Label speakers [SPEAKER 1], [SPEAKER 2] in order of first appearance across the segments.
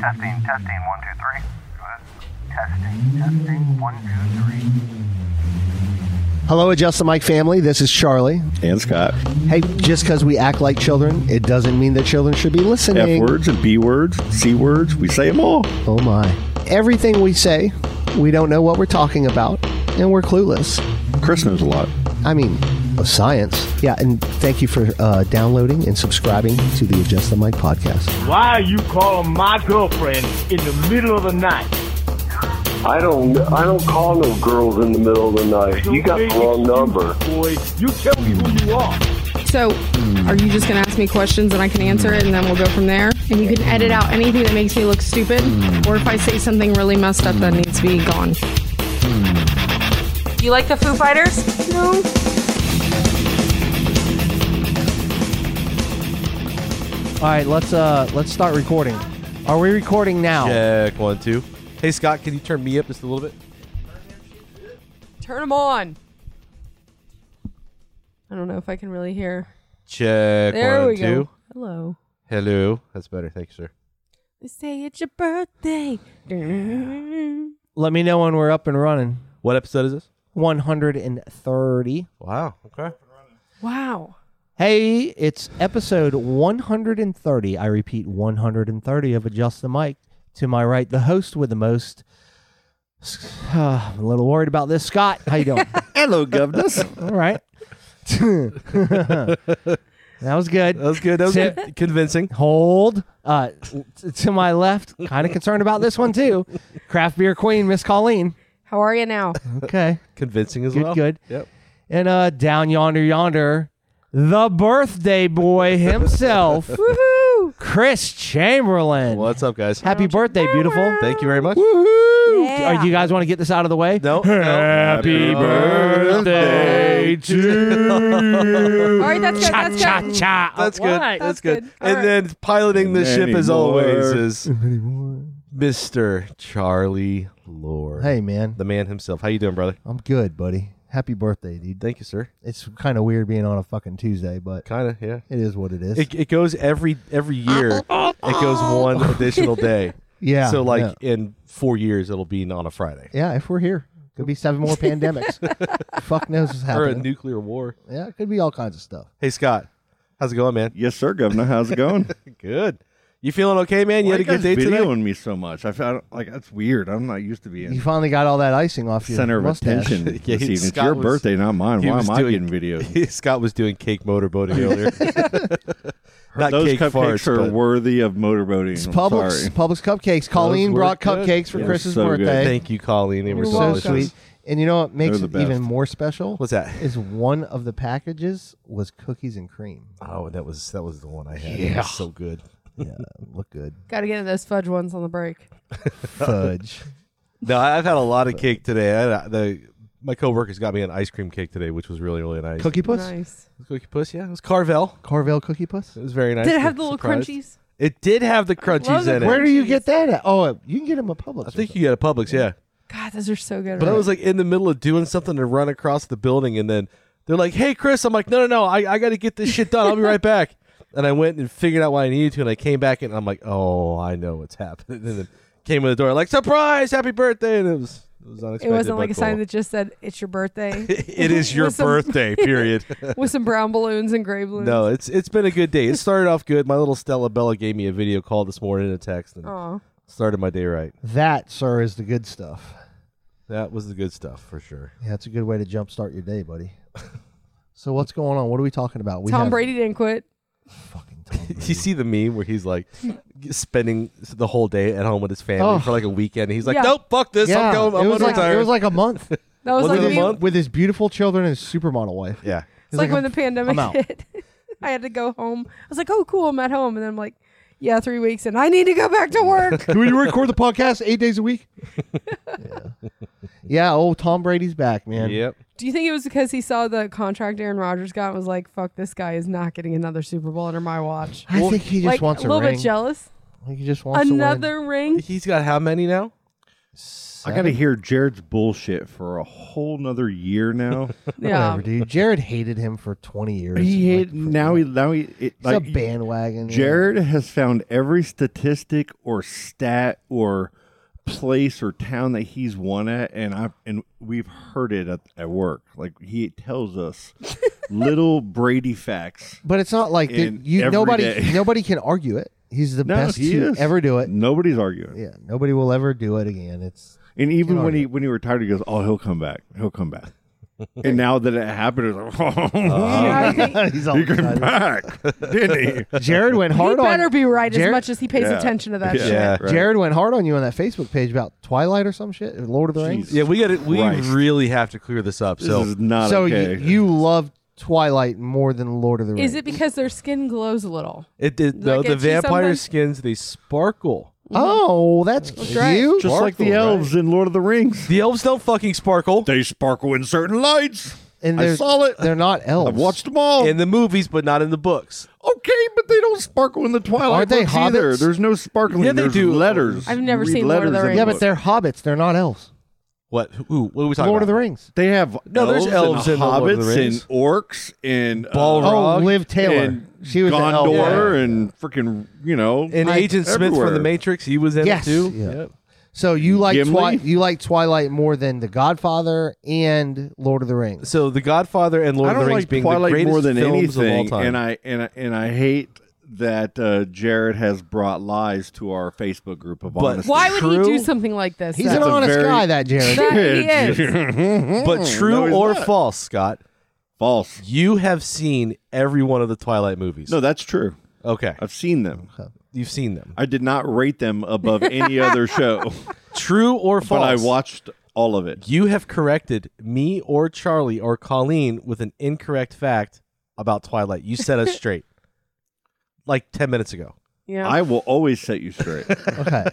[SPEAKER 1] Testing, testing, one, two, three. Testing, testing, one, two, three.
[SPEAKER 2] Hello, Adjust the Mic family. This is Charlie.
[SPEAKER 3] And Scott.
[SPEAKER 2] Hey, just because we act like children, it doesn't mean that children should be listening.
[SPEAKER 3] F words and B words, C words, we say them all.
[SPEAKER 2] Oh, my. Everything we say, we don't know what we're talking about, and we're clueless.
[SPEAKER 3] Chris knows a lot.
[SPEAKER 2] I mean, of science. Yeah, and thank you for uh, downloading and subscribing to the Adjust the Mic podcast.
[SPEAKER 4] Why are you calling my girlfriend in the middle of the night?
[SPEAKER 5] I don't. I don't call no girls in the middle of the night. You got the wrong number.
[SPEAKER 4] Boy, you tell me who you are.
[SPEAKER 6] So,
[SPEAKER 7] Hmm.
[SPEAKER 6] are you just going to ask me questions and I can answer it and then we'll go from there? And you can edit out anything that makes me look stupid
[SPEAKER 7] Hmm.
[SPEAKER 6] or if I say something really messed up that needs to be gone. You like the Foo Fighters? No.
[SPEAKER 2] All right, let's uh let's start recording. Are we recording now?
[SPEAKER 7] Check one, two. Hey Scott, can you turn me up just a little bit?
[SPEAKER 6] Turn them on. I don't know if I can really hear.
[SPEAKER 7] Check
[SPEAKER 6] There
[SPEAKER 7] one,
[SPEAKER 6] we
[SPEAKER 7] two.
[SPEAKER 6] go. Hello.
[SPEAKER 7] Hello. That's better. Thank you, sir.
[SPEAKER 6] They say it's your birthday.
[SPEAKER 2] Let me know when we're up and running.
[SPEAKER 7] What episode is this?
[SPEAKER 2] 130.
[SPEAKER 7] Wow. Okay.
[SPEAKER 6] Wow.
[SPEAKER 2] Hey, it's episode 130. I repeat, 130 of Adjust the Mic. To my right, the host with the most. I'm a little worried about this. Scott, how you doing?
[SPEAKER 3] Hello, governors.
[SPEAKER 2] All right. that was good.
[SPEAKER 7] That was good. That was
[SPEAKER 2] Tip.
[SPEAKER 7] good. convincing.
[SPEAKER 2] Hold. Uh, t- to my left, kind of concerned about this one too. Craft beer queen, Miss Colleen.
[SPEAKER 6] How are you now?
[SPEAKER 2] Okay.
[SPEAKER 7] Convincing as
[SPEAKER 2] Good,
[SPEAKER 7] well.
[SPEAKER 2] good.
[SPEAKER 7] Yep.
[SPEAKER 2] And uh, down yonder, yonder, the birthday boy himself,
[SPEAKER 6] Woohoo!
[SPEAKER 2] Chris Chamberlain.
[SPEAKER 7] What's up, guys?
[SPEAKER 2] Happy birthday, beautiful.
[SPEAKER 7] Thank you very much.
[SPEAKER 2] Woohoo!
[SPEAKER 6] Yeah.
[SPEAKER 2] Are- do you guys want to get this out of the way?
[SPEAKER 7] No.
[SPEAKER 2] Happy birthday to you.
[SPEAKER 6] All right, that's good.
[SPEAKER 2] Cha
[SPEAKER 6] That's
[SPEAKER 2] cha
[SPEAKER 6] good.
[SPEAKER 2] cha.
[SPEAKER 7] That's good.
[SPEAKER 6] That's
[SPEAKER 7] That's, good.
[SPEAKER 6] good. All
[SPEAKER 7] And
[SPEAKER 6] right.
[SPEAKER 7] then piloting the ship as
[SPEAKER 3] Anymore.
[SPEAKER 7] always is Mr. Charlie Lord.
[SPEAKER 2] Hey, man.
[SPEAKER 7] The man himself. How you doing, brother?
[SPEAKER 2] I'm good, buddy. Happy birthday, dude.
[SPEAKER 7] Thank you, sir.
[SPEAKER 2] It's kind of weird being on a fucking Tuesday, but
[SPEAKER 7] Kinda, yeah.
[SPEAKER 2] it is what it is.
[SPEAKER 7] It, it goes every every year. it goes one additional day.
[SPEAKER 2] yeah.
[SPEAKER 7] so like
[SPEAKER 2] yeah.
[SPEAKER 7] in four years it'll be on a Friday
[SPEAKER 2] Yeah, if we're here, could be seven more pandemics. Fuck knows what's
[SPEAKER 7] or a
[SPEAKER 2] happening.
[SPEAKER 7] nuclear war.
[SPEAKER 2] yeah, it could be all kinds of stuff.
[SPEAKER 7] Hey Scott, how's it going, man?
[SPEAKER 3] yes, sir, governor. How's it going?
[SPEAKER 7] Good. You feeling okay, man? You
[SPEAKER 3] Why
[SPEAKER 7] had a
[SPEAKER 3] you
[SPEAKER 7] good
[SPEAKER 3] guys
[SPEAKER 7] day today.
[SPEAKER 3] videoing me so much. I felt like that's weird. I'm not used to
[SPEAKER 2] You
[SPEAKER 3] being
[SPEAKER 2] finally got all that icing off your
[SPEAKER 3] center of
[SPEAKER 2] mustache.
[SPEAKER 3] attention
[SPEAKER 7] Yeah,
[SPEAKER 3] this evening. It's
[SPEAKER 7] Scott
[SPEAKER 3] your
[SPEAKER 7] was-
[SPEAKER 3] birthday, not mine.
[SPEAKER 7] he
[SPEAKER 3] Why
[SPEAKER 7] was
[SPEAKER 3] am I
[SPEAKER 7] doing-
[SPEAKER 3] getting videos?
[SPEAKER 7] Scott was doing cake motorboating earlier. Not
[SPEAKER 3] Those
[SPEAKER 7] cake
[SPEAKER 3] cupcakes
[SPEAKER 7] farts,
[SPEAKER 3] are
[SPEAKER 7] but
[SPEAKER 3] worthy of motorboating.
[SPEAKER 2] It's
[SPEAKER 3] I'm
[SPEAKER 2] Publix,
[SPEAKER 3] sorry.
[SPEAKER 2] Publix cupcakes. Colleen
[SPEAKER 7] were
[SPEAKER 2] brought
[SPEAKER 7] good.
[SPEAKER 2] cupcakes for
[SPEAKER 3] They were
[SPEAKER 2] Chris's
[SPEAKER 3] so good.
[SPEAKER 2] birthday.
[SPEAKER 7] thank you, Colleen. They were
[SPEAKER 6] You're
[SPEAKER 2] so
[SPEAKER 7] so
[SPEAKER 6] welcome.
[SPEAKER 7] delicious.
[SPEAKER 2] sweet. And you know what makes
[SPEAKER 3] the
[SPEAKER 2] it even
[SPEAKER 3] best.
[SPEAKER 2] more special?
[SPEAKER 7] What's that?
[SPEAKER 2] Is one of the packages was cookies and cream.
[SPEAKER 7] Oh, that was that was the one I had.
[SPEAKER 2] Yeah.
[SPEAKER 7] It was so good.
[SPEAKER 2] Yeah, look good.
[SPEAKER 6] Got to get those fudge ones on the break.
[SPEAKER 2] Fudge.
[SPEAKER 7] No, I- I've had a lot of cake today. I, had a- the my coworkers got me an ice cream cake today, which was really really nice.
[SPEAKER 2] Cookie puss?
[SPEAKER 6] Nice.
[SPEAKER 7] Cookie puss, yeah. It was Carvel.
[SPEAKER 2] Carvel cookie puss?
[SPEAKER 7] It was very nice.
[SPEAKER 6] Did it have the little
[SPEAKER 7] Surprised.
[SPEAKER 6] crunchies?
[SPEAKER 7] It did have the crunchies
[SPEAKER 6] the
[SPEAKER 7] in it.
[SPEAKER 2] Where do you get
[SPEAKER 6] Jeez.
[SPEAKER 2] that at? Oh, uh, you can get them at Publix.
[SPEAKER 7] I
[SPEAKER 2] or
[SPEAKER 7] think you got a Publix, yeah.
[SPEAKER 6] God, those are so good.
[SPEAKER 7] But I
[SPEAKER 6] right?
[SPEAKER 7] was like in the middle of doing something to run across the building, and then they're like, "Hey, Chris," I'm like, "No, no, no, I, I got to get this shit done. I'll be right back." And I went and figured out what I needed to, and I came back and I'm like, "Oh, I know what's happening." And then came in the door like, "Surprise, happy birthday!" And it was it was
[SPEAKER 6] it
[SPEAKER 7] unexpected.
[SPEAKER 6] wasn't
[SPEAKER 7] but
[SPEAKER 6] like a sign
[SPEAKER 7] cool.
[SPEAKER 6] that just said it's your birthday.
[SPEAKER 7] it is your
[SPEAKER 6] With some-
[SPEAKER 7] birthday. Period.
[SPEAKER 6] with some brown balloons and gray balloons.
[SPEAKER 7] no, it's it's been a good day. It started off good. My little Stella Bella gave me a video call this morning and a text, and
[SPEAKER 6] Aw.
[SPEAKER 7] started my day right.
[SPEAKER 2] That, sir, is the good stuff.
[SPEAKER 7] That was the good stuff for sure.
[SPEAKER 2] Yeah, it's a good way to jumpstart your day, buddy. so what's going on? What are we talking about? We
[SPEAKER 6] Tom
[SPEAKER 2] have-
[SPEAKER 6] Brady didn't quit.
[SPEAKER 2] Fucking Tom Brady.
[SPEAKER 7] You see the meme where he's like spending the whole day at home with his family
[SPEAKER 2] Oh.
[SPEAKER 7] for like a weekend. He's like,
[SPEAKER 6] Yeah.
[SPEAKER 7] "Nope, fuck this.
[SPEAKER 2] Yeah,
[SPEAKER 7] I'm going. I'm
[SPEAKER 2] it was
[SPEAKER 7] gonna
[SPEAKER 2] like
[SPEAKER 7] retire."
[SPEAKER 2] it was like a month
[SPEAKER 6] That was,
[SPEAKER 7] Was
[SPEAKER 6] like
[SPEAKER 7] it a
[SPEAKER 6] me.
[SPEAKER 7] month?
[SPEAKER 2] with his beautiful children and his supermodel wife.
[SPEAKER 7] yeah,
[SPEAKER 6] It's like,
[SPEAKER 2] like,
[SPEAKER 6] when
[SPEAKER 2] I'm-
[SPEAKER 6] the pandemic
[SPEAKER 2] I'm out.
[SPEAKER 6] hit. I had to go home. I was like, oh, cool, I'm at home. And then I'm like, yeah, three weeks, and I need to go back to work.
[SPEAKER 2] Do you record the podcast eight days a week? yeah. Yeah. Oh, Tom Brady's back, man.
[SPEAKER 7] yep.
[SPEAKER 6] Do you think it was because he saw the contract Aaron Rodgers got and was like, fuck, this guy is not getting another Super Bowl under my watch?
[SPEAKER 2] I think he just
[SPEAKER 6] like,
[SPEAKER 2] wants
[SPEAKER 6] a little
[SPEAKER 2] ring.
[SPEAKER 6] bit jealous.
[SPEAKER 2] I think he just wants to win.
[SPEAKER 6] Another ring.
[SPEAKER 7] He's got how many now?
[SPEAKER 3] I got to hear Jared's bullshit for a whole nother year now.
[SPEAKER 6] Yeah.
[SPEAKER 2] Whatever, dude. Jared hated him for 20 years.
[SPEAKER 3] he
[SPEAKER 2] Like,
[SPEAKER 3] hate,
[SPEAKER 2] for-
[SPEAKER 3] now he now he it,
[SPEAKER 2] It's
[SPEAKER 3] like
[SPEAKER 2] a bandwagon. yeah.
[SPEAKER 3] Jared has found every statistic or stat or place or town that he's won at, and I and we've heard it at, at work. Like he tells us little Brady facts.
[SPEAKER 2] But it's not like that
[SPEAKER 3] In
[SPEAKER 2] you
[SPEAKER 3] every
[SPEAKER 2] nobody
[SPEAKER 3] day.
[SPEAKER 2] nobody can argue it. He's the
[SPEAKER 3] No,
[SPEAKER 2] best
[SPEAKER 3] he
[SPEAKER 2] to
[SPEAKER 3] is.
[SPEAKER 2] ever do it.
[SPEAKER 3] Nobody's arguing.
[SPEAKER 2] Yeah, nobody will ever do it again. It's
[SPEAKER 3] And even
[SPEAKER 2] Can
[SPEAKER 3] when he when he retired, he goes, "Oh, he'll come back. He'll come back." and now that it happened, it's like, "Oh,
[SPEAKER 2] Uh-huh.
[SPEAKER 6] I think
[SPEAKER 2] he's all
[SPEAKER 3] he came
[SPEAKER 2] excited.
[SPEAKER 3] back, didn't he?
[SPEAKER 2] Jared went
[SPEAKER 6] he
[SPEAKER 2] hard
[SPEAKER 6] better
[SPEAKER 2] on
[SPEAKER 6] be right as
[SPEAKER 2] Jared-
[SPEAKER 6] much as he pays
[SPEAKER 3] Yeah.
[SPEAKER 6] attention to that
[SPEAKER 3] Yeah.
[SPEAKER 6] shit.
[SPEAKER 7] Yeah.
[SPEAKER 3] Right.
[SPEAKER 2] Jared went hard on you on that Facebook page about Twilight or some shit, or Lord of the Rings.
[SPEAKER 3] Jesus
[SPEAKER 7] Yeah, we got to We
[SPEAKER 3] Christ.
[SPEAKER 7] really have to clear this up.
[SPEAKER 3] This
[SPEAKER 7] So
[SPEAKER 3] is not
[SPEAKER 2] so
[SPEAKER 3] okay.
[SPEAKER 2] you, you love Twilight more than Lord of the Rings.
[SPEAKER 6] Is it because their skin glows a little?
[SPEAKER 7] it did. No,
[SPEAKER 6] Like
[SPEAKER 7] the
[SPEAKER 6] itchy something?
[SPEAKER 7] vampire skins they sparkle.
[SPEAKER 2] Oh, that's cute.
[SPEAKER 6] right.
[SPEAKER 3] just like the
[SPEAKER 7] Sparkle,
[SPEAKER 3] elves in Lord of the Rings.
[SPEAKER 7] The elves don't fucking sparkle
[SPEAKER 3] They sparkle in certain lights.
[SPEAKER 2] And
[SPEAKER 3] I
[SPEAKER 2] they're-
[SPEAKER 3] saw it.
[SPEAKER 2] They're not elves.
[SPEAKER 3] I've watched them all.
[SPEAKER 7] in the movies, but not in the books.
[SPEAKER 3] okay, but they don't sparkle in the Twilight
[SPEAKER 2] Aren't they
[SPEAKER 3] books either.
[SPEAKER 2] hobbits?
[SPEAKER 3] There's no sparkling.
[SPEAKER 7] Yeah, they
[SPEAKER 3] There's
[SPEAKER 7] do.
[SPEAKER 3] Letters.
[SPEAKER 6] I've never
[SPEAKER 3] You read
[SPEAKER 6] seen Lord of the
[SPEAKER 3] letters in
[SPEAKER 6] Rings.
[SPEAKER 2] yeah,
[SPEAKER 3] book.
[SPEAKER 2] but they're hobbits. They're not elves.
[SPEAKER 7] What? Who? What are we talking
[SPEAKER 2] Lord of
[SPEAKER 7] about?
[SPEAKER 2] the Rings.
[SPEAKER 3] They have
[SPEAKER 7] No, there's elves
[SPEAKER 3] and
[SPEAKER 7] in the Lord of the
[SPEAKER 3] hobbits and
[SPEAKER 7] Rings.
[SPEAKER 3] orcs and uh,
[SPEAKER 7] Balrog.
[SPEAKER 2] Oh,
[SPEAKER 7] Frog
[SPEAKER 2] Liv Taylor.
[SPEAKER 3] and
[SPEAKER 2] she was an elf.
[SPEAKER 3] Gondor and freaking you know
[SPEAKER 7] And
[SPEAKER 2] I-
[SPEAKER 7] Agent Smith
[SPEAKER 3] everywhere.
[SPEAKER 7] from The Matrix, he was in
[SPEAKER 2] Yes.
[SPEAKER 7] it too.
[SPEAKER 2] Yeah. So you like
[SPEAKER 3] Gimli?
[SPEAKER 2] Twi- you like Twilight more than The Godfather and Lord of the Rings.
[SPEAKER 7] So The Godfather and Lord
[SPEAKER 3] I
[SPEAKER 7] of the
[SPEAKER 3] don't
[SPEAKER 7] Rings
[SPEAKER 3] like
[SPEAKER 7] being
[SPEAKER 3] Twilight
[SPEAKER 7] the greatest
[SPEAKER 3] more than
[SPEAKER 7] films
[SPEAKER 3] anything,
[SPEAKER 7] of all time.
[SPEAKER 3] and I and I, and I hate that uh, Jared has brought lies to our Facebook group of
[SPEAKER 7] But-
[SPEAKER 3] honesty.
[SPEAKER 6] Why would
[SPEAKER 7] True.
[SPEAKER 6] he do something like this?
[SPEAKER 2] He's
[SPEAKER 6] though?
[SPEAKER 2] an
[SPEAKER 3] a
[SPEAKER 2] honest
[SPEAKER 3] very-
[SPEAKER 2] guy, that Jared.
[SPEAKER 6] That he is.
[SPEAKER 7] but
[SPEAKER 3] no,
[SPEAKER 7] true
[SPEAKER 3] he's
[SPEAKER 7] or
[SPEAKER 3] not.
[SPEAKER 7] false, Scott,
[SPEAKER 3] False.
[SPEAKER 7] you have seen every one of the Twilight movies.
[SPEAKER 3] No, that's true.
[SPEAKER 7] okay,
[SPEAKER 3] I've seen them.
[SPEAKER 7] you've seen them.
[SPEAKER 3] I did not rate them above any other show,
[SPEAKER 7] True or false?
[SPEAKER 3] but I watched all of it.
[SPEAKER 7] You have corrected me or Charlie or Colleen with an incorrect fact about Twilight. You set us straight like ten minutes ago.
[SPEAKER 6] Yeah.
[SPEAKER 3] I will always set you straight.
[SPEAKER 2] Okay.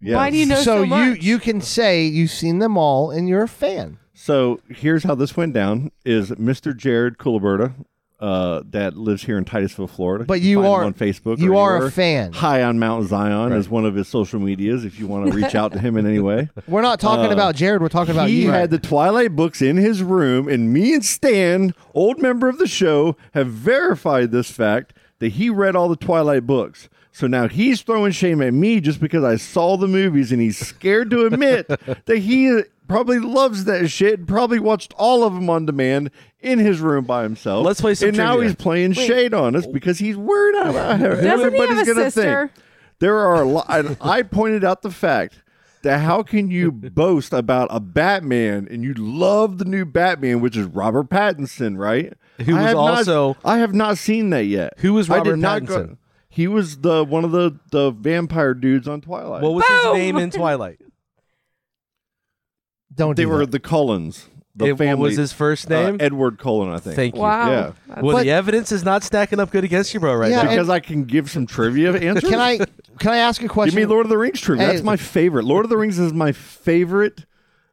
[SPEAKER 3] Yes.
[SPEAKER 6] Why do you know so,
[SPEAKER 2] so you
[SPEAKER 6] much?
[SPEAKER 2] you can say you've seen them all and you're a fan.
[SPEAKER 3] So here's how this went down: is Mr. Jared Culiberta, uh, that lives here in Titusville, Florida.
[SPEAKER 2] But
[SPEAKER 3] can
[SPEAKER 2] you
[SPEAKER 3] find him
[SPEAKER 2] are-
[SPEAKER 3] on Facebook.
[SPEAKER 2] you
[SPEAKER 3] or
[SPEAKER 2] are a
[SPEAKER 3] anywhere.
[SPEAKER 2] fan.
[SPEAKER 3] High on Mount Zion is one of his social medias. If you want to reach out to him in any way,
[SPEAKER 2] We're not talking
[SPEAKER 3] Uh,
[SPEAKER 2] about Jared. We're talking about
[SPEAKER 3] he
[SPEAKER 2] you.
[SPEAKER 3] had the Twilight books in his room, and me and Stan, old member of the show, have verified this fact that he read all the Twilight books. So now he's throwing shame at me just because I saw the movies, and he's scared to admit that he uh, probably loves that shit and probably watched all of them on demand in his room by himself.
[SPEAKER 7] Let's play some
[SPEAKER 3] And now
[SPEAKER 7] trivia.
[SPEAKER 3] he's playing shade on us because he's worried about how
[SPEAKER 6] Doesn't he have
[SPEAKER 3] everybody's
[SPEAKER 6] a
[SPEAKER 3] going to
[SPEAKER 6] sister?
[SPEAKER 3] think. There are a lot. I, I pointed out the fact that how can you boast about a Batman and you love the new Batman, which is Robert Pattinson, right? I
[SPEAKER 7] Who was
[SPEAKER 3] have not-
[SPEAKER 7] also-
[SPEAKER 3] I have not seen that yet.
[SPEAKER 7] Who was
[SPEAKER 3] I
[SPEAKER 7] Robert
[SPEAKER 3] did not go-
[SPEAKER 7] Pattinson?
[SPEAKER 3] he was the one of the the vampire dudes on Twilight.
[SPEAKER 7] What was
[SPEAKER 6] Boom!
[SPEAKER 7] his name in Twilight?
[SPEAKER 2] Don't
[SPEAKER 3] they
[SPEAKER 2] do
[SPEAKER 3] were
[SPEAKER 2] that.
[SPEAKER 3] the Cullens. The
[SPEAKER 7] It-
[SPEAKER 3] family
[SPEAKER 7] What was his first
[SPEAKER 3] uh,
[SPEAKER 7] name?
[SPEAKER 3] Edward Cullen, I think.
[SPEAKER 7] Thank you.
[SPEAKER 6] wow.
[SPEAKER 3] Yeah.
[SPEAKER 7] Well,
[SPEAKER 2] But-
[SPEAKER 7] the evidence is not stacking up good against you, bro. Right
[SPEAKER 2] Yeah,
[SPEAKER 7] now.
[SPEAKER 3] Because I can give some trivia answers.
[SPEAKER 2] Can I can I ask a
[SPEAKER 3] Give
[SPEAKER 2] question?
[SPEAKER 3] me Lord of the Rings trivia.
[SPEAKER 2] Hey.
[SPEAKER 3] That's my favorite. Lord of the Rings is my favorite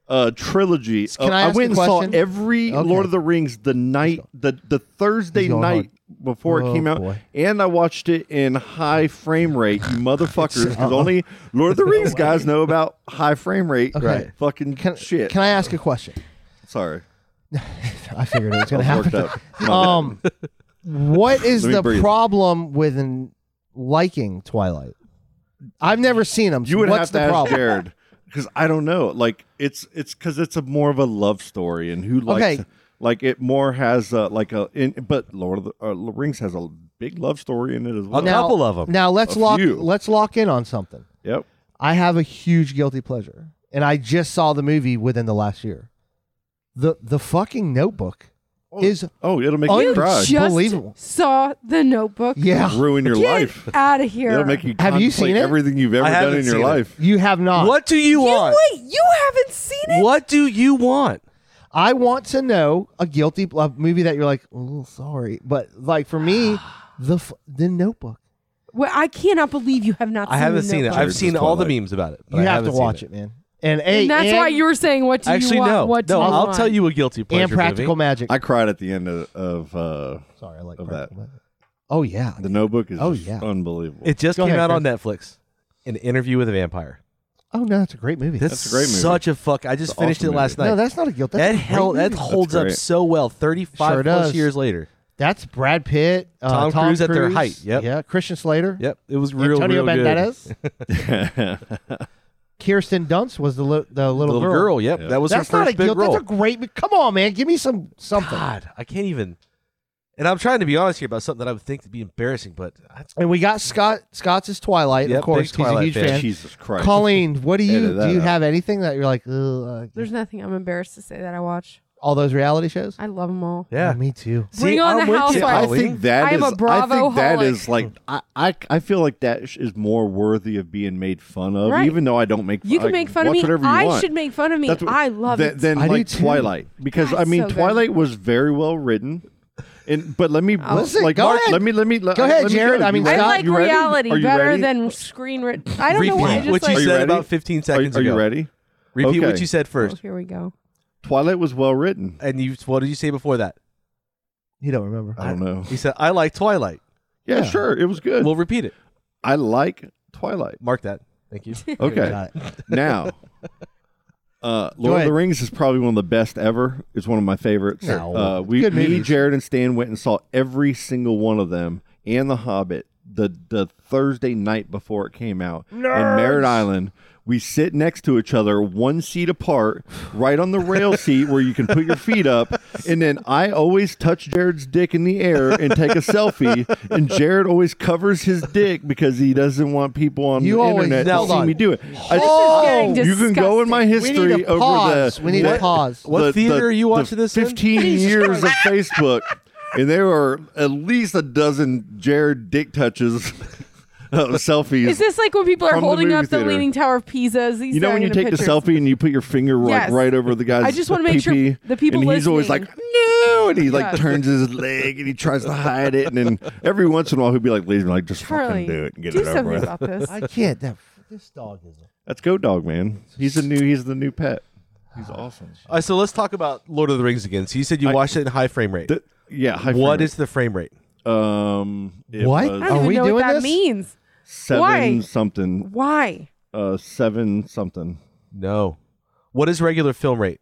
[SPEAKER 3] uh, trilogy.
[SPEAKER 2] Can
[SPEAKER 3] Uh,
[SPEAKER 2] I ask a
[SPEAKER 3] went and
[SPEAKER 2] question?
[SPEAKER 3] saw every
[SPEAKER 2] Okay.
[SPEAKER 3] Lord of the Rings the night the the Thursday
[SPEAKER 2] He's going
[SPEAKER 3] night before
[SPEAKER 2] Oh,
[SPEAKER 3] it came out,
[SPEAKER 2] boy.
[SPEAKER 3] and I watched it in high frame rate. You motherfuckers, because only Lord of the Rings guys know about high frame rate.
[SPEAKER 2] Okay. Right.
[SPEAKER 3] Fucking
[SPEAKER 2] can,
[SPEAKER 3] shit.
[SPEAKER 2] Can I ask a question?
[SPEAKER 3] Sorry,
[SPEAKER 2] I figured it was going to
[SPEAKER 3] I was
[SPEAKER 2] happen.
[SPEAKER 3] worked up. My bad.
[SPEAKER 2] Um, what is
[SPEAKER 3] Let me
[SPEAKER 2] the
[SPEAKER 3] breathe.
[SPEAKER 2] problem with an liking Twilight? I've never seen them.
[SPEAKER 3] You would
[SPEAKER 2] What's
[SPEAKER 3] have
[SPEAKER 2] the
[SPEAKER 3] to ask
[SPEAKER 2] problem?
[SPEAKER 3] Jared because I don't know. Like it's it's because it's a more of a love story, and who likes
[SPEAKER 2] Okay.
[SPEAKER 3] like it more has uh like a in, but Lord of the uh, Rings has a big love story in it as well.
[SPEAKER 7] A couple of 'em.
[SPEAKER 2] Now let's
[SPEAKER 3] A
[SPEAKER 2] lock
[SPEAKER 3] few.
[SPEAKER 2] let's lock in on something.
[SPEAKER 3] Yep.
[SPEAKER 2] I have a huge guilty pleasure, and I just saw the movie within the last year. The the fucking Notebook is
[SPEAKER 3] Oh, it'll make
[SPEAKER 2] Oh,
[SPEAKER 3] you
[SPEAKER 2] you
[SPEAKER 3] cry.
[SPEAKER 2] ju-
[SPEAKER 6] Just
[SPEAKER 2] Unbelievable.
[SPEAKER 6] saw the notebook.
[SPEAKER 2] yeah.
[SPEAKER 3] Ruin your
[SPEAKER 6] Get
[SPEAKER 3] life.
[SPEAKER 6] out of here.
[SPEAKER 3] It'll make you.
[SPEAKER 2] Have you
[SPEAKER 3] contemplate
[SPEAKER 2] seen it?
[SPEAKER 3] Everything you've ever
[SPEAKER 7] I
[SPEAKER 3] done
[SPEAKER 7] haven't
[SPEAKER 3] in your
[SPEAKER 7] seen it.
[SPEAKER 3] life.
[SPEAKER 2] You have not.
[SPEAKER 7] what do
[SPEAKER 6] you
[SPEAKER 7] you want?
[SPEAKER 6] wait, you haven't seen it?
[SPEAKER 7] What do you want?
[SPEAKER 2] I want to know a guilty a movie that you're like, oh, sorry, but like for me, the f- the Notebook.
[SPEAKER 6] Well, I cannot believe you have not.
[SPEAKER 7] I
[SPEAKER 6] seen
[SPEAKER 7] haven't
[SPEAKER 6] the
[SPEAKER 7] seen it.
[SPEAKER 6] Notebook.
[SPEAKER 7] I've seen all the memes about it. but
[SPEAKER 2] You
[SPEAKER 7] I
[SPEAKER 2] have to
[SPEAKER 7] haven't seen
[SPEAKER 2] watch it. man. And, a,
[SPEAKER 6] and that's why you were saying, "What do
[SPEAKER 7] Actually,
[SPEAKER 6] you want?"
[SPEAKER 7] no.
[SPEAKER 6] What do
[SPEAKER 7] no,
[SPEAKER 6] you
[SPEAKER 7] I'll
[SPEAKER 6] want?
[SPEAKER 7] tell you a guilty pleasure.
[SPEAKER 2] and Practical
[SPEAKER 7] movie.
[SPEAKER 2] Magic.
[SPEAKER 3] I cried at the end of, of uh,
[SPEAKER 2] sorry, I like
[SPEAKER 3] of
[SPEAKER 2] Practical
[SPEAKER 3] that.
[SPEAKER 2] Magic. Oh yeah,
[SPEAKER 3] the Notebook. Is
[SPEAKER 2] Oh,
[SPEAKER 3] just
[SPEAKER 2] yeah.
[SPEAKER 3] unbelievable.
[SPEAKER 7] It just
[SPEAKER 2] Go
[SPEAKER 7] came
[SPEAKER 2] ahead,
[SPEAKER 7] out on Netflix. An interview with a vampire.
[SPEAKER 2] Oh no, that's a great movie.
[SPEAKER 7] That's,
[SPEAKER 3] a great movie.
[SPEAKER 7] Such a fuck. I
[SPEAKER 3] It's
[SPEAKER 7] just
[SPEAKER 3] an
[SPEAKER 7] finished
[SPEAKER 3] awesome
[SPEAKER 7] it last
[SPEAKER 3] movie.
[SPEAKER 7] night.
[SPEAKER 2] no, that's not a guilt. That's
[SPEAKER 7] that
[SPEAKER 2] a great
[SPEAKER 7] hell that
[SPEAKER 2] movie.
[SPEAKER 7] holds up
[SPEAKER 3] great.
[SPEAKER 7] so well. Thirty five
[SPEAKER 2] Sure
[SPEAKER 7] plus
[SPEAKER 2] does.
[SPEAKER 7] years later.
[SPEAKER 2] That's Brad Pitt, uh,
[SPEAKER 7] Tom Cruise at their height, yep.
[SPEAKER 2] Yeah, Christian Slater.
[SPEAKER 7] Yep, it was real.
[SPEAKER 2] Antonio
[SPEAKER 7] real good.
[SPEAKER 2] Banderas. Kirsten Dunst was the li- the little,
[SPEAKER 7] Little girl. Yep, that was
[SPEAKER 2] That's
[SPEAKER 7] her
[SPEAKER 2] not
[SPEAKER 7] first
[SPEAKER 2] a
[SPEAKER 7] big
[SPEAKER 2] guilt.
[SPEAKER 7] role.
[SPEAKER 2] That's a great. mo- Come on, man. Give me some something.
[SPEAKER 7] God, I can't even. And I'm trying to be honest here about something that I would think to be embarrassing, but that's
[SPEAKER 2] And we got Scott. Scott's is Twilight,
[SPEAKER 7] Yep,
[SPEAKER 2] of course.
[SPEAKER 7] big
[SPEAKER 2] He's a
[SPEAKER 7] Twilight
[SPEAKER 2] huge
[SPEAKER 7] fan.
[SPEAKER 2] fan.
[SPEAKER 3] Jesus Christ.
[SPEAKER 2] Colleen, what do you
[SPEAKER 3] Edit that
[SPEAKER 2] do? You
[SPEAKER 3] out.
[SPEAKER 2] have anything that you're like? Ugh, uh,
[SPEAKER 6] There's nothing I'm embarrassed to say that I watch.
[SPEAKER 2] all those reality shows.
[SPEAKER 6] I love them all.
[SPEAKER 7] yeah.
[SPEAKER 2] Oh, me too.
[SPEAKER 6] Bring on the
[SPEAKER 7] with you,
[SPEAKER 6] housewives.
[SPEAKER 3] I
[SPEAKER 7] Colleen.
[SPEAKER 3] think that
[SPEAKER 6] I am
[SPEAKER 3] is-
[SPEAKER 6] a Bravo
[SPEAKER 3] I think that
[SPEAKER 6] holic.
[SPEAKER 3] is like I, I I feel like that sh- is more worthy of being made fun of,
[SPEAKER 6] Right.
[SPEAKER 3] even though I don't make.
[SPEAKER 6] You can
[SPEAKER 3] I
[SPEAKER 6] make fun of
[SPEAKER 3] watch
[SPEAKER 6] me.
[SPEAKER 3] Whatever you
[SPEAKER 6] I
[SPEAKER 3] want.
[SPEAKER 6] should make fun of me.
[SPEAKER 3] That's what-
[SPEAKER 6] I love
[SPEAKER 3] than,
[SPEAKER 6] it.
[SPEAKER 3] Than
[SPEAKER 2] I do
[SPEAKER 3] like
[SPEAKER 2] too.
[SPEAKER 3] Twilight because I
[SPEAKER 6] That's
[SPEAKER 3] mean
[SPEAKER 6] so good.
[SPEAKER 3] Twilight was very well written, and but let me
[SPEAKER 2] Listen,
[SPEAKER 3] like
[SPEAKER 2] go
[SPEAKER 3] Mark,
[SPEAKER 2] ahead.
[SPEAKER 3] let me let me let,
[SPEAKER 2] Go ahead,
[SPEAKER 3] let me
[SPEAKER 2] Jared.
[SPEAKER 3] go.
[SPEAKER 2] I mean,
[SPEAKER 3] You
[SPEAKER 6] Oh. I
[SPEAKER 3] ready?
[SPEAKER 2] Scott,
[SPEAKER 6] like
[SPEAKER 3] You ready?
[SPEAKER 6] reality
[SPEAKER 3] Are you
[SPEAKER 6] better
[SPEAKER 3] ready?
[SPEAKER 6] than screen writ I don't know why. I
[SPEAKER 7] Repeat
[SPEAKER 6] just
[SPEAKER 7] what
[SPEAKER 6] like,
[SPEAKER 7] you
[SPEAKER 3] you
[SPEAKER 7] said
[SPEAKER 3] ready?
[SPEAKER 7] about 15
[SPEAKER 3] Are,
[SPEAKER 7] seconds
[SPEAKER 3] are you
[SPEAKER 7] ago.
[SPEAKER 3] ready?
[SPEAKER 7] Repeat what
[SPEAKER 3] Okay.
[SPEAKER 7] you said
[SPEAKER 6] Oh,
[SPEAKER 7] first.
[SPEAKER 6] here we go.
[SPEAKER 3] Twilight was well written.
[SPEAKER 7] And you, what did you say before that?
[SPEAKER 2] You don't remember.
[SPEAKER 3] I don't know.
[SPEAKER 7] You said, I like Twilight.
[SPEAKER 3] Yeah, sure, it was good.
[SPEAKER 7] We'll repeat it.
[SPEAKER 3] I like Twilight.
[SPEAKER 7] Mark that. Thank you.
[SPEAKER 3] Okay,
[SPEAKER 2] Got it.
[SPEAKER 3] now. Uh, Lord of
[SPEAKER 2] ahead.
[SPEAKER 3] the Rings is probably one of the best ever. It's one of my favorites.
[SPEAKER 2] No.
[SPEAKER 3] Uh, we,
[SPEAKER 2] Good
[SPEAKER 3] me,
[SPEAKER 2] movies.
[SPEAKER 3] Jared, and Stan went and saw every single one of them and The Hobbit the the Thursday night before it came out in Merritt Island. We sit next to each other, one seat apart, right on the rail seat where you can put your feet up. And then I always touch Jared's dick in the air and take a selfie. And Jared always covers his dick because he doesn't want people on
[SPEAKER 2] You
[SPEAKER 3] the
[SPEAKER 2] always-
[SPEAKER 3] internet
[SPEAKER 2] Now,
[SPEAKER 3] to see
[SPEAKER 2] hold on.
[SPEAKER 3] me do it. I-
[SPEAKER 6] This is getting
[SPEAKER 3] you can go in my
[SPEAKER 6] disgusting.
[SPEAKER 2] We
[SPEAKER 3] history
[SPEAKER 2] need to
[SPEAKER 3] over
[SPEAKER 2] pause.
[SPEAKER 3] the
[SPEAKER 2] We need
[SPEAKER 3] the-
[SPEAKER 2] to pause.
[SPEAKER 7] What theater are you
[SPEAKER 3] the
[SPEAKER 7] watching this in?
[SPEAKER 3] 15 years of Facebook, and there are at least a dozen Jared dick touches of selfies.
[SPEAKER 6] Is this like when people are
[SPEAKER 3] From the
[SPEAKER 6] holding
[SPEAKER 3] movie
[SPEAKER 6] up the
[SPEAKER 3] theater.
[SPEAKER 6] Leaning Tower of Pisa? These
[SPEAKER 3] you know when you take the selfie and you put your finger like
[SPEAKER 6] Yes.
[SPEAKER 3] right over the guy's
[SPEAKER 6] I just wanna make sure
[SPEAKER 3] pee-pee,
[SPEAKER 6] the people
[SPEAKER 3] and he's always like
[SPEAKER 6] listening-
[SPEAKER 3] no and he like
[SPEAKER 6] Yes.
[SPEAKER 3] turns his leg and he tries to hide it and then every once in a while he'll be like lazy like just fucking
[SPEAKER 6] Charlie,
[SPEAKER 3] do it and get
[SPEAKER 6] do
[SPEAKER 3] it over
[SPEAKER 6] something
[SPEAKER 3] with.
[SPEAKER 6] about this.
[SPEAKER 2] I can't. That, this dog is.
[SPEAKER 3] That's Goat Dog man. He's a new he's the new pet. He's awesome.
[SPEAKER 7] All right, so let's talk about Lord of the Rings again. So you said you watched it in high frame rate.
[SPEAKER 3] Th- yeah, high frame rate.
[SPEAKER 7] What is the frame rate?
[SPEAKER 3] Um, it
[SPEAKER 2] What?
[SPEAKER 3] was
[SPEAKER 6] I don't
[SPEAKER 2] Are
[SPEAKER 6] even
[SPEAKER 2] we
[SPEAKER 6] know
[SPEAKER 2] doing
[SPEAKER 6] what that
[SPEAKER 2] this?
[SPEAKER 6] means.
[SPEAKER 3] seven
[SPEAKER 6] Oh, Why?
[SPEAKER 3] something.
[SPEAKER 6] Why?
[SPEAKER 3] Uh, seven something.
[SPEAKER 7] No. What is regular film rate?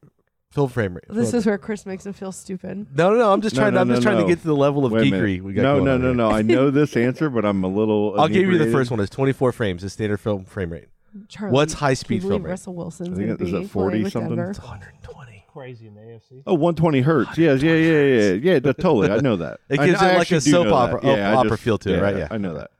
[SPEAKER 7] Film frame rate.
[SPEAKER 6] This is where Chris makes him feel stupid.
[SPEAKER 7] no, no, no. I'm just
[SPEAKER 3] No,
[SPEAKER 7] trying.
[SPEAKER 3] no,
[SPEAKER 7] I'm just
[SPEAKER 3] no,
[SPEAKER 7] trying
[SPEAKER 3] no.
[SPEAKER 7] to get to the level of
[SPEAKER 3] Wait a
[SPEAKER 7] geekery
[SPEAKER 3] minute.
[SPEAKER 7] we got.
[SPEAKER 3] no,
[SPEAKER 7] going
[SPEAKER 3] no,
[SPEAKER 7] on
[SPEAKER 3] no,
[SPEAKER 7] here.
[SPEAKER 3] no. I know this answer, but I'm a little.
[SPEAKER 7] I'll give you the
[SPEAKER 3] inebriated.
[SPEAKER 7] first one. It's 24 frames, the standard film frame rate.
[SPEAKER 6] Charlie,
[SPEAKER 7] What's
[SPEAKER 6] can
[SPEAKER 7] high-speed
[SPEAKER 6] you believe
[SPEAKER 7] film rate?
[SPEAKER 6] Russell Wilson's
[SPEAKER 3] I think
[SPEAKER 6] gonna
[SPEAKER 3] it- is it
[SPEAKER 6] be
[SPEAKER 3] 40
[SPEAKER 6] playing with
[SPEAKER 3] something?
[SPEAKER 6] Denver?
[SPEAKER 7] 120.
[SPEAKER 2] Crazy in the AFC.
[SPEAKER 3] Oh, 120 hertz. Yeah, yeah, yeah, yeah, yeah. yeah that- totally. I know that.
[SPEAKER 7] It
[SPEAKER 3] I-
[SPEAKER 7] gives
[SPEAKER 3] I
[SPEAKER 7] it like
[SPEAKER 3] actually
[SPEAKER 7] a
[SPEAKER 3] do
[SPEAKER 7] soap
[SPEAKER 3] know that.
[SPEAKER 7] opera- op-
[SPEAKER 3] Yeah, I
[SPEAKER 7] opera
[SPEAKER 3] just-
[SPEAKER 7] feel to it, right? Yeah.
[SPEAKER 3] I know that.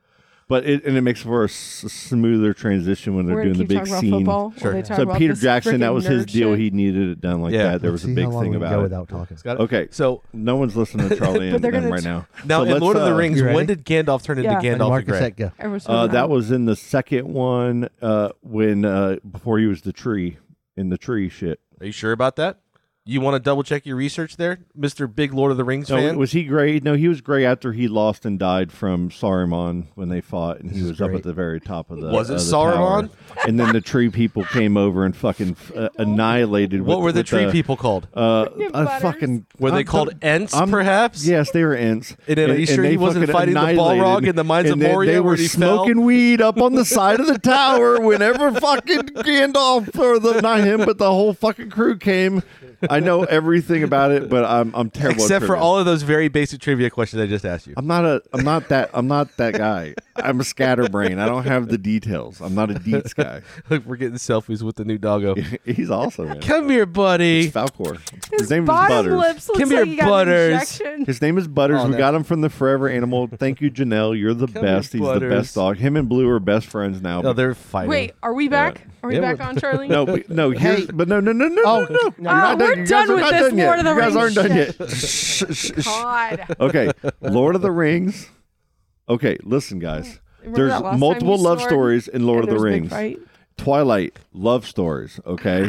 [SPEAKER 3] But it and it makes for a s- smoother transition when they're
[SPEAKER 6] We're
[SPEAKER 3] doing
[SPEAKER 6] gonna
[SPEAKER 3] the
[SPEAKER 6] keep
[SPEAKER 3] big
[SPEAKER 6] talking about
[SPEAKER 3] scene.
[SPEAKER 6] football.
[SPEAKER 7] Sure.
[SPEAKER 6] Sure.
[SPEAKER 3] So Peter Jackson, that was his deal. He needed it done like
[SPEAKER 7] Yeah.
[SPEAKER 3] that. There was a big thing
[SPEAKER 2] go
[SPEAKER 3] about it.
[SPEAKER 2] without talking.
[SPEAKER 7] Got it?
[SPEAKER 3] Okay,
[SPEAKER 7] So
[SPEAKER 3] no one's listening to Charlie and
[SPEAKER 6] they're
[SPEAKER 3] them
[SPEAKER 6] gonna
[SPEAKER 3] right
[SPEAKER 6] t-
[SPEAKER 3] now.
[SPEAKER 7] now
[SPEAKER 3] So
[SPEAKER 7] in
[SPEAKER 3] let's,
[SPEAKER 7] Lord of the
[SPEAKER 3] uh,
[SPEAKER 7] Rings,
[SPEAKER 2] You ready?
[SPEAKER 7] when did Gandalf turn into
[SPEAKER 6] Yeah.
[SPEAKER 7] Gandalf the
[SPEAKER 2] Marcus,
[SPEAKER 7] Grey?
[SPEAKER 2] that go.
[SPEAKER 3] Uh, that was in the second one uh, when uh, before he was the tree in the tree shit.
[SPEAKER 7] Are you sure about that? You want to double check your research there, Mister Big Lord of the Rings
[SPEAKER 3] No,
[SPEAKER 7] fan?
[SPEAKER 3] was he gray? No, he was gray after he lost and died from Saruman when they fought, and he was up
[SPEAKER 2] great.
[SPEAKER 3] at the very top of the.
[SPEAKER 7] Was it
[SPEAKER 3] of the
[SPEAKER 7] Saruman?
[SPEAKER 3] tower. And then the tree people came over and fucking uh, annihilated.
[SPEAKER 7] what
[SPEAKER 3] with-
[SPEAKER 7] were the
[SPEAKER 3] with
[SPEAKER 7] tree people called?
[SPEAKER 3] Uh, I
[SPEAKER 6] Butters.
[SPEAKER 3] fucking
[SPEAKER 7] Were they
[SPEAKER 3] I'm-
[SPEAKER 7] called Ents,
[SPEAKER 3] I'm-
[SPEAKER 7] perhaps?
[SPEAKER 3] Yes, they were Ents.
[SPEAKER 7] And then are you sure
[SPEAKER 3] they
[SPEAKER 7] he wasn't
[SPEAKER 3] fucking
[SPEAKER 7] fighting the
[SPEAKER 3] annihilated-
[SPEAKER 7] Balrog in the Mines of
[SPEAKER 3] and they-
[SPEAKER 7] Moria
[SPEAKER 3] They, were
[SPEAKER 7] when he fell?
[SPEAKER 3] smoking weed up on the side of the tower whenever fucking Gandalf or the not him, but the whole fucking crew came. I know everything about it, but I'm I'm terrible. at
[SPEAKER 7] Except for
[SPEAKER 3] trivia.
[SPEAKER 7] all of those very basic trivia questions I just asked you.
[SPEAKER 3] I'm not a I'm not that I'm not that guy. I'm a scatterbrain. I don't have the details. I'm not a deets guy.
[SPEAKER 7] Look, we're getting selfies with the new doggo.
[SPEAKER 3] He's awesome. Man.
[SPEAKER 7] Come here, buddy.
[SPEAKER 3] It's Falcor. His,
[SPEAKER 6] his,
[SPEAKER 3] name is
[SPEAKER 6] bottom
[SPEAKER 3] Butters.
[SPEAKER 6] lips looks
[SPEAKER 7] Come
[SPEAKER 6] like
[SPEAKER 7] here,
[SPEAKER 6] he got an
[SPEAKER 7] Butters.
[SPEAKER 6] injection.
[SPEAKER 3] His name is Butters.
[SPEAKER 7] Oh,
[SPEAKER 3] we
[SPEAKER 7] no.
[SPEAKER 3] got him from the Forever Animal. Thank you, Janelle. You're the
[SPEAKER 7] Come here,
[SPEAKER 3] best. He's the
[SPEAKER 7] Butters.
[SPEAKER 3] best dog. Him and Blue are best friends now.
[SPEAKER 7] Oh,
[SPEAKER 3] but-
[SPEAKER 7] they're fighting.
[SPEAKER 6] Wait, are we back? Are we
[SPEAKER 7] Yeah,
[SPEAKER 6] back
[SPEAKER 7] we're-
[SPEAKER 6] on Charlie?
[SPEAKER 3] no, but, no. Here's, but no, no, no, no,
[SPEAKER 2] Oh,
[SPEAKER 3] no, no. You're
[SPEAKER 6] Ah,
[SPEAKER 3] not
[SPEAKER 6] we're
[SPEAKER 3] You guys
[SPEAKER 6] done
[SPEAKER 3] are
[SPEAKER 6] with
[SPEAKER 3] not
[SPEAKER 6] this
[SPEAKER 3] done yet.
[SPEAKER 6] Lord of the
[SPEAKER 3] You guys
[SPEAKER 6] Rings
[SPEAKER 3] aren't done yet.
[SPEAKER 6] God.
[SPEAKER 3] okay, Lord of the Rings. Okay, listen, guys.
[SPEAKER 6] Remember that
[SPEAKER 3] there's
[SPEAKER 6] last time
[SPEAKER 3] multiple
[SPEAKER 6] we
[SPEAKER 3] love
[SPEAKER 6] snored
[SPEAKER 3] stories in Lord
[SPEAKER 6] and
[SPEAKER 3] of the
[SPEAKER 6] there was a
[SPEAKER 3] Rings.
[SPEAKER 6] big fight?
[SPEAKER 3] Twilight love stories, okay?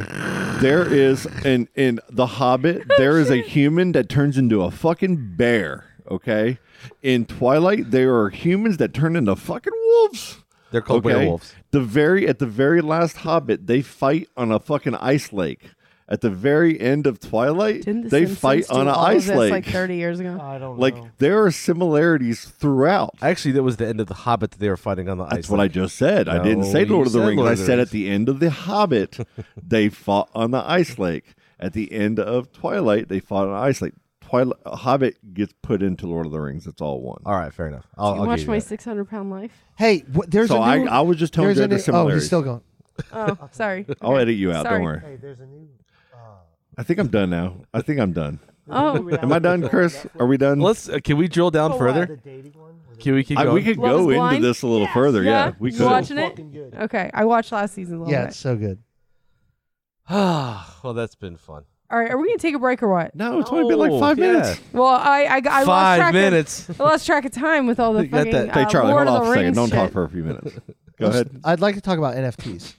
[SPEAKER 3] There is in in The Hobbit, there is a human that turns into a fucking bear, okay? In Twilight, there are humans that turn into fucking wolves.
[SPEAKER 7] They're called werewolves.
[SPEAKER 3] The very at the very last Hobbit, they fight on a fucking ice lake. at the very end of Twilight,
[SPEAKER 8] Didn't the
[SPEAKER 3] they
[SPEAKER 8] Simpsons
[SPEAKER 3] fight
[SPEAKER 8] do
[SPEAKER 3] on an
[SPEAKER 8] all of
[SPEAKER 3] ice
[SPEAKER 8] this,
[SPEAKER 3] lake.
[SPEAKER 8] like 30 years ago?
[SPEAKER 2] I don't
[SPEAKER 3] Like, there are similarities throughout.
[SPEAKER 7] Actually, that was the end of the Hobbit that they were fighting on the ice.
[SPEAKER 3] That's what I just said. I didn't
[SPEAKER 7] No,
[SPEAKER 3] say
[SPEAKER 7] you
[SPEAKER 3] Lord of the
[SPEAKER 7] said
[SPEAKER 3] Rings.
[SPEAKER 7] Lord
[SPEAKER 3] I
[SPEAKER 7] of the
[SPEAKER 3] said at
[SPEAKER 7] Rings.
[SPEAKER 3] the end of The Hobbit, they fought on the ice lake. At the end of Twilight, they fought on the ice lake. Twilight Hobbit gets put into Lord of the Rings. It's all one.
[SPEAKER 7] All right, fair enough. I'll,
[SPEAKER 8] You
[SPEAKER 7] I'll
[SPEAKER 8] watch
[SPEAKER 7] give you
[SPEAKER 8] my
[SPEAKER 7] that.
[SPEAKER 8] 600 pound life?
[SPEAKER 2] Hey, wh- there's
[SPEAKER 3] So
[SPEAKER 2] a
[SPEAKER 3] I,
[SPEAKER 2] new.
[SPEAKER 3] I was just telling
[SPEAKER 2] there's
[SPEAKER 3] you
[SPEAKER 2] a
[SPEAKER 3] the
[SPEAKER 2] new, oh, he's
[SPEAKER 3] similarities.
[SPEAKER 2] still going.
[SPEAKER 8] Oh, sorry.
[SPEAKER 3] I'll edit you out.
[SPEAKER 8] Sorry.
[SPEAKER 3] Don't worry.
[SPEAKER 7] uh,
[SPEAKER 3] I think I'm done now. I think I'm done.
[SPEAKER 8] Oh,
[SPEAKER 3] Am I done, Chris? Are we done?
[SPEAKER 7] Let's. Uh, can we drill down further? Can we keep
[SPEAKER 3] I,
[SPEAKER 7] going?
[SPEAKER 3] we could
[SPEAKER 8] Love is
[SPEAKER 3] go into
[SPEAKER 8] Blind?
[SPEAKER 3] this a little further. Yeah, we
[SPEAKER 8] You
[SPEAKER 3] could.
[SPEAKER 8] watching it? Okay, I watched last season a little
[SPEAKER 2] Yeah,
[SPEAKER 8] bit.
[SPEAKER 2] it's so good.
[SPEAKER 7] well, that's been fun.
[SPEAKER 8] All right, are we gonna take a break or what?
[SPEAKER 3] No, it's only been like
[SPEAKER 7] Oh,
[SPEAKER 3] five
[SPEAKER 7] yeah.
[SPEAKER 3] minutes.
[SPEAKER 8] Well, I I, I lost
[SPEAKER 7] Five
[SPEAKER 8] track
[SPEAKER 7] minutes.
[SPEAKER 8] Of, I lost track of time with all the
[SPEAKER 7] Got
[SPEAKER 8] fucking.
[SPEAKER 7] that-
[SPEAKER 8] uh,
[SPEAKER 3] Hey, Charlie,
[SPEAKER 8] Lord
[SPEAKER 3] hold on for
[SPEAKER 8] of the
[SPEAKER 3] a second.
[SPEAKER 8] Rings
[SPEAKER 3] Don't talk
[SPEAKER 8] shit.
[SPEAKER 3] for a few minutes. Go ahead.
[SPEAKER 2] I'd like to talk about NFTs.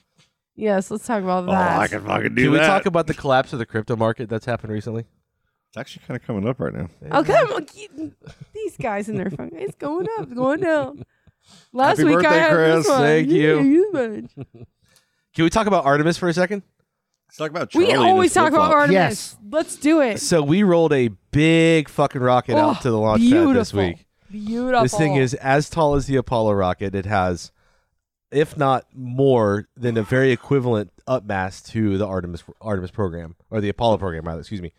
[SPEAKER 8] Yes, let's talk about
[SPEAKER 3] Oh, I
[SPEAKER 8] that.
[SPEAKER 3] can fucking do
[SPEAKER 7] Can we
[SPEAKER 3] that.
[SPEAKER 7] talk about the collapse of the crypto market that's happened recently?
[SPEAKER 3] it's actually kind of coming up right now.
[SPEAKER 8] oh come on, you- these guys in their phone. It's going up, it's going down. Last
[SPEAKER 3] Happy
[SPEAKER 8] week
[SPEAKER 3] birthday,
[SPEAKER 8] I had
[SPEAKER 3] Chris.
[SPEAKER 8] this one.
[SPEAKER 7] Thank you.
[SPEAKER 8] you.
[SPEAKER 7] Can we talk about Artemis for a second?
[SPEAKER 3] Let's talk about Charlie.
[SPEAKER 8] We
[SPEAKER 3] and
[SPEAKER 8] always
[SPEAKER 3] his
[SPEAKER 8] talk about
[SPEAKER 3] flip-flops.
[SPEAKER 8] Artemis.
[SPEAKER 2] Yes.
[SPEAKER 8] Let's do it.
[SPEAKER 7] So we rolled a big fucking rocket
[SPEAKER 8] Oh,
[SPEAKER 7] out to the launch pad this
[SPEAKER 8] beautiful.
[SPEAKER 7] week.
[SPEAKER 8] Oh, Beautiful.
[SPEAKER 7] This thing is as tall as the Apollo rocket. It has, if not more, than a very equivalent upmass to the Artemis Artemis program or the Apollo program, rather. Excuse me.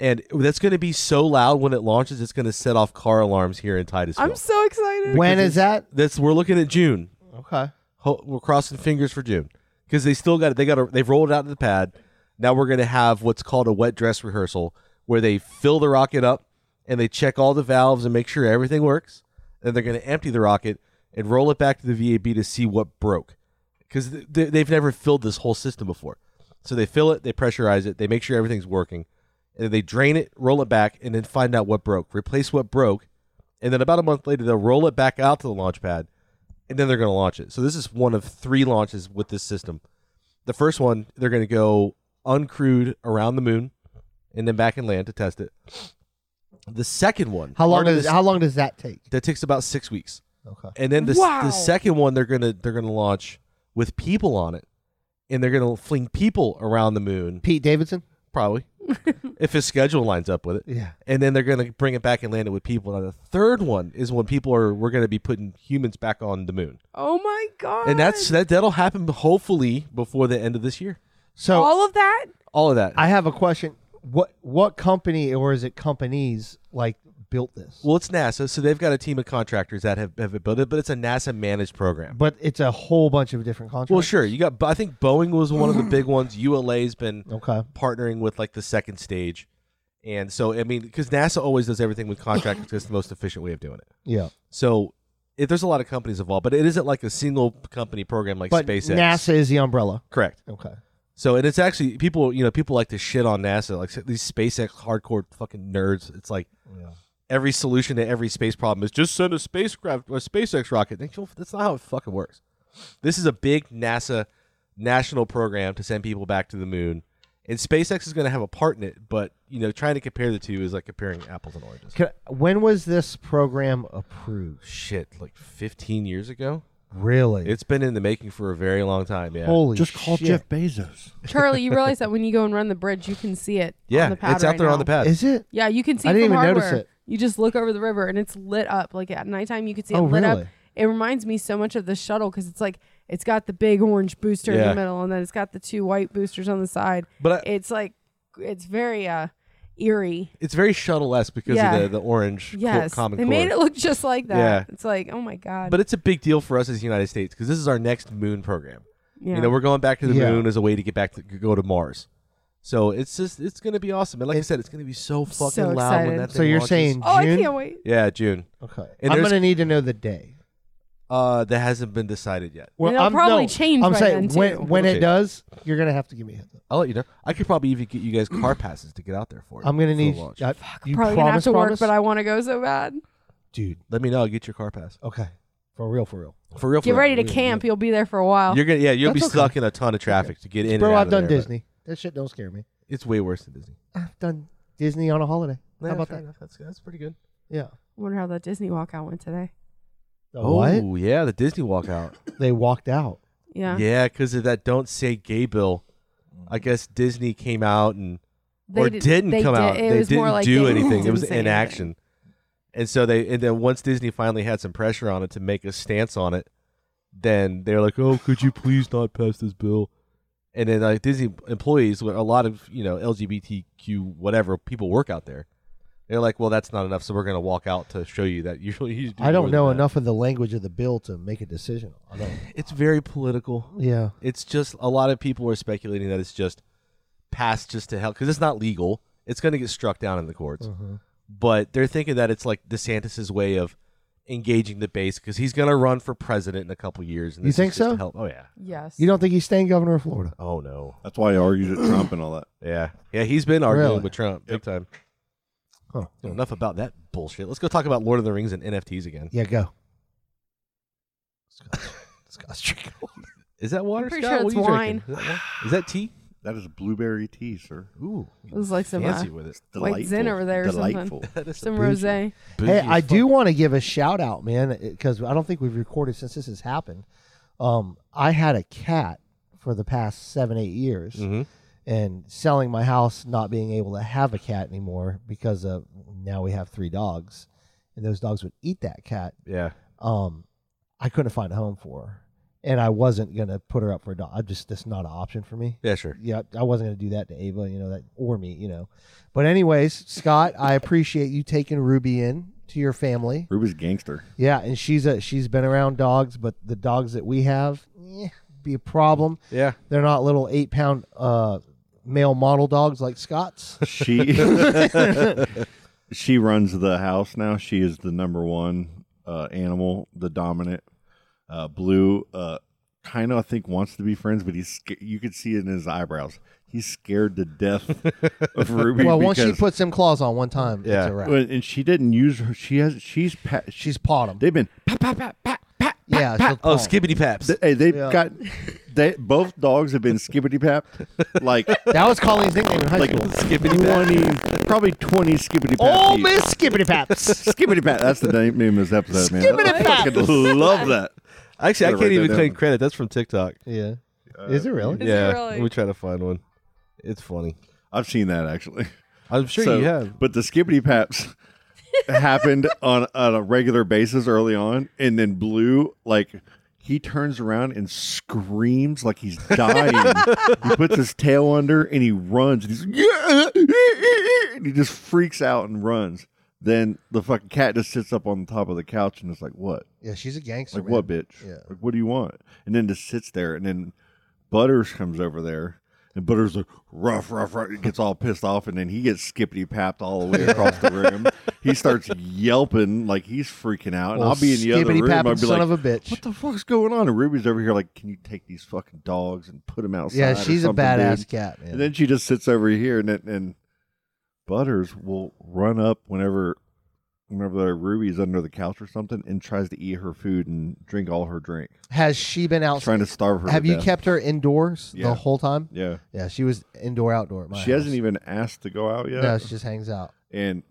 [SPEAKER 7] And that's going to be so loud when it launches, it's going to set off car alarms here in Titusville.
[SPEAKER 8] I'm so excited.
[SPEAKER 2] When is that?
[SPEAKER 7] that's we're looking at June.
[SPEAKER 2] Okay.
[SPEAKER 7] Ho- we're crossing fingers for June because they still got it. They got a, they've rolled it out to the pad. Now we're going to have what's called a wet dress rehearsal where they fill the rocket up and they check all the valves and make sure everything works. Then they're going to empty the rocket and roll it back to the VAB to see what broke because th- they- they've never filled this whole system before. So they fill it, they pressurize it, they make sure everything's working, and then they drain it, roll it back, and then find out what broke, replace what broke, and then about a month later they'll roll it back out to the launch pad and then they're going to launch it. So this is one of three launches with this system. The first one, they're going to go uncrewed around the moon and then back and land to test it. The second one,
[SPEAKER 2] How long
[SPEAKER 7] Artemis-
[SPEAKER 2] does how long does that take?
[SPEAKER 7] that takes about six weeks.
[SPEAKER 2] Okay.
[SPEAKER 7] And then the, s-
[SPEAKER 8] Wow.
[SPEAKER 7] the second one they're gonna they're gonna launch with people on it, and they're gonna fling people around the moon
[SPEAKER 2] Pete Davidson.
[SPEAKER 7] probably if his schedule lines up with it.
[SPEAKER 2] Yeah.
[SPEAKER 7] And then they're gonna bring it back and land it with people. Now the third one is when people are we're gonna be putting humans back on the moon,
[SPEAKER 8] oh my god.
[SPEAKER 7] and that's that that'll happen hopefully before the end of this year.
[SPEAKER 2] So
[SPEAKER 8] all of that.
[SPEAKER 7] All of that.
[SPEAKER 2] I have a question. What what company or is it companies like built this?
[SPEAKER 7] well, it's NASA, so they've got a team of contractors that have, have built it, but it's a NASA managed program.
[SPEAKER 2] but it's a whole bunch of different contracts.
[SPEAKER 7] Well, sure. You got. I think Boeing was one of the big ones. ULA's been
[SPEAKER 2] Okay.
[SPEAKER 7] partnering with like the second stage, and so I mean, because NASA always does everything with contractors. 'cause It's the most efficient way of doing it.
[SPEAKER 2] Yeah.
[SPEAKER 7] So it, there's a lot of companies involved, but it isn't like a single company program like
[SPEAKER 2] But
[SPEAKER 7] SpaceX.
[SPEAKER 2] NASA is the umbrella.
[SPEAKER 7] correct.
[SPEAKER 2] Okay.
[SPEAKER 7] So and it's actually people. You know, people like to shit on NASA, like these SpaceX hardcore fucking nerds. It's like. Every solution to every space problem is just send a spacecraft or a SpaceX rocket. That's not how it fucking works. This is a big NASA national program to send people back to the moon. And SpaceX is going to have a part in it, but you know, trying to compare the two is like comparing apples and oranges.
[SPEAKER 2] Can, when was this program approved?
[SPEAKER 7] Shit, like 15 years ago.
[SPEAKER 2] Really?
[SPEAKER 7] It's been in the making for a very long time. Yeah,
[SPEAKER 2] Holy
[SPEAKER 3] Just call
[SPEAKER 2] shit.
[SPEAKER 3] Jeff Bezos.
[SPEAKER 8] Charlie, you realize that when you go and run the bridge, you can see it.
[SPEAKER 7] yeah,
[SPEAKER 8] on the pad
[SPEAKER 7] it's out
[SPEAKER 8] right
[SPEAKER 7] there on
[SPEAKER 8] now.
[SPEAKER 7] the pad.
[SPEAKER 2] Is it?
[SPEAKER 8] Yeah, you can see.
[SPEAKER 2] I
[SPEAKER 8] it
[SPEAKER 2] didn't
[SPEAKER 8] from
[SPEAKER 2] even
[SPEAKER 8] hardware.
[SPEAKER 2] notice it.
[SPEAKER 8] You just look over the river and it's lit up. Like at nighttime, you can see it
[SPEAKER 2] Oh,
[SPEAKER 8] lit up.
[SPEAKER 2] really?
[SPEAKER 8] It reminds me so much of the shuttle because it's like it's got the big orange booster in
[SPEAKER 7] Yeah.
[SPEAKER 8] the middle, and then it's got the two white boosters on the side.
[SPEAKER 7] But I-
[SPEAKER 8] it's like it's very uh eerie.
[SPEAKER 7] it's very shuttle-esque because
[SPEAKER 8] Yeah.
[SPEAKER 7] of the, the orange co-
[SPEAKER 8] Yes,
[SPEAKER 7] common
[SPEAKER 8] they made
[SPEAKER 7] core.
[SPEAKER 8] it look just like that.
[SPEAKER 7] Yeah.
[SPEAKER 8] It's like oh my god.
[SPEAKER 7] But it's a big deal for us as the United States because this is our next moon program.
[SPEAKER 8] yeah.
[SPEAKER 7] You know, we're going back to the
[SPEAKER 2] Yeah.
[SPEAKER 7] moon as a way to get back to go to Mars. So it's just it's going to be awesome. And like I said, it's going to be so fucking
[SPEAKER 8] so
[SPEAKER 7] loud
[SPEAKER 8] excited.
[SPEAKER 7] when that
[SPEAKER 2] So
[SPEAKER 7] thing
[SPEAKER 2] you're
[SPEAKER 7] launches.
[SPEAKER 2] saying
[SPEAKER 8] oh,
[SPEAKER 2] June?
[SPEAKER 8] I can't wait.
[SPEAKER 7] Yeah, June.
[SPEAKER 2] Okay.
[SPEAKER 7] And
[SPEAKER 2] I'm
[SPEAKER 7] there's-
[SPEAKER 2] gonna need to know the day.
[SPEAKER 7] Uh, that hasn't been decided yet.
[SPEAKER 2] Well,
[SPEAKER 8] It'll
[SPEAKER 2] I'm,
[SPEAKER 8] probably
[SPEAKER 2] no,
[SPEAKER 8] change
[SPEAKER 2] I'm
[SPEAKER 8] by
[SPEAKER 2] saying
[SPEAKER 8] then,
[SPEAKER 2] when
[SPEAKER 8] too.
[SPEAKER 2] when
[SPEAKER 7] It'll
[SPEAKER 2] it
[SPEAKER 7] change.
[SPEAKER 2] does, you're gonna have to give me a heads up.
[SPEAKER 7] I'll let you know. I could probably even get you guys car passes to get out there for.
[SPEAKER 2] I'm gonna
[SPEAKER 7] for the
[SPEAKER 2] need
[SPEAKER 7] launch.
[SPEAKER 2] I, you
[SPEAKER 8] Probably gonna have
[SPEAKER 2] promise,
[SPEAKER 8] to
[SPEAKER 2] promise?
[SPEAKER 8] work, but I want to go so bad.
[SPEAKER 2] dude.
[SPEAKER 7] Let me know. I'll get your car pass Oh,
[SPEAKER 2] Okay, for real, for real.
[SPEAKER 7] for real. for
[SPEAKER 8] Get
[SPEAKER 7] real.
[SPEAKER 8] ready to
[SPEAKER 7] You're-
[SPEAKER 8] camp. You'll be there for a while.
[SPEAKER 7] You're gonna yeah. You'll be
[SPEAKER 2] That's okay.
[SPEAKER 7] stuck in a ton of traffic to get in.
[SPEAKER 2] Bro,
[SPEAKER 7] and out
[SPEAKER 2] I've
[SPEAKER 7] of
[SPEAKER 2] done
[SPEAKER 7] there, but
[SPEAKER 2] Disney. That shit don't scare me.
[SPEAKER 7] It's way worse than Disney.
[SPEAKER 2] I've done Disney on a holiday.
[SPEAKER 7] Yeah,
[SPEAKER 2] How about
[SPEAKER 7] fair
[SPEAKER 2] that?
[SPEAKER 7] enough. That's that's pretty good.
[SPEAKER 2] Yeah.
[SPEAKER 8] wonder how that Disney walkout went today.
[SPEAKER 2] The what?
[SPEAKER 7] Oh yeah, the Disney walkout.
[SPEAKER 2] They walked out.
[SPEAKER 8] Yeah.
[SPEAKER 7] Yeah, because of that "Don't Say Gay" bill. I guess Disney came out and
[SPEAKER 8] They
[SPEAKER 7] or
[SPEAKER 8] did-
[SPEAKER 7] didn't
[SPEAKER 8] they
[SPEAKER 7] come
[SPEAKER 8] did-
[SPEAKER 7] out.
[SPEAKER 8] it
[SPEAKER 7] they
[SPEAKER 8] was
[SPEAKER 7] didn't
[SPEAKER 8] more like
[SPEAKER 7] do
[SPEAKER 8] they
[SPEAKER 7] anything. it
[SPEAKER 8] didn't
[SPEAKER 7] was
[SPEAKER 8] say anything.
[SPEAKER 7] inaction. And so they and then once Disney finally had some pressure on it to make a stance on it, then they're like, "Oh, could you please not pass this bill?" And then like Disney employees, with a lot of you know LGBTQ whatever people work out there, they're like, "Well, that's not enough, so we're going to walk out to show you that usually you do
[SPEAKER 2] I
[SPEAKER 7] more
[SPEAKER 2] don't
[SPEAKER 7] than
[SPEAKER 2] know
[SPEAKER 7] that."
[SPEAKER 2] enough of the language of the bill to make a decision. on it.
[SPEAKER 7] It's very political.
[SPEAKER 2] Yeah.
[SPEAKER 7] It's just a lot of people are speculating that it's just passed just to help because it's not legal. It's going to get struck down in the courts,
[SPEAKER 2] Mm-hmm.
[SPEAKER 7] but they're thinking that it's like DeSantis's way of engaging the base because he's going to run for president in a couple years. And
[SPEAKER 2] You
[SPEAKER 7] this
[SPEAKER 2] think
[SPEAKER 7] is just to
[SPEAKER 2] so? Mm.
[SPEAKER 7] Help. Oh yeah.
[SPEAKER 8] Yes.
[SPEAKER 2] You don't think he's staying governor of Florida?
[SPEAKER 7] Oh no.
[SPEAKER 3] That's why I argued at Trump and all that.
[SPEAKER 7] Yeah. Yeah. He's been arguing
[SPEAKER 2] Really? Mm.
[SPEAKER 7] with Trump big time.
[SPEAKER 2] Huh.
[SPEAKER 7] Enough about that bullshit. Let's go talk about Lord of the Rings and NFTs again.
[SPEAKER 2] Yeah, go. Scotch, Scotch drink.
[SPEAKER 7] Is that water?
[SPEAKER 8] I'm pretty
[SPEAKER 7] Scott?
[SPEAKER 8] sure
[SPEAKER 7] What
[SPEAKER 8] it's
[SPEAKER 7] are you drinking? Is that, wine? Is that tea?
[SPEAKER 3] That is blueberry tea, sir.
[SPEAKER 7] Ooh,
[SPEAKER 8] It was like some uh,
[SPEAKER 7] fancy with it.
[SPEAKER 8] White
[SPEAKER 3] Delightful.
[SPEAKER 8] Zen over there or something.
[SPEAKER 3] Delightful.
[SPEAKER 8] some rosé.
[SPEAKER 2] Hey, I do want to give a shout out, man, because I don't think we've recorded since this has happened. Um, I had a cat for the past seven, eight years,
[SPEAKER 7] Mhm.
[SPEAKER 2] and selling my house, not being able to have a cat anymore because of now we have three dogs, and those dogs would eat that cat.
[SPEAKER 7] Yeah.
[SPEAKER 2] Um, I couldn't find a home for her, and I wasn't gonna put her up for a dog. I just that's not an option for me
[SPEAKER 7] Yeah. Sure.
[SPEAKER 2] yeah, I wasn't going to do that to Ava, you know, that or me, you know. But anyways, Scott, I appreciate you taking Ruby in to your family.
[SPEAKER 3] Ruby's gangster.
[SPEAKER 2] Yeah, and she's a she's been around dogs, but the dogs that we have eh, be a problem.
[SPEAKER 7] Yeah.
[SPEAKER 2] They're not little eight pound uh, male model dogs like Scott's.
[SPEAKER 3] She she runs the house now. She is the number one uh, animal, the dominant. Uh, Blue uh, kind of, I think, wants to be friends, but he's sca- you could see it in his eyebrows. He's scared to death of Ruby.
[SPEAKER 2] well, once she
[SPEAKER 3] because-
[SPEAKER 2] puts them claws on one time,
[SPEAKER 7] Yeah.
[SPEAKER 2] it's a wrap.
[SPEAKER 3] Well, and she didn't use her. She has. She's pa- she's.
[SPEAKER 2] She's pawed them.
[SPEAKER 3] They've been.
[SPEAKER 2] yeah. she'll paw
[SPEAKER 7] Oh,
[SPEAKER 2] 'em.
[SPEAKER 7] skibbity paps.
[SPEAKER 3] Hey, they've
[SPEAKER 2] Yeah.
[SPEAKER 3] got. They both dogs have been skibbity pap, like
[SPEAKER 2] That was Colleen's nickname in high
[SPEAKER 3] like
[SPEAKER 2] school.
[SPEAKER 3] twenty, probably twenty skibbity pap.
[SPEAKER 2] Oh,
[SPEAKER 3] each.
[SPEAKER 2] Miss Skibbity Paps.
[SPEAKER 3] Skibbity Pat. That's the name name of this episode, man.
[SPEAKER 2] Skibbity
[SPEAKER 3] I
[SPEAKER 2] Pat.
[SPEAKER 3] fucking love that.
[SPEAKER 7] Actually, I
[SPEAKER 3] Gotta
[SPEAKER 7] can't
[SPEAKER 3] write that
[SPEAKER 7] even claim
[SPEAKER 3] down.
[SPEAKER 7] credit. That's from TikTok.
[SPEAKER 2] yeah.
[SPEAKER 3] uh,
[SPEAKER 2] Is it really?
[SPEAKER 7] yeah,
[SPEAKER 8] really?
[SPEAKER 7] let me try to find one. It's funny.
[SPEAKER 3] I've seen that actually.
[SPEAKER 7] I'm sure
[SPEAKER 3] So-
[SPEAKER 7] you have.
[SPEAKER 3] But the Skibbity Paps happened on, on a regular basis early on, and then Blue like. He turns around and screams like he's dying. he puts his tail under and he runs. And he's yeah, and he just freaks out and runs. Then the fucking cat just sits up on the top of the couch and is like, "What?
[SPEAKER 2] Yeah, she's a gangster.
[SPEAKER 3] Like what,
[SPEAKER 2] man.
[SPEAKER 3] bitch?
[SPEAKER 2] Yeah.
[SPEAKER 3] Like what do you want? And then just sits there, and then Butters comes over there, and Butters like rough, rough, rough. He gets all pissed off, and then he gets skippity papped all the way across the room. He starts yelping like he's freaking out, and
[SPEAKER 2] Well,
[SPEAKER 3] I'll be in the other room. I'll
[SPEAKER 2] skibbity-papping
[SPEAKER 3] be
[SPEAKER 2] son
[SPEAKER 3] like,
[SPEAKER 2] of a bitch.
[SPEAKER 3] "What the fuck's going on?" And Ruby's over here like, "Can you take these fucking dogs and put them outside?"
[SPEAKER 2] Yeah,
[SPEAKER 3] or
[SPEAKER 2] she's a
[SPEAKER 3] something, dude?"
[SPEAKER 2] badass cat, man.
[SPEAKER 3] And then she just sits over here, and then- and Butters will run up whenever whenever Ruby's under the couch or something, and tries to eat her food and drink all her drink,
[SPEAKER 2] Has she been out?
[SPEAKER 3] trying to starve her.
[SPEAKER 2] Have
[SPEAKER 3] to
[SPEAKER 2] you
[SPEAKER 3] death.
[SPEAKER 2] kept her indoors the
[SPEAKER 3] Yeah.
[SPEAKER 2] whole time?
[SPEAKER 3] Yeah,
[SPEAKER 2] Yeah, she was indoor outdoor. At my
[SPEAKER 3] she hasn't
[SPEAKER 2] house.
[SPEAKER 3] even asked to go out yet.
[SPEAKER 2] No, she just hangs out.
[SPEAKER 3] and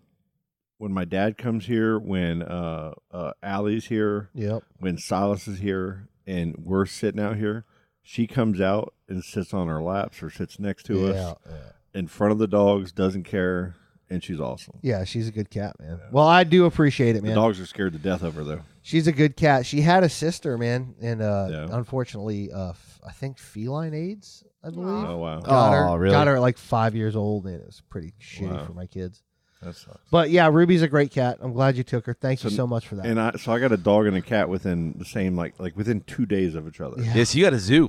[SPEAKER 3] when my dad comes here, when uh, uh Allie's here,
[SPEAKER 2] Yep.
[SPEAKER 3] when Silas is here, and we're sitting out here. She comes out and sits on our laps or sits next to
[SPEAKER 2] yeah,
[SPEAKER 3] us
[SPEAKER 2] Yeah.
[SPEAKER 3] in front of the dogs, doesn't care, and she's awesome.
[SPEAKER 2] Yeah, she's a good cat, man. Well, I do appreciate it,
[SPEAKER 3] The
[SPEAKER 2] man.
[SPEAKER 3] dogs are scared to death of her, though.
[SPEAKER 2] She's a good cat. She had a sister, man, and uh,
[SPEAKER 3] Yeah.
[SPEAKER 2] unfortunately, uh, f- I think feline AIDS, I believe.
[SPEAKER 3] Oh wow,
[SPEAKER 2] Got
[SPEAKER 7] Aw,
[SPEAKER 2] her,
[SPEAKER 7] really?
[SPEAKER 2] got her at like five years old, and it was pretty shitty
[SPEAKER 3] Wow.
[SPEAKER 2] for my kids.
[SPEAKER 3] that sucks.
[SPEAKER 2] But yeah, Ruby's a great cat. I'm glad you took her. Thank you
[SPEAKER 3] So-
[SPEAKER 2] so much for that.
[SPEAKER 3] And I so I got a dog and a cat within the same like like within two days of each other.
[SPEAKER 2] Yeah.
[SPEAKER 7] Yes, you got a zoo.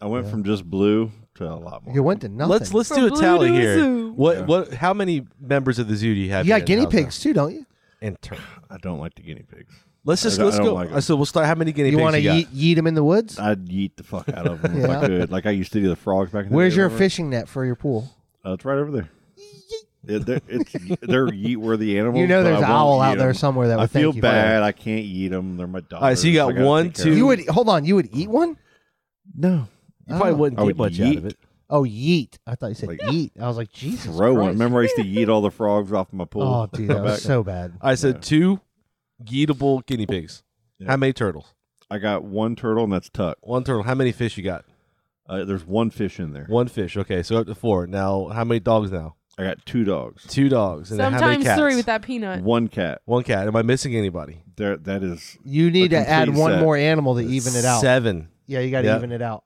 [SPEAKER 3] I went from just blue to a lot more.
[SPEAKER 2] you went to nothing.
[SPEAKER 7] Let's let's
[SPEAKER 8] From
[SPEAKER 7] do a
[SPEAKER 8] blue
[SPEAKER 7] tally
[SPEAKER 8] to a
[SPEAKER 7] here.
[SPEAKER 8] zoo.
[SPEAKER 7] What
[SPEAKER 3] Yeah.
[SPEAKER 7] what? How many members of the zoo do you have?
[SPEAKER 2] you got
[SPEAKER 7] here in
[SPEAKER 2] guinea
[SPEAKER 7] the house now?
[SPEAKER 2] pigs too, don't you?
[SPEAKER 7] and turn.
[SPEAKER 3] I don't like the guinea pigs.
[SPEAKER 7] Let's just
[SPEAKER 3] I don't-
[SPEAKER 7] let's
[SPEAKER 3] I don't
[SPEAKER 7] go.
[SPEAKER 3] like 'em.
[SPEAKER 7] Uh, so we'll start. How many guinea
[SPEAKER 2] You want
[SPEAKER 7] pigs
[SPEAKER 2] to
[SPEAKER 7] you got?
[SPEAKER 2] yeet, yeet them in the woods?
[SPEAKER 3] I'd eat the fuck out of them if
[SPEAKER 2] Yeah.
[SPEAKER 3] I could. Like I used to do the frogs back in the
[SPEAKER 2] Where's
[SPEAKER 3] day,
[SPEAKER 2] your
[SPEAKER 3] remember?
[SPEAKER 2] fishing net for your pool?
[SPEAKER 3] Uh, it's right over there. Yeah, they're, it's, they're yeet-worthy animals.
[SPEAKER 2] You know,
[SPEAKER 3] but
[SPEAKER 2] there's
[SPEAKER 3] I
[SPEAKER 2] an
[SPEAKER 3] won't
[SPEAKER 2] owl
[SPEAKER 3] eat
[SPEAKER 2] out there
[SPEAKER 3] 'em.
[SPEAKER 2] somewhere that would
[SPEAKER 3] I
[SPEAKER 2] thank
[SPEAKER 3] feel
[SPEAKER 2] you for
[SPEAKER 3] bad. I can't eat them. They're my dogs.
[SPEAKER 7] right, so you got one,
[SPEAKER 2] that.
[SPEAKER 7] two-
[SPEAKER 2] You would hold on. You would eat one?
[SPEAKER 3] no
[SPEAKER 7] You probably
[SPEAKER 2] Oh.
[SPEAKER 7] wouldn't
[SPEAKER 3] I
[SPEAKER 7] get
[SPEAKER 3] would
[SPEAKER 7] much out of
[SPEAKER 3] yeet.
[SPEAKER 7] it.
[SPEAKER 2] Oh, yeet! I thought you said
[SPEAKER 3] Like-
[SPEAKER 2] yeet. I was like, Jesus,
[SPEAKER 3] throw one.
[SPEAKER 2] Christ.
[SPEAKER 3] Remember, I used to eat all the frogs off my pool.
[SPEAKER 2] Oh, dude, that
[SPEAKER 3] Back-
[SPEAKER 2] was so bad.
[SPEAKER 7] I said two yeetable guinea pigs.
[SPEAKER 3] Yeah.
[SPEAKER 7] How many turtles?
[SPEAKER 3] I got one turtle, and that's Tuck.
[SPEAKER 7] One turtle. How many fish you got?
[SPEAKER 3] Uh, there's one fish in there.
[SPEAKER 7] One fish. Okay, so up to four. Now, how many dogs now?
[SPEAKER 3] I got two dogs,
[SPEAKER 7] Two dogs. And then how many
[SPEAKER 8] Sometimes
[SPEAKER 7] cats?
[SPEAKER 8] three with that peanut.
[SPEAKER 3] one cat.
[SPEAKER 7] One cat. Am I missing anybody?
[SPEAKER 3] There, that is.
[SPEAKER 2] You need
[SPEAKER 3] A
[SPEAKER 2] to add
[SPEAKER 3] complete
[SPEAKER 2] one
[SPEAKER 3] set.
[SPEAKER 2] more animal to even it out.
[SPEAKER 7] Seven.
[SPEAKER 2] Yeah, you got to
[SPEAKER 7] Yeah.
[SPEAKER 2] even it out.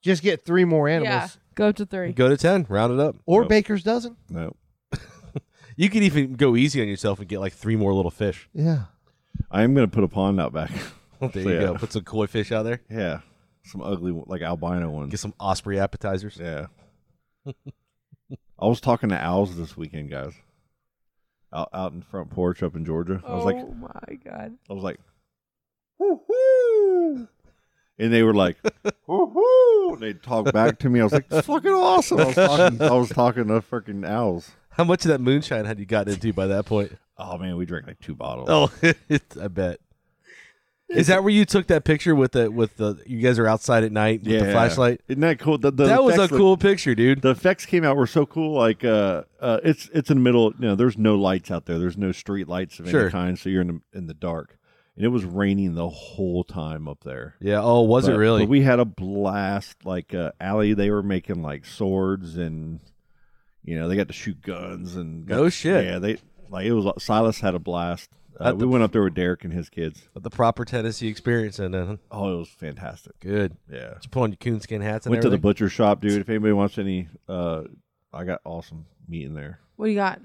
[SPEAKER 2] Just get three more animals,
[SPEAKER 8] Yeah, go up to three.
[SPEAKER 7] Go to ten. Round it up.
[SPEAKER 2] or
[SPEAKER 3] Yep.
[SPEAKER 2] Baker's dozen.
[SPEAKER 3] No,
[SPEAKER 7] You could even go easy on yourself and get like three more little fish.
[SPEAKER 2] Yeah,
[SPEAKER 3] I am gonna put a pond out back.
[SPEAKER 7] There you
[SPEAKER 3] yeah.
[SPEAKER 7] go. Put some koi fish out there.
[SPEAKER 3] yeah, some ugly one- like albino ones.
[SPEAKER 7] Get some osprey appetizers.
[SPEAKER 3] Yeah. I was talking to owls this weekend, guys. Out out in front porch up in Georgia. I was like
[SPEAKER 8] oh my god.
[SPEAKER 3] I was like woo And they were like woo and they talked back to me. I was like, "That's fucking awesome. I was talking I was talking to fucking owls.
[SPEAKER 7] How much of that moonshine had you gotten into by that point?
[SPEAKER 3] Oh man, we drank like two bottles.
[SPEAKER 7] Oh, I bet. Is that where you took that picture with the with the you guys are outside at night with the flashlight?
[SPEAKER 3] Isn't that cool? The- the
[SPEAKER 7] that was a
[SPEAKER 3] effects, like-
[SPEAKER 7] cool picture, dude.
[SPEAKER 3] the effects came out were so cool. Like uh, uh, it's it's in the middle. You know, there's no lights out there. There's no street lights of
[SPEAKER 7] Sure.
[SPEAKER 3] any kind. So you're in the, in the dark, and it was raining the whole time up there.
[SPEAKER 7] yeah. Oh, was it
[SPEAKER 3] But-
[SPEAKER 7] really?
[SPEAKER 3] But we had a blast. Like uh, Allie, they were making like swords, and you know they got to shoot guns and
[SPEAKER 7] No shit.
[SPEAKER 3] Yeah, they like it was. uh, Silas had a blast. Uh,
[SPEAKER 7] At
[SPEAKER 3] we
[SPEAKER 7] the-
[SPEAKER 3] went up there with Derek and his kids.
[SPEAKER 7] the proper Tennessee experience and then
[SPEAKER 3] Oh, it was fantastic.
[SPEAKER 7] good.
[SPEAKER 3] Yeah.
[SPEAKER 7] Did you put on your coonskin hats and
[SPEAKER 3] Went to the
[SPEAKER 7] everything?
[SPEAKER 3] butcher shop, dude. If anybody wants any, uh, I got awesome meat in there.
[SPEAKER 8] What do you got?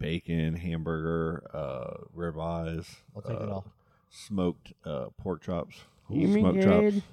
[SPEAKER 3] bacon, hamburger, uh, rib eyes,
[SPEAKER 2] I'll take
[SPEAKER 3] uh,
[SPEAKER 2] it all.
[SPEAKER 3] smoked uh, pork chops,
[SPEAKER 8] You mean
[SPEAKER 3] smoked
[SPEAKER 8] good?
[SPEAKER 3] chops,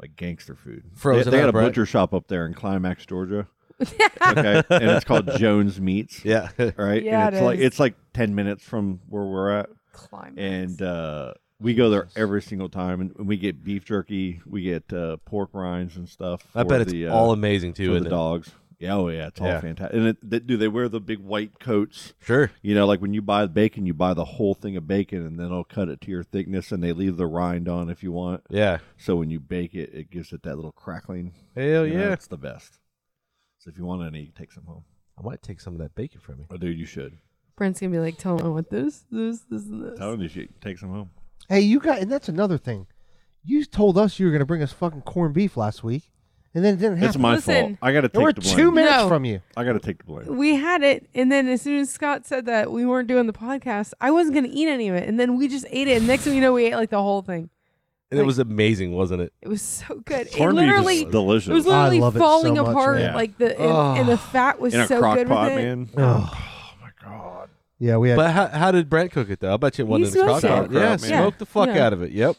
[SPEAKER 3] like gangster food.
[SPEAKER 7] Frozen
[SPEAKER 3] they, they
[SPEAKER 7] up,
[SPEAKER 3] got a
[SPEAKER 7] right?
[SPEAKER 3] butcher shop up there in Climax, Georgia. okay, and it's called Jones Meats.
[SPEAKER 7] Yeah.
[SPEAKER 3] All right,
[SPEAKER 8] Yeah,
[SPEAKER 3] and
[SPEAKER 8] it
[SPEAKER 3] it's like
[SPEAKER 8] is.
[SPEAKER 3] it's like ten minutes from where we're at,
[SPEAKER 8] Climb.
[SPEAKER 3] and uh, we go there every single time, and we get beef jerky, we get uh, pork rinds and stuff.
[SPEAKER 7] I
[SPEAKER 3] for
[SPEAKER 7] bet it's
[SPEAKER 3] the, uh,
[SPEAKER 7] all amazing too.
[SPEAKER 3] for
[SPEAKER 7] Isn't
[SPEAKER 3] the
[SPEAKER 7] it?
[SPEAKER 3] dogs. Yeah, oh yeah, it's all
[SPEAKER 7] Yeah.
[SPEAKER 3] fantastic. And it, they, do they wear the big white coats?
[SPEAKER 7] Sure.
[SPEAKER 3] You know, like when you buy bacon, you buy the whole thing of bacon and then it'll cut it to your thickness and they leave the rind on if you want.
[SPEAKER 7] Yeah.
[SPEAKER 3] So when you bake it, it gives it that little crackling.
[SPEAKER 7] Hell
[SPEAKER 3] You know,
[SPEAKER 7] yeah.
[SPEAKER 3] it's the best. So if you want any, you can take some home.
[SPEAKER 7] I might take some of that bacon from you.
[SPEAKER 3] Oh, dude, you should.
[SPEAKER 8] Brent's gonna be like, tell him I want this, this, this, and this.
[SPEAKER 3] Tell them you should take some home.
[SPEAKER 2] Hey, you got, and that's another thing. You told us you were going to bring us fucking corned beef last week, and then it didn't happen.
[SPEAKER 3] It's my
[SPEAKER 8] Listen.
[SPEAKER 3] fault. I got to
[SPEAKER 2] And
[SPEAKER 3] take
[SPEAKER 2] we're
[SPEAKER 3] the
[SPEAKER 2] two
[SPEAKER 3] blame.
[SPEAKER 2] minutes
[SPEAKER 8] No.
[SPEAKER 2] from you.
[SPEAKER 3] I got to take the blame.
[SPEAKER 8] We had it, and then as soon as Scott said that we weren't doing the podcast, I wasn't gonna eat any of it, and then we just ate it. And next thing you know, we ate like the whole thing.
[SPEAKER 7] And it was amazing, wasn't it?
[SPEAKER 8] It was so good.
[SPEAKER 3] Corned
[SPEAKER 8] it
[SPEAKER 3] beef is
[SPEAKER 8] literally,
[SPEAKER 3] delicious.
[SPEAKER 8] it was
[SPEAKER 2] I
[SPEAKER 8] literally
[SPEAKER 2] love it so
[SPEAKER 8] falling
[SPEAKER 2] much,
[SPEAKER 8] apart.
[SPEAKER 3] man.
[SPEAKER 8] Like the and, and the fat was
[SPEAKER 3] In a
[SPEAKER 8] so
[SPEAKER 3] crock
[SPEAKER 8] good
[SPEAKER 3] pot,
[SPEAKER 8] with it.
[SPEAKER 3] man.
[SPEAKER 2] Oh. Yeah, we had.
[SPEAKER 7] But how, how did Brent cook it though? I bet you it
[SPEAKER 8] He
[SPEAKER 7] wasn't in the
[SPEAKER 8] smoked
[SPEAKER 7] crock
[SPEAKER 3] it.
[SPEAKER 7] pot. Yeah,
[SPEAKER 3] Yeah.
[SPEAKER 7] smoke the fuck
[SPEAKER 8] Yeah.
[SPEAKER 7] out of it. Yep.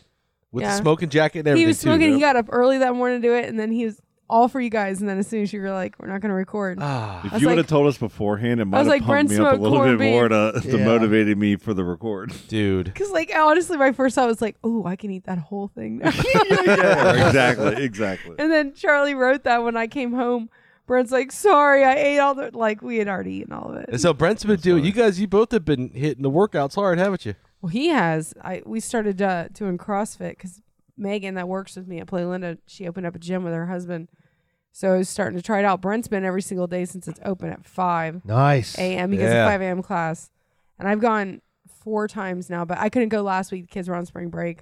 [SPEAKER 7] With
[SPEAKER 8] Yeah.
[SPEAKER 7] the smoking jacket and everything.
[SPEAKER 8] He was smoking.
[SPEAKER 7] Too,
[SPEAKER 8] he got up early that morning to do it, and then he was all for you guys. And then as soon as you were like, "We're not going to record,"
[SPEAKER 7] Ah,
[SPEAKER 3] If
[SPEAKER 8] was
[SPEAKER 3] you would have
[SPEAKER 8] like-
[SPEAKER 3] told us beforehand, it might have
[SPEAKER 8] was like,
[SPEAKER 3] pumped
[SPEAKER 8] Brent
[SPEAKER 3] me up a
[SPEAKER 8] smoked
[SPEAKER 3] little bit
[SPEAKER 8] corned
[SPEAKER 3] more to, to
[SPEAKER 2] Yeah.
[SPEAKER 3] motivated me for the record.
[SPEAKER 7] Ah, dude.
[SPEAKER 8] because like honestly, my first thought was like, "Oh, I can eat that whole thing." now."
[SPEAKER 3] yeah, exactly, exactly.
[SPEAKER 8] and then Charlie wrote that when I came home. Brent's like, "Sorry, I ate all the like we had already eaten all of it."
[SPEAKER 7] And so Brent's been doing. You guys, you both have been hitting the workouts hard, haven't you?
[SPEAKER 8] Well, he has. I we started uh, doing CrossFit because Megan, that works with me at Playlinda, she opened up a gym with her husband. So I was starting to try it out. Brent's been every single day since it's open at five
[SPEAKER 2] nice.
[SPEAKER 8] a.m. because
[SPEAKER 7] Yeah.
[SPEAKER 8] of five a.m. class, and I've gone four times now. But I couldn't go last week; the kids were on spring break.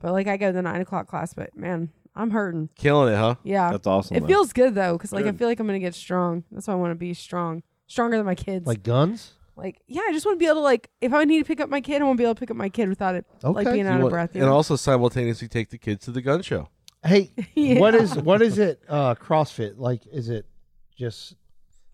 [SPEAKER 8] But like I go to the nine o'clock class. But man, I'm hurting.
[SPEAKER 7] Killing it, huh?
[SPEAKER 8] Yeah,
[SPEAKER 3] That's awesome.
[SPEAKER 8] It
[SPEAKER 3] though.
[SPEAKER 8] feels good though, because like I
[SPEAKER 3] Good.
[SPEAKER 8] feel like I'm gonna get strong. That's why I want to be strong, stronger than my kids.
[SPEAKER 2] like guns.
[SPEAKER 8] Like, yeah, I just want to be able to like, if I need to pick up my kid, I want to be able to pick up my kid without it like
[SPEAKER 2] Okay.
[SPEAKER 8] being
[SPEAKER 2] You
[SPEAKER 8] out
[SPEAKER 7] Well,
[SPEAKER 8] of breath. you
[SPEAKER 7] and
[SPEAKER 8] know?
[SPEAKER 7] also simultaneously take the kids to the gun show.
[SPEAKER 2] Hey,
[SPEAKER 8] Yeah.
[SPEAKER 2] what is what is it? Uh, CrossFit like is it just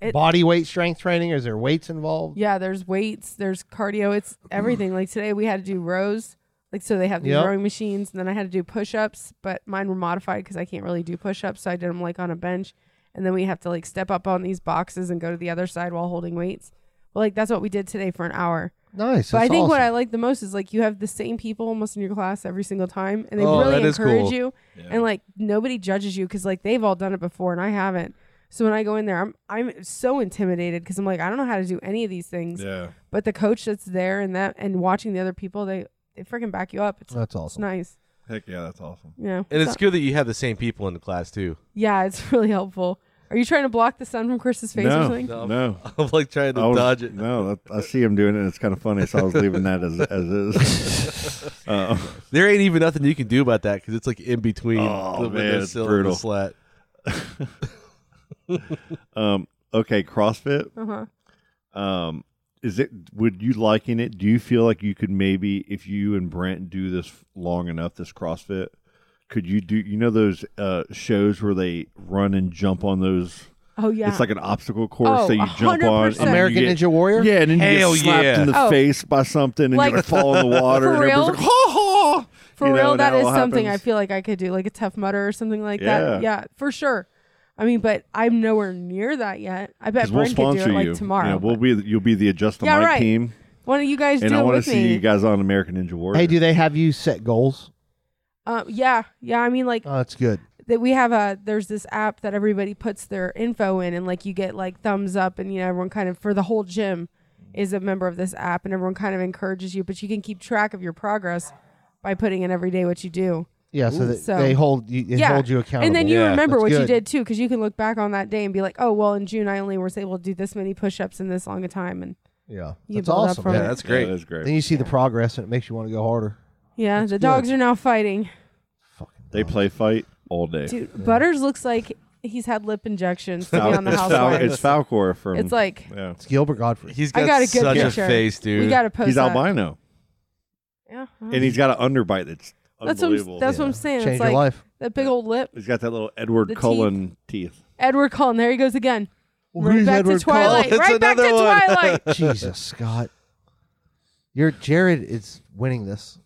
[SPEAKER 8] It-
[SPEAKER 2] body weight strength training? Is there weights involved?
[SPEAKER 8] yeah, there's weights, there's cardio, it's everything. like today we had to do rows, like so they have these
[SPEAKER 2] Yep.
[SPEAKER 8] rowing machines, and then I had to do push-ups, but mine were modified because I can't really do push-ups, so I did them like on a bench, and then we have to like step up on these boxes and go to the other side while holding weights. Well, like that's what we did today for an hour.
[SPEAKER 2] Nice.
[SPEAKER 8] But I
[SPEAKER 2] that's
[SPEAKER 8] think what I
[SPEAKER 2] awesome.
[SPEAKER 8] like the most is like you have the same people almost in your class every single time, and they
[SPEAKER 7] Oh,
[SPEAKER 8] really
[SPEAKER 7] that is
[SPEAKER 8] encourage
[SPEAKER 7] cool.
[SPEAKER 8] you, and like nobody judges you because like they've all done it before and I haven't. So when I go in there, I'm I'm so intimidated because I'm like I don't know how to do any of these things.
[SPEAKER 3] Yeah.
[SPEAKER 8] But the coach that's there and that and watching the other people, they they freaking back you up. It's
[SPEAKER 2] That's
[SPEAKER 8] it's
[SPEAKER 2] awesome.
[SPEAKER 8] nice.
[SPEAKER 3] Heck yeah, that's awesome.
[SPEAKER 8] You know,
[SPEAKER 7] And it's
[SPEAKER 8] not-
[SPEAKER 7] good that you have the same people in the class too.
[SPEAKER 8] yeah, it's really helpful. Are you trying to block the sun from Chris's face or
[SPEAKER 3] no,
[SPEAKER 8] something?
[SPEAKER 3] no,
[SPEAKER 7] I'm like trying to
[SPEAKER 3] I was-
[SPEAKER 7] dodge it.
[SPEAKER 3] No, that, I see him doing it. and It's kind of funny, so I was leaving that as as is. Uh,
[SPEAKER 7] There ain't even nothing you can do about that because it's like in between
[SPEAKER 3] Oh,
[SPEAKER 7] the
[SPEAKER 3] man, it's
[SPEAKER 7] windowsill and the
[SPEAKER 3] brutal.
[SPEAKER 7] slat.
[SPEAKER 3] Um, okay, CrossFit.
[SPEAKER 8] Uh-huh.
[SPEAKER 3] Um, is it? Would you liking it? Do you feel like you could maybe, if you and Brent do this long enough, this CrossFit, could you do? You know those uh, shows where they run and jump on those.
[SPEAKER 8] Oh yeah.
[SPEAKER 3] It's like an obstacle course
[SPEAKER 8] Oh,
[SPEAKER 3] that you jump on. and
[SPEAKER 8] 100%.
[SPEAKER 3] you
[SPEAKER 2] American
[SPEAKER 3] get-
[SPEAKER 2] Ninja Warrior.
[SPEAKER 3] Yeah, and then
[SPEAKER 7] Hell
[SPEAKER 3] you get slapped
[SPEAKER 7] yeah.
[SPEAKER 3] in the
[SPEAKER 8] Oh.
[SPEAKER 3] face by something, and
[SPEAKER 8] Like-
[SPEAKER 3] you fall in the water,
[SPEAKER 8] For
[SPEAKER 3] and everyone's
[SPEAKER 8] real?
[SPEAKER 3] like, "Ha ha!"
[SPEAKER 8] For
[SPEAKER 3] You know,
[SPEAKER 8] real,
[SPEAKER 3] and
[SPEAKER 8] that is
[SPEAKER 3] all
[SPEAKER 8] something I
[SPEAKER 3] happens.
[SPEAKER 8] feel like I could do, like a tough mutter or something like
[SPEAKER 3] Yeah.
[SPEAKER 8] that. Yeah, for sure. I mean, but I'm nowhere near that yet. I bet
[SPEAKER 3] 'Cause we'll
[SPEAKER 8] Brent could do
[SPEAKER 3] sponsor
[SPEAKER 8] it like
[SPEAKER 3] you.
[SPEAKER 8] tomorrow.
[SPEAKER 3] Yeah, we'll be you'll be the adjust the
[SPEAKER 8] Yeah,
[SPEAKER 3] mic
[SPEAKER 8] right.
[SPEAKER 3] team,
[SPEAKER 8] Why don't you guys
[SPEAKER 3] and
[SPEAKER 8] do
[SPEAKER 3] I
[SPEAKER 8] it
[SPEAKER 3] want
[SPEAKER 8] with
[SPEAKER 3] to
[SPEAKER 8] me?
[SPEAKER 3] see you guys on American Ninja Warrior.
[SPEAKER 2] Hey, do they have you set goals?
[SPEAKER 8] Uh, yeah, yeah. I mean, like
[SPEAKER 2] Oh, that's good.
[SPEAKER 8] that we have a there's this app that everybody puts their info in, and like you get like thumbs up, and you know everyone kind of for the whole gym is a member of this app, and everyone kind of encourages you, but you can keep track of your progress by putting in every day what you do.
[SPEAKER 2] Yeah, so, that
[SPEAKER 8] So-
[SPEAKER 2] they hold you, they hold you accountable.
[SPEAKER 8] And then you
[SPEAKER 7] Yeah,
[SPEAKER 8] remember
[SPEAKER 2] that's
[SPEAKER 8] what
[SPEAKER 2] good.
[SPEAKER 8] you did too, because you can look back on that day and be like, oh, well, in June, I only was able to do this many push ups in this long a time. And
[SPEAKER 2] yeah,
[SPEAKER 8] you
[SPEAKER 2] that's
[SPEAKER 8] build up
[SPEAKER 2] awesome.
[SPEAKER 8] from
[SPEAKER 7] Yeah,
[SPEAKER 2] Yeah.
[SPEAKER 8] it.
[SPEAKER 7] that's
[SPEAKER 3] Yeah,
[SPEAKER 7] great.
[SPEAKER 3] that's great.
[SPEAKER 2] Then you see the progress, and it makes you want to go harder.
[SPEAKER 8] yeah, the dogs are now fighting.
[SPEAKER 2] Fucking
[SPEAKER 3] They play fight all day.
[SPEAKER 8] Dude, Butters looks like he's had lip injections to be
[SPEAKER 3] Fal-
[SPEAKER 8] on the
[SPEAKER 3] it's,
[SPEAKER 8] house.
[SPEAKER 3] Fal- it's Falcor from.
[SPEAKER 8] It's like,
[SPEAKER 3] yeah.
[SPEAKER 2] It's Gilbert Godfrey.
[SPEAKER 7] He's
[SPEAKER 8] I
[SPEAKER 7] got,
[SPEAKER 8] got a good
[SPEAKER 7] such
[SPEAKER 8] picture.
[SPEAKER 7] a face, dude.
[SPEAKER 8] we got to post
[SPEAKER 3] he's
[SPEAKER 8] that.
[SPEAKER 3] albino,
[SPEAKER 8] Yeah. uh-huh.
[SPEAKER 3] and he's got an underbite that's
[SPEAKER 8] that's what
[SPEAKER 3] unbelievable.
[SPEAKER 8] I'm, that's what I'm
[SPEAKER 2] Yeah.
[SPEAKER 8] saying.
[SPEAKER 2] Change
[SPEAKER 8] it's
[SPEAKER 2] your
[SPEAKER 8] like
[SPEAKER 2] life.
[SPEAKER 8] that big old lip.
[SPEAKER 3] he's got that little Edward
[SPEAKER 8] The teeth.
[SPEAKER 3] Cullen teeth.
[SPEAKER 8] Edward Cullen. There he goes again.
[SPEAKER 2] Well,
[SPEAKER 8] right
[SPEAKER 2] who's
[SPEAKER 8] back
[SPEAKER 2] Edward
[SPEAKER 8] to Twilight.
[SPEAKER 7] Cullen? It's
[SPEAKER 8] Right back to
[SPEAKER 7] another one.
[SPEAKER 8] Twilight.
[SPEAKER 2] Jesus, Scott. Your Jared is winning this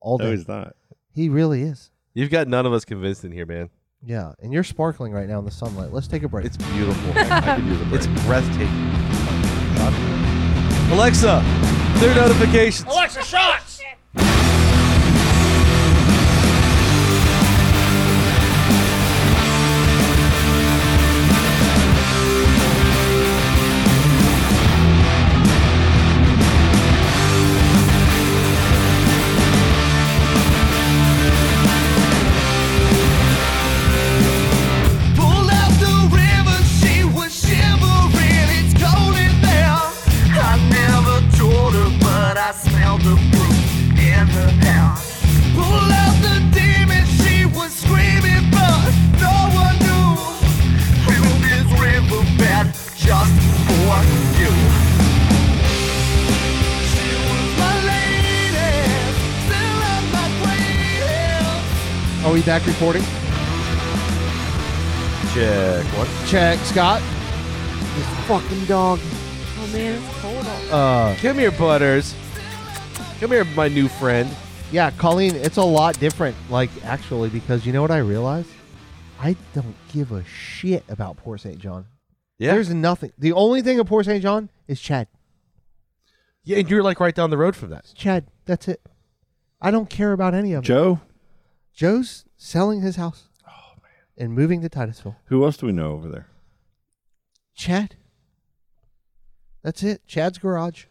[SPEAKER 2] all
[SPEAKER 3] No,
[SPEAKER 2] day.
[SPEAKER 3] Oh, he's not.
[SPEAKER 2] he really is.
[SPEAKER 7] You've got none of us convinced in here, man.
[SPEAKER 2] Yeah, and you're sparkling right now in the sunlight. Let's take a break.
[SPEAKER 7] It's beautiful. it's breathtaking. Alexa, clear notifications.
[SPEAKER 9] Pull out the river, she was shivering. It's cold in there. I never told her, but I smelled the brew in the air. Pull out the demon, she was screaming, but no one knew. Built this riverbed just for you. She was my lady, still on my grave.
[SPEAKER 2] Are we back recording?
[SPEAKER 7] Check. What?
[SPEAKER 2] Check, Scott. This fucking dog.
[SPEAKER 8] Oh, man, it's cold. out.
[SPEAKER 2] Uh,
[SPEAKER 7] Come here, Butters. Come here, my new friend.
[SPEAKER 2] yeah, Colleen, it's a lot different. Like actually, because you know what I realized? I don't give a shit about poor St. John.
[SPEAKER 7] Yeah.
[SPEAKER 2] There's nothing. The only thing of poor St. John is Chad.
[SPEAKER 7] yeah, and you're like right down the road from that.
[SPEAKER 2] Chad. That's it. I don't care about any of it.
[SPEAKER 3] Joe.
[SPEAKER 2] Joe's selling his house. Oh, And moving to Titusville.
[SPEAKER 3] Who else do we know over there?
[SPEAKER 2] Chad. That's it. Chad's garage.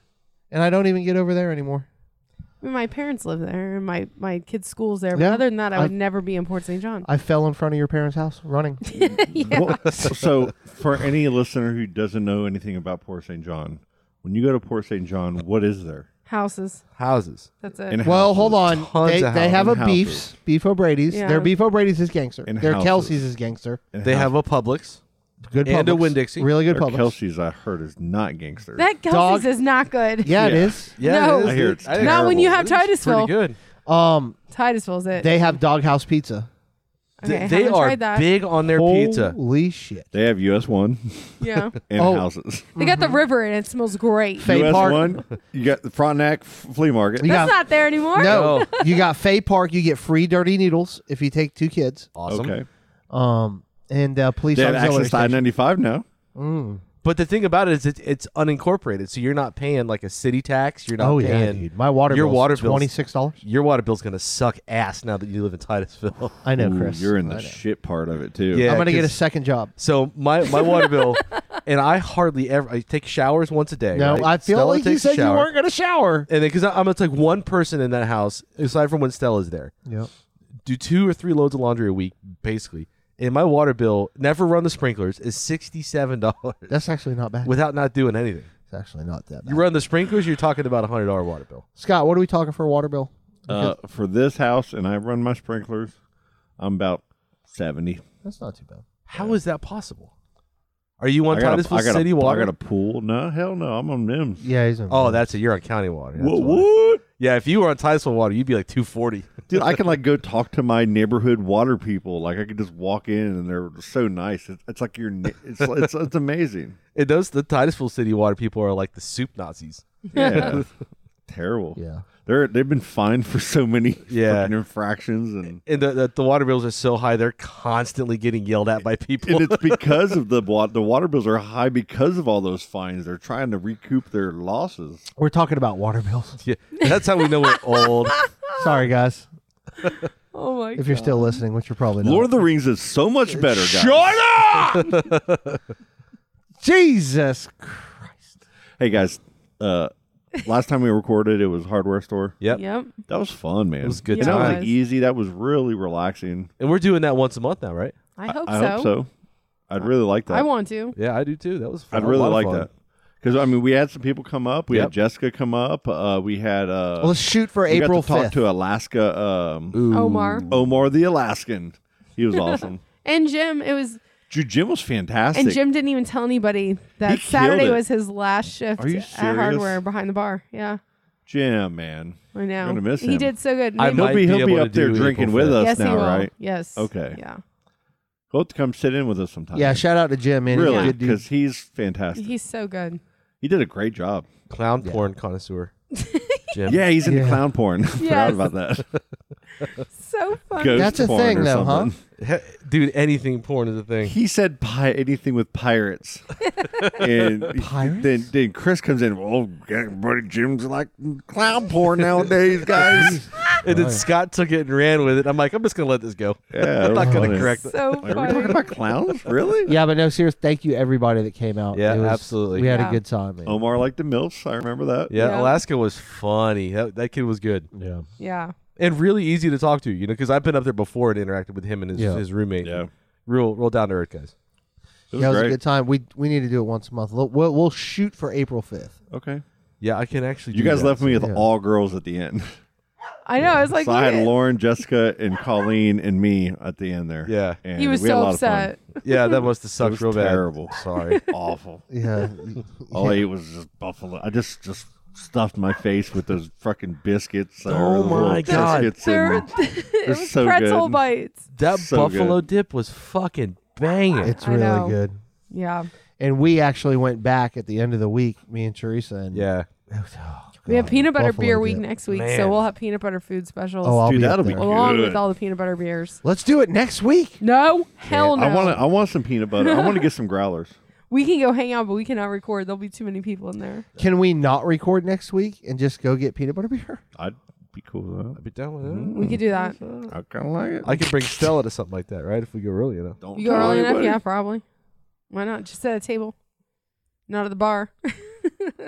[SPEAKER 2] And I don't even get over there anymore.
[SPEAKER 8] I mean, my parents live there. and My my kids' school's there.
[SPEAKER 2] Yeah.
[SPEAKER 8] But other than that, I, would
[SPEAKER 2] I-
[SPEAKER 8] never be in Port St. John.
[SPEAKER 2] I fell in front of your parents' house running.
[SPEAKER 3] Well, so, for any listener who doesn't know anything about Port St. John, when you go to Port St. John, what is there?
[SPEAKER 8] Houses.
[SPEAKER 7] Houses.
[SPEAKER 8] That's it.
[SPEAKER 3] And
[SPEAKER 2] well,
[SPEAKER 3] houses.
[SPEAKER 2] hold on.
[SPEAKER 7] Tons
[SPEAKER 2] They,
[SPEAKER 7] of
[SPEAKER 2] they have a
[SPEAKER 3] houses.
[SPEAKER 2] Beefs, Beef O'Brady's.
[SPEAKER 8] Yeah.
[SPEAKER 2] Their Beef O'Brady's is gangster.
[SPEAKER 3] And
[SPEAKER 2] Their
[SPEAKER 3] houses.
[SPEAKER 2] Kelsey's is gangster.
[SPEAKER 3] And
[SPEAKER 7] They
[SPEAKER 3] houses.
[SPEAKER 7] have a Publix.
[SPEAKER 2] Good
[SPEAKER 7] And a
[SPEAKER 2] Publix.
[SPEAKER 7] Winn-Dixie.
[SPEAKER 2] Really good
[SPEAKER 3] Or
[SPEAKER 2] Publix.
[SPEAKER 3] Kelsey's, I heard, is not gangster.
[SPEAKER 8] that
[SPEAKER 2] Dog-
[SPEAKER 8] Kelsey's is not good.
[SPEAKER 2] Yeah, it
[SPEAKER 3] Yeah.
[SPEAKER 2] is.
[SPEAKER 7] Yeah,
[SPEAKER 8] No.
[SPEAKER 7] it is,
[SPEAKER 8] I
[SPEAKER 3] hear
[SPEAKER 7] dude.
[SPEAKER 3] it's
[SPEAKER 7] didn't-
[SPEAKER 8] Not when you have
[SPEAKER 7] It is
[SPEAKER 8] Titusville.
[SPEAKER 7] Pretty good.
[SPEAKER 2] Um,
[SPEAKER 8] Titusville's it.
[SPEAKER 2] they have Doghouse Pizza.
[SPEAKER 8] okay, I
[SPEAKER 7] They- they
[SPEAKER 8] haven't
[SPEAKER 7] are
[SPEAKER 8] tried that.
[SPEAKER 7] big on their pizza.
[SPEAKER 2] Holy shit.
[SPEAKER 3] They have US one
[SPEAKER 8] Yeah.
[SPEAKER 3] and
[SPEAKER 2] Oh.
[SPEAKER 3] houses.
[SPEAKER 8] they got the river and it smells great.
[SPEAKER 2] Fa- Fay
[SPEAKER 3] US
[SPEAKER 2] Park.
[SPEAKER 3] one, you got the Frontenac Flea Market.
[SPEAKER 2] You
[SPEAKER 8] That's
[SPEAKER 2] got-
[SPEAKER 8] not there anymore.
[SPEAKER 2] No,
[SPEAKER 7] No.
[SPEAKER 2] you got Fay Park. You get free dirty needles if you take two kids.
[SPEAKER 7] Awesome.
[SPEAKER 3] Okay,
[SPEAKER 2] Um, and uh, police
[SPEAKER 3] they have
[SPEAKER 2] auxiliary
[SPEAKER 3] access to I
[SPEAKER 2] station.
[SPEAKER 3] ninety five now.
[SPEAKER 7] But the thing about it is, it's, it's unincorporated, so you're not paying like a city tax. You're not
[SPEAKER 2] Oh
[SPEAKER 7] paying.
[SPEAKER 2] yeah, dude. My water
[SPEAKER 7] your
[SPEAKER 2] bill's
[SPEAKER 7] water bill's-
[SPEAKER 2] twenty six dollars.
[SPEAKER 7] Your water bill's gonna suck ass now that you live in Titusville.
[SPEAKER 2] I know,
[SPEAKER 3] Ooh,
[SPEAKER 2] Chris.
[SPEAKER 3] you're in the
[SPEAKER 2] I know.
[SPEAKER 3] shit part of it too.
[SPEAKER 7] Yeah.
[SPEAKER 2] I'm gonna get a
[SPEAKER 7] 'cause-
[SPEAKER 2] second job.
[SPEAKER 7] So my my water bill, and I hardly ever. I take showers once a day.
[SPEAKER 2] No,
[SPEAKER 7] right?
[SPEAKER 2] I feel
[SPEAKER 7] Stella
[SPEAKER 2] like you
[SPEAKER 7] takes a
[SPEAKER 2] said you
[SPEAKER 7] shower.
[SPEAKER 2] weren't gonna shower.
[SPEAKER 7] And because I'm it's like one person in that house, aside from when Stella's there,
[SPEAKER 2] Yep.
[SPEAKER 7] do two or three loads of laundry a week, basically. And my water bill, never run the sprinklers, is sixty seven dollars
[SPEAKER 2] That's actually not bad.
[SPEAKER 7] without not doing anything.
[SPEAKER 2] it's actually not that bad.
[SPEAKER 7] You run the sprinklers, you're talking about a hundred dollar water bill.
[SPEAKER 2] Scott, what are we talking for a water bill?
[SPEAKER 3] Uh, for this house, and I run my sprinklers. I'm about seventy.
[SPEAKER 2] That's not too bad.
[SPEAKER 7] How is that possible? Are you on
[SPEAKER 3] I got, a,
[SPEAKER 7] Titusville
[SPEAKER 3] I got a-
[SPEAKER 7] City Water?
[SPEAKER 3] I got a pool. No, hell no. I'm on them.
[SPEAKER 2] Yeah, he's.
[SPEAKER 7] oh, that's it. You're on County Water. That's
[SPEAKER 3] What?
[SPEAKER 7] why.
[SPEAKER 3] what?
[SPEAKER 7] Yeah, if you were on Titusville Water, you'd be like 240.
[SPEAKER 3] Dude, I can like go talk to my neighborhood water people. Like I could just walk in and they're so nice. It's, it's like your. ne- It's, it's it's amazing.
[SPEAKER 7] And those the Titusville City Water people are like the soup Nazis.
[SPEAKER 3] Yeah. Terrible.
[SPEAKER 2] Yeah.
[SPEAKER 3] They're they've been fined for so many
[SPEAKER 7] Yeah.
[SPEAKER 3] fucking infractions and
[SPEAKER 7] And the, the, the water bills are so high, they're constantly getting yelled at by people.
[SPEAKER 3] and it's because of the wa- the water bills are high because of all those fines. They're trying to recoup their losses.
[SPEAKER 2] We're talking about water bills.
[SPEAKER 7] Yeah, that's how we know we're old.
[SPEAKER 2] Sorry, guys.
[SPEAKER 8] Oh my
[SPEAKER 2] If you're still listening, which you're probably not.
[SPEAKER 3] Lord of the Rings is so much better, guys.
[SPEAKER 2] Jesus
[SPEAKER 3] Uh,
[SPEAKER 2] Christ.
[SPEAKER 3] Hey guys, uh last time we recorded it was hardware store.
[SPEAKER 7] Yep.
[SPEAKER 8] Yep.
[SPEAKER 3] That was fun, man. It
[SPEAKER 7] was good
[SPEAKER 3] And that was
[SPEAKER 8] times.
[SPEAKER 3] like, easy. That was really relaxing.
[SPEAKER 7] And we're doing that once a month now, right?
[SPEAKER 8] I hope
[SPEAKER 3] I
[SPEAKER 8] so.
[SPEAKER 3] hope so. I'd really like that.
[SPEAKER 8] I want to.
[SPEAKER 7] Yeah, I do too. That was fun.
[SPEAKER 3] I'd really
[SPEAKER 7] A lot of
[SPEAKER 3] like
[SPEAKER 7] fun.
[SPEAKER 3] that. Because I mean, we had some people come up. We
[SPEAKER 7] Yep.
[SPEAKER 3] had Jessica come up. Uh, we had uh,
[SPEAKER 2] Well, let's shoot for
[SPEAKER 3] we got
[SPEAKER 2] April
[SPEAKER 3] to talk
[SPEAKER 2] 5th.
[SPEAKER 3] to uh, Alaska um,
[SPEAKER 8] Omar
[SPEAKER 3] Omar the Alaskan. He was awesome.
[SPEAKER 8] and Jim. It was
[SPEAKER 3] Dude, Jim was fantastic.
[SPEAKER 8] and Jim didn't even tell anybody
[SPEAKER 3] He killed
[SPEAKER 8] that Saturday
[SPEAKER 3] it.
[SPEAKER 8] was his last shift
[SPEAKER 3] Are you
[SPEAKER 8] at
[SPEAKER 3] serious?
[SPEAKER 8] hardware behind the bar. Yeah,
[SPEAKER 3] Jim, man,
[SPEAKER 8] I know.
[SPEAKER 3] gonna miss
[SPEAKER 8] he
[SPEAKER 3] him.
[SPEAKER 8] did so good.
[SPEAKER 7] I
[SPEAKER 8] Maybe-
[SPEAKER 3] he'll
[SPEAKER 7] might
[SPEAKER 3] be he'll
[SPEAKER 7] able
[SPEAKER 3] be
[SPEAKER 7] to
[SPEAKER 3] up there
[SPEAKER 7] do
[SPEAKER 3] drinking
[SPEAKER 7] April
[SPEAKER 3] with
[SPEAKER 7] 5th.
[SPEAKER 3] us
[SPEAKER 8] yes, he
[SPEAKER 3] now,
[SPEAKER 8] will.
[SPEAKER 3] right?
[SPEAKER 8] Yes.
[SPEAKER 3] Okay.
[SPEAKER 8] Yeah.
[SPEAKER 3] He'll have to come sit in with us sometime.
[SPEAKER 2] Yeah, shout out to Jim, man. He's a
[SPEAKER 3] really,
[SPEAKER 2] good dude.
[SPEAKER 3] because he's fantastic.
[SPEAKER 8] He's so good.
[SPEAKER 3] he did a great job.
[SPEAKER 7] Clown porn connoisseur. Jim.
[SPEAKER 3] Yeah, he's into
[SPEAKER 2] Yeah.
[SPEAKER 3] clown porn. Forgot
[SPEAKER 8] Yes.
[SPEAKER 3] about that.
[SPEAKER 8] So funny.
[SPEAKER 3] Ghost
[SPEAKER 2] That's a
[SPEAKER 3] porn
[SPEAKER 2] thing,
[SPEAKER 3] or
[SPEAKER 2] though, huh?
[SPEAKER 3] something.
[SPEAKER 7] Dude, anything porn is a thing.
[SPEAKER 3] He said pi- anything with pirates. and he-
[SPEAKER 2] Pirates?
[SPEAKER 3] Then, then Chris comes in. Oh, everybody, Jim's like clown porn nowadays, guys.
[SPEAKER 7] And then Scott took it and ran with it. I'm like, I'm just going to let this go.
[SPEAKER 3] yeah,
[SPEAKER 7] I'm not going to correct it.
[SPEAKER 8] So
[SPEAKER 3] Are we talking
[SPEAKER 8] funny.
[SPEAKER 3] about clowns? Really?
[SPEAKER 2] Yeah, but no, serious. Thank you, everybody that came out.
[SPEAKER 7] Yeah,
[SPEAKER 2] It was-
[SPEAKER 7] absolutely.
[SPEAKER 2] We had a
[SPEAKER 8] Yeah.
[SPEAKER 2] good time. Man.
[SPEAKER 3] Omar liked the milfs. I remember that.
[SPEAKER 7] Yeah,
[SPEAKER 8] Yeah.
[SPEAKER 7] Alaska was funny. That, that kid was good.
[SPEAKER 2] yeah.
[SPEAKER 8] Yeah.
[SPEAKER 7] And really easy to talk to, you know, because I've been up there before and interacted with him and his,
[SPEAKER 2] Yeah.
[SPEAKER 7] his roommate.
[SPEAKER 3] Yeah.
[SPEAKER 7] Real, real down to earth guys.
[SPEAKER 3] It was
[SPEAKER 2] Yeah, it was
[SPEAKER 3] great.
[SPEAKER 2] a good time. We we need to do it once a month. We'll, we'll, we'll shoot for April fifth.
[SPEAKER 3] Okay.
[SPEAKER 7] Yeah, I can actually.
[SPEAKER 3] You
[SPEAKER 7] do
[SPEAKER 3] guys
[SPEAKER 7] that.
[SPEAKER 3] left me with
[SPEAKER 2] Yeah.
[SPEAKER 3] all girls at the end.
[SPEAKER 8] I know. I was like,
[SPEAKER 3] so I
[SPEAKER 8] look
[SPEAKER 3] had
[SPEAKER 8] at-
[SPEAKER 3] Lauren, Jessica, and Colleen, and me at the end there.
[SPEAKER 7] Yeah.
[SPEAKER 3] And
[SPEAKER 8] he was
[SPEAKER 3] we had a
[SPEAKER 8] so
[SPEAKER 3] lot of fun.
[SPEAKER 8] upset.
[SPEAKER 7] Yeah, that must have
[SPEAKER 3] It
[SPEAKER 7] sucked
[SPEAKER 3] was
[SPEAKER 7] real
[SPEAKER 3] terrible.
[SPEAKER 7] Sorry.
[SPEAKER 3] Awful.
[SPEAKER 2] Yeah,
[SPEAKER 3] All I ate was just buffalo. I just just stuffed my face with those fucking biscuits. or
[SPEAKER 7] Oh
[SPEAKER 3] those little
[SPEAKER 7] my God.
[SPEAKER 3] biscuits
[SPEAKER 8] There,
[SPEAKER 3] and-
[SPEAKER 8] it
[SPEAKER 3] They're
[SPEAKER 8] was
[SPEAKER 3] so
[SPEAKER 8] pretzel
[SPEAKER 3] good.
[SPEAKER 8] bites.
[SPEAKER 7] That
[SPEAKER 3] So
[SPEAKER 7] buffalo
[SPEAKER 3] good.
[SPEAKER 7] dip was fucking banging.
[SPEAKER 2] it's
[SPEAKER 8] I
[SPEAKER 2] really
[SPEAKER 8] know.
[SPEAKER 2] good.
[SPEAKER 8] Yeah.
[SPEAKER 2] And we actually went back at the end of the week, me and Teresa, and
[SPEAKER 7] yeah.
[SPEAKER 8] We have peanut butter
[SPEAKER 2] Buffalo
[SPEAKER 8] beer week
[SPEAKER 2] dip.
[SPEAKER 8] next week,
[SPEAKER 7] Man.
[SPEAKER 8] so we'll have peanut butter food specials
[SPEAKER 2] Oh, I'll
[SPEAKER 3] Dude,
[SPEAKER 2] be up
[SPEAKER 3] that'll be
[SPEAKER 2] there.
[SPEAKER 3] cool.
[SPEAKER 8] along
[SPEAKER 3] good.
[SPEAKER 8] with all the peanut butter beers.
[SPEAKER 2] Let's do it next week.
[SPEAKER 8] No, hell no.
[SPEAKER 3] I want to. I want some peanut butter. I want to get some growlers.
[SPEAKER 8] we can go hang out, but we cannot record. There'll be too many people in there.
[SPEAKER 2] Can we not record next week and just go get peanut butter beer?
[SPEAKER 3] I'd be cool with
[SPEAKER 7] Be down with
[SPEAKER 3] Mm-hmm.
[SPEAKER 8] We could do that.
[SPEAKER 3] that. I kind of like it.
[SPEAKER 7] I could bring Stella to something like that, right? If we go early enough.
[SPEAKER 3] don't
[SPEAKER 8] You go
[SPEAKER 3] tell
[SPEAKER 8] early enough?
[SPEAKER 3] anybody.
[SPEAKER 8] Yeah, probably. Why not? Just at a table, not at the bar.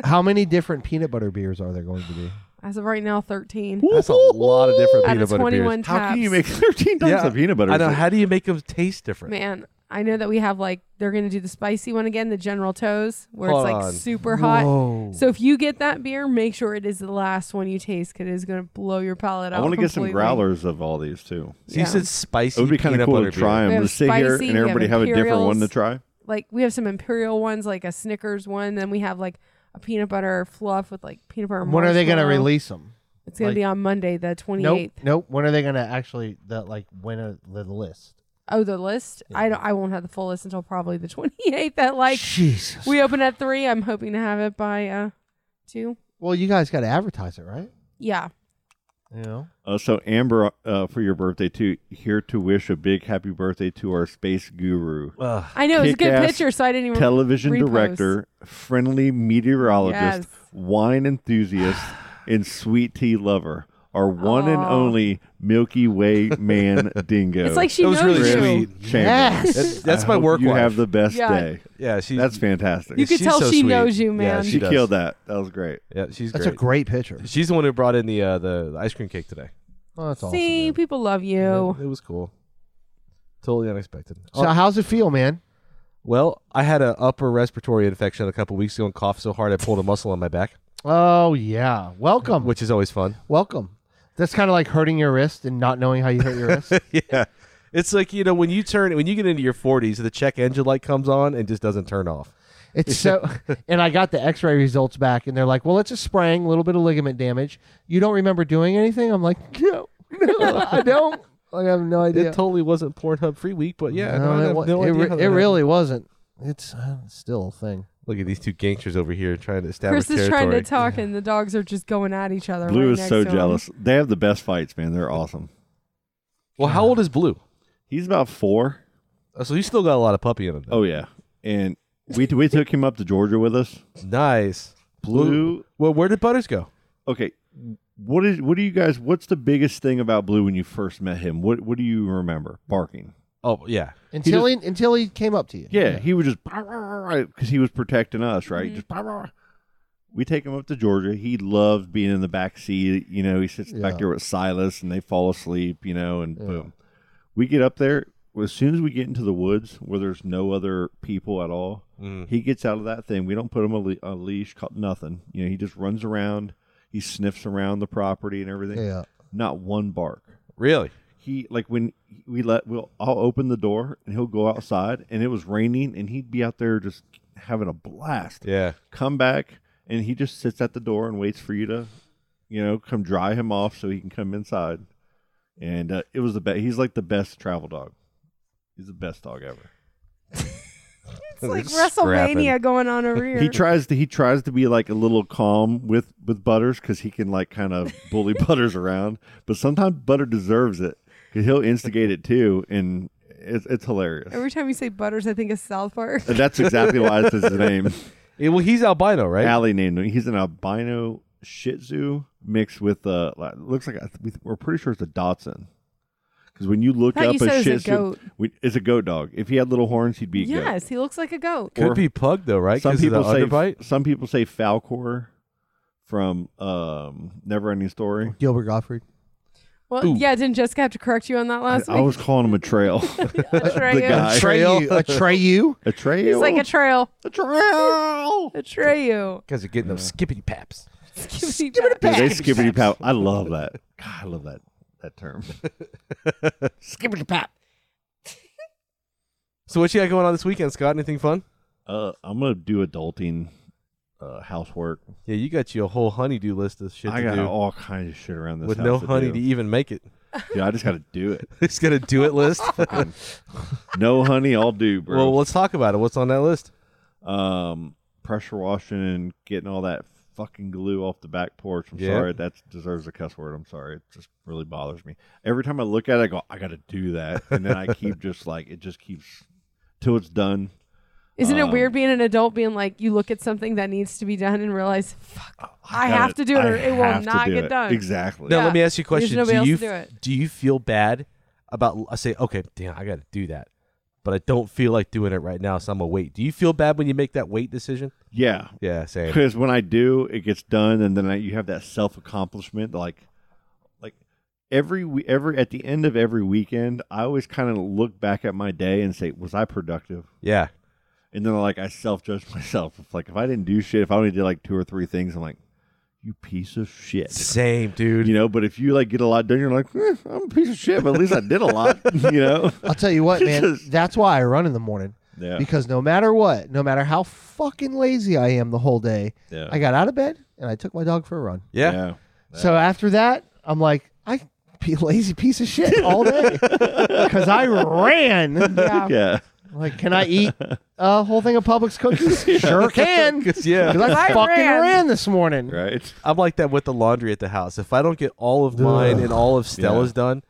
[SPEAKER 2] How many different peanut butter beers are there going to be?
[SPEAKER 8] As of right now, thirteen
[SPEAKER 7] That's a lot of different
[SPEAKER 8] out
[SPEAKER 7] peanut
[SPEAKER 8] of
[SPEAKER 7] butter
[SPEAKER 8] twenty-one
[SPEAKER 7] beers.
[SPEAKER 8] taps.
[SPEAKER 3] How can you make thirteen tons of peanut butter?
[SPEAKER 7] I know. How do you make them taste different?
[SPEAKER 8] Man, I know that we have like they're gonna do the spicy one again, the General Toes, where
[SPEAKER 7] Hold
[SPEAKER 8] it's like
[SPEAKER 7] on.
[SPEAKER 8] super hot.
[SPEAKER 2] Whoa.
[SPEAKER 8] So if you get that beer, make sure it is the last one you taste, because it is gonna blow your palate out.
[SPEAKER 3] I want to get some
[SPEAKER 8] completely.
[SPEAKER 3] growlers of all these too.
[SPEAKER 7] So you
[SPEAKER 8] Yeah.
[SPEAKER 7] said spicy.
[SPEAKER 3] It would be kind
[SPEAKER 7] peanut
[SPEAKER 3] of cool
[SPEAKER 7] butter
[SPEAKER 3] to try
[SPEAKER 7] beer.
[SPEAKER 8] We
[SPEAKER 3] them.
[SPEAKER 8] have
[SPEAKER 3] To sit here
[SPEAKER 8] spicy,
[SPEAKER 3] and
[SPEAKER 8] we have
[SPEAKER 3] everybody have a different one to
[SPEAKER 8] Imperials.
[SPEAKER 3] try.
[SPEAKER 8] Like we have some imperial ones, like a Snickers one. Then we have like a peanut butter fluff with like peanut butter.
[SPEAKER 2] When are they going to
[SPEAKER 8] marshmallow.
[SPEAKER 2] release them?
[SPEAKER 8] It's gonna
[SPEAKER 2] like-
[SPEAKER 8] be on Monday, the twenty
[SPEAKER 2] Nope.
[SPEAKER 8] eighth.
[SPEAKER 2] Nope. When are they going to actually the like when are the list?
[SPEAKER 8] Oh, the list. I don't. I won't have the full list until probably the twenty eighth. That like
[SPEAKER 2] Jesus.
[SPEAKER 8] we open at three. I'm hoping to have it by uh two.
[SPEAKER 2] well, you guys got to advertise it, right?
[SPEAKER 8] Yeah.
[SPEAKER 2] You know.
[SPEAKER 3] Uh, so Amber, uh, for your birthday too, here to wish a big happy birthday to our space guru,
[SPEAKER 8] I know it's a good
[SPEAKER 3] Kick-ass
[SPEAKER 8] picture, so I didn't even
[SPEAKER 3] television
[SPEAKER 8] Mm-hmm. repost.
[SPEAKER 3] director, friendly meteorologist,
[SPEAKER 8] Yes.
[SPEAKER 3] wine enthusiast, and sweet tea lover. Our one and
[SPEAKER 8] Aw.
[SPEAKER 3] only Milky Way man dingo.
[SPEAKER 8] It's like she
[SPEAKER 7] That was
[SPEAKER 8] knows
[SPEAKER 7] really
[SPEAKER 8] you.
[SPEAKER 7] sweet.
[SPEAKER 3] Chamberlain.
[SPEAKER 2] Yes.
[SPEAKER 7] That- that's
[SPEAKER 3] I
[SPEAKER 7] my
[SPEAKER 3] hope
[SPEAKER 7] work
[SPEAKER 3] You
[SPEAKER 7] wife.
[SPEAKER 3] have the best
[SPEAKER 8] Yeah.
[SPEAKER 3] day.
[SPEAKER 7] yeah, she.
[SPEAKER 3] That's fantastic.
[SPEAKER 8] You could
[SPEAKER 7] she's
[SPEAKER 8] tell
[SPEAKER 7] so
[SPEAKER 8] she
[SPEAKER 7] sweet.
[SPEAKER 8] knows you,
[SPEAKER 7] Yeah,
[SPEAKER 8] man.
[SPEAKER 3] she
[SPEAKER 7] she does.
[SPEAKER 3] killed that. That was great.
[SPEAKER 7] Yeah, she's
[SPEAKER 2] That's
[SPEAKER 7] great.
[SPEAKER 2] a great picture.
[SPEAKER 7] She's the one who brought in the uh, the, the ice cream cake today.
[SPEAKER 2] Oh, that's awesome.
[SPEAKER 8] See,
[SPEAKER 2] man.
[SPEAKER 8] people love you.
[SPEAKER 7] It was cool. Totally unexpected. Uh,
[SPEAKER 2] So how's it feel, man?
[SPEAKER 7] Well, I had an upper respiratory infection a couple weeks ago and coughed so hard I pulled a muscle on my back,
[SPEAKER 2] Oh yeah. Welcome.
[SPEAKER 7] which is always fun.
[SPEAKER 2] Welcome. That's kind of like hurting your wrist and not knowing how you hurt your wrist.
[SPEAKER 7] yeah. It's like you know when you turn when you get into your 40s, the check engine light comes on and just doesn't turn off.
[SPEAKER 2] It's so, and I got the X-ray results back, and they're like, "Well, it's a sprang, a little bit of ligament damage. You don't remember doing anything?" I'm like, "No, no, I don't. Like, I have no idea."
[SPEAKER 7] It totally wasn't Pornhub Free Week, but yeah,
[SPEAKER 2] No,
[SPEAKER 7] no, I
[SPEAKER 2] it,
[SPEAKER 7] have
[SPEAKER 2] wa-
[SPEAKER 7] no
[SPEAKER 2] it
[SPEAKER 7] idea
[SPEAKER 2] re-
[SPEAKER 7] how
[SPEAKER 2] it
[SPEAKER 7] that happened.
[SPEAKER 2] really wasn't. It's uh, still a thing.
[SPEAKER 7] Look at these two gangsters over here trying to establish
[SPEAKER 8] Chris is trying to
[SPEAKER 7] territory.
[SPEAKER 8] talk, and the dogs are just going at each other.
[SPEAKER 3] Blue
[SPEAKER 8] right
[SPEAKER 3] is
[SPEAKER 8] next
[SPEAKER 3] so
[SPEAKER 8] to him.
[SPEAKER 3] jealous. They have the best fights, man. They're awesome.
[SPEAKER 7] Well, how old is Blue?
[SPEAKER 3] He's about four.
[SPEAKER 7] Uh, So you still got a lot of puppy in him. though.
[SPEAKER 3] Oh yeah, and we we took him up to Georgia with us.
[SPEAKER 7] Oh. nice.
[SPEAKER 3] Blue.
[SPEAKER 7] Well, where did Butters go?
[SPEAKER 3] Okay, what is what do you guys? What's the biggest thing about Blue when you first met him? What what do you remember? Barking.
[SPEAKER 7] Oh yeah,
[SPEAKER 2] Until he, until he came up to you.
[SPEAKER 3] Yeah, he was just because he was protecting us, right? Just "Bow, bow, bow." we take him up to Georgia. He loves being in the back seat. You know, he sits
[SPEAKER 2] Yeah.
[SPEAKER 3] back there with Silas, and they fall asleep. You know, and boom, we get up there. As soon as we get into the woods where there's no other people at all,
[SPEAKER 2] Mm.
[SPEAKER 3] he gets out of that thing. We don't put him a, le- a leash, caught nothing. You know, he just runs around. He sniffs around the property and everything.
[SPEAKER 2] Yeah.
[SPEAKER 3] Not one bark
[SPEAKER 7] really?
[SPEAKER 3] he like when we let we'll I'll open the door and he'll go outside and it was raining and he'd be out there just having a blast.
[SPEAKER 7] Yeah.
[SPEAKER 3] Come back and he just sits at the door and waits for you to, you know, come dry him off so he can come inside. And uh, it was the best. He's like the best travel dog. He's the best dog ever.
[SPEAKER 8] It's like
[SPEAKER 7] They're scrapping.
[SPEAKER 8] WrestleMania going on over here.
[SPEAKER 3] He tries to he tries to be like a little calm with with Butters because he can like kind of bully Butters around, but sometimes Butter deserves it. 'cause He'll instigate it too, and it's it's hilarious.
[SPEAKER 8] Every time you say Butters, I think of South Park.
[SPEAKER 3] And that's exactly why it's his name.
[SPEAKER 7] Yeah, well, he's albino, right?
[SPEAKER 3] Allie named him. He's an albino Shih Tzu mixed with uh, like- looks like we- we're pretty sure it's a Dotson. Because when you look
[SPEAKER 8] Thought
[SPEAKER 3] up
[SPEAKER 8] you
[SPEAKER 3] a
[SPEAKER 8] said it's a
[SPEAKER 3] Shih Tzu,
[SPEAKER 8] goat.
[SPEAKER 3] we, it's a goat dog. If he had little horns, he'd be a goat.
[SPEAKER 8] yes, he looks like a goat.
[SPEAKER 7] Could
[SPEAKER 3] Or-
[SPEAKER 7] be pug though, right?
[SPEAKER 3] Some
[SPEAKER 7] 'Cause of the
[SPEAKER 3] people say
[SPEAKER 7] underbite.
[SPEAKER 3] some people say Falcor from um, Never Ending Story.
[SPEAKER 2] Gilbert Gottfried.
[SPEAKER 8] Well,
[SPEAKER 7] Ooh.
[SPEAKER 8] yeah, didn't Jessica have to correct you on that
[SPEAKER 3] I,
[SPEAKER 8] last
[SPEAKER 3] I
[SPEAKER 8] week?
[SPEAKER 3] was calling him a trail.
[SPEAKER 8] Atreyu.
[SPEAKER 3] the guy.
[SPEAKER 2] Atreyu. Atreyu.
[SPEAKER 3] A trail.
[SPEAKER 8] He's like a trail.
[SPEAKER 3] a trail.
[SPEAKER 8] Atreyu.
[SPEAKER 7] Guys are getting those skippity paps.
[SPEAKER 8] Skippity pap.
[SPEAKER 3] Yeah, they skippity pap. I love that. God, I love that that term.
[SPEAKER 9] Skibbity pop.
[SPEAKER 7] So what you got going on this weekend, Scott? Anything fun?
[SPEAKER 3] Uh, I'm gonna do adulting, uh, housework.
[SPEAKER 7] Yeah, you got you a whole honeydew list of shit
[SPEAKER 3] I
[SPEAKER 7] to
[SPEAKER 3] got
[SPEAKER 7] do
[SPEAKER 3] all kinds of shit around this
[SPEAKER 7] with
[SPEAKER 3] house
[SPEAKER 7] no
[SPEAKER 3] to
[SPEAKER 7] honey to
[SPEAKER 3] do.
[SPEAKER 7] even make it.
[SPEAKER 3] Yeah, I just gotta do it.
[SPEAKER 7] It's got a do it list.
[SPEAKER 3] No honey, I'll do, bro.
[SPEAKER 7] well, let's talk about it. What's on that list?
[SPEAKER 3] um, pressure washing and getting all that fucking glue off the back porch. I'm
[SPEAKER 7] Yeah.
[SPEAKER 3] sorry, that deserves a cuss word. I'm sorry, it just really bothers me. Every time I look at it, I go, I gotta do that, and then I keep just like it just keeps till it's done.
[SPEAKER 8] Isn't
[SPEAKER 3] Uh,
[SPEAKER 8] it weird being an adult, being like, you look at something that needs to be done and realize, fuck, I,
[SPEAKER 3] gotta-
[SPEAKER 8] have to do it
[SPEAKER 3] Oh, I
[SPEAKER 8] or it will
[SPEAKER 3] have to
[SPEAKER 8] not
[SPEAKER 3] do
[SPEAKER 8] get
[SPEAKER 3] it.
[SPEAKER 8] done.
[SPEAKER 3] Exactly.
[SPEAKER 7] Now
[SPEAKER 8] Yeah.
[SPEAKER 7] let me ask you a
[SPEAKER 8] There's
[SPEAKER 7] question.
[SPEAKER 8] nobody
[SPEAKER 7] Do
[SPEAKER 8] else
[SPEAKER 7] you
[SPEAKER 8] to do
[SPEAKER 7] f-
[SPEAKER 8] it.
[SPEAKER 7] do you feel bad about? I say, okay, damn, I got to do that, but I don't feel like doing it right now, so I'm gonna wait. Do you feel bad when you make that wait decision?
[SPEAKER 3] Yeah,
[SPEAKER 7] Yeah, same.
[SPEAKER 3] because when I do, it gets done, and then I, you have that self accomplishment. Like, like every we- every at the end of every weekend, I always kind of look back at my day and say, "Was I productive?"
[SPEAKER 7] Yeah,
[SPEAKER 3] And then like I self judge myself. It's like if I didn't do shit, if I only did like two or three things, I'm like, "You piece of shit."
[SPEAKER 7] same, dude.
[SPEAKER 3] You know, but if you like get a lot done, you're like, eh, I'm a piece of shit, but at least I did a lot. you know,
[SPEAKER 2] I'll tell you what, man.
[SPEAKER 3] Jesus.
[SPEAKER 2] That's why I run in the morning.
[SPEAKER 3] Yeah.
[SPEAKER 2] Because no matter what, no matter how fucking lazy I am the whole day,
[SPEAKER 3] Yeah.
[SPEAKER 2] I got out of bed and I took my dog for a run.
[SPEAKER 7] yeah.
[SPEAKER 2] So after that, I'm like, I be a lazy piece of shit all day because I ran.
[SPEAKER 8] Yeah.
[SPEAKER 3] yeah,
[SPEAKER 2] Like, can I eat a whole thing of Publix cookies? Sure can.
[SPEAKER 7] 'Cause, yeah.
[SPEAKER 2] 'Cause I,
[SPEAKER 8] I
[SPEAKER 2] fucking ran,
[SPEAKER 8] ran.
[SPEAKER 2] this morning.
[SPEAKER 3] right.
[SPEAKER 7] I'm like that with the laundry at the house. If I don't get all of mine and all of Stella's done,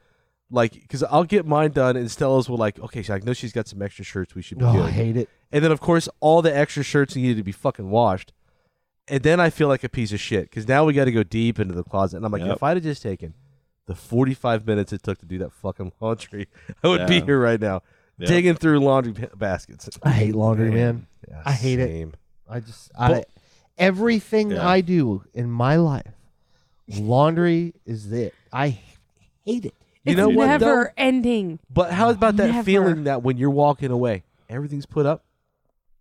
[SPEAKER 7] like, because I'll get mine done and Stella's will like, okay, she's like, no, she's got some extra shirts we should be
[SPEAKER 2] Oh, I
[SPEAKER 7] doing.
[SPEAKER 2] hate it.
[SPEAKER 7] and then of course all the extra shirts needed to be fucking washed. And then I feel like a piece of shit because now we got to go deep into the closet. And I'm like,
[SPEAKER 3] Yep.
[SPEAKER 7] if I'd have just taken the 45 minutes it took to do that fucking laundry, I would be
[SPEAKER 3] Yeah.
[SPEAKER 7] here right now
[SPEAKER 3] Yeah.
[SPEAKER 7] digging through laundry ba- baskets.
[SPEAKER 2] I hate laundry, man.
[SPEAKER 7] Yeah,
[SPEAKER 2] I hate it.
[SPEAKER 7] same.
[SPEAKER 2] I just I
[SPEAKER 7] But-
[SPEAKER 2] everything
[SPEAKER 3] Yeah.
[SPEAKER 2] I do in my life, laundry is it. I hate it.
[SPEAKER 7] You
[SPEAKER 8] It's
[SPEAKER 7] know what?
[SPEAKER 8] never
[SPEAKER 7] though?
[SPEAKER 8] ending.
[SPEAKER 7] But how about that
[SPEAKER 8] Never.
[SPEAKER 7] feeling that when you're walking away, everything's put up?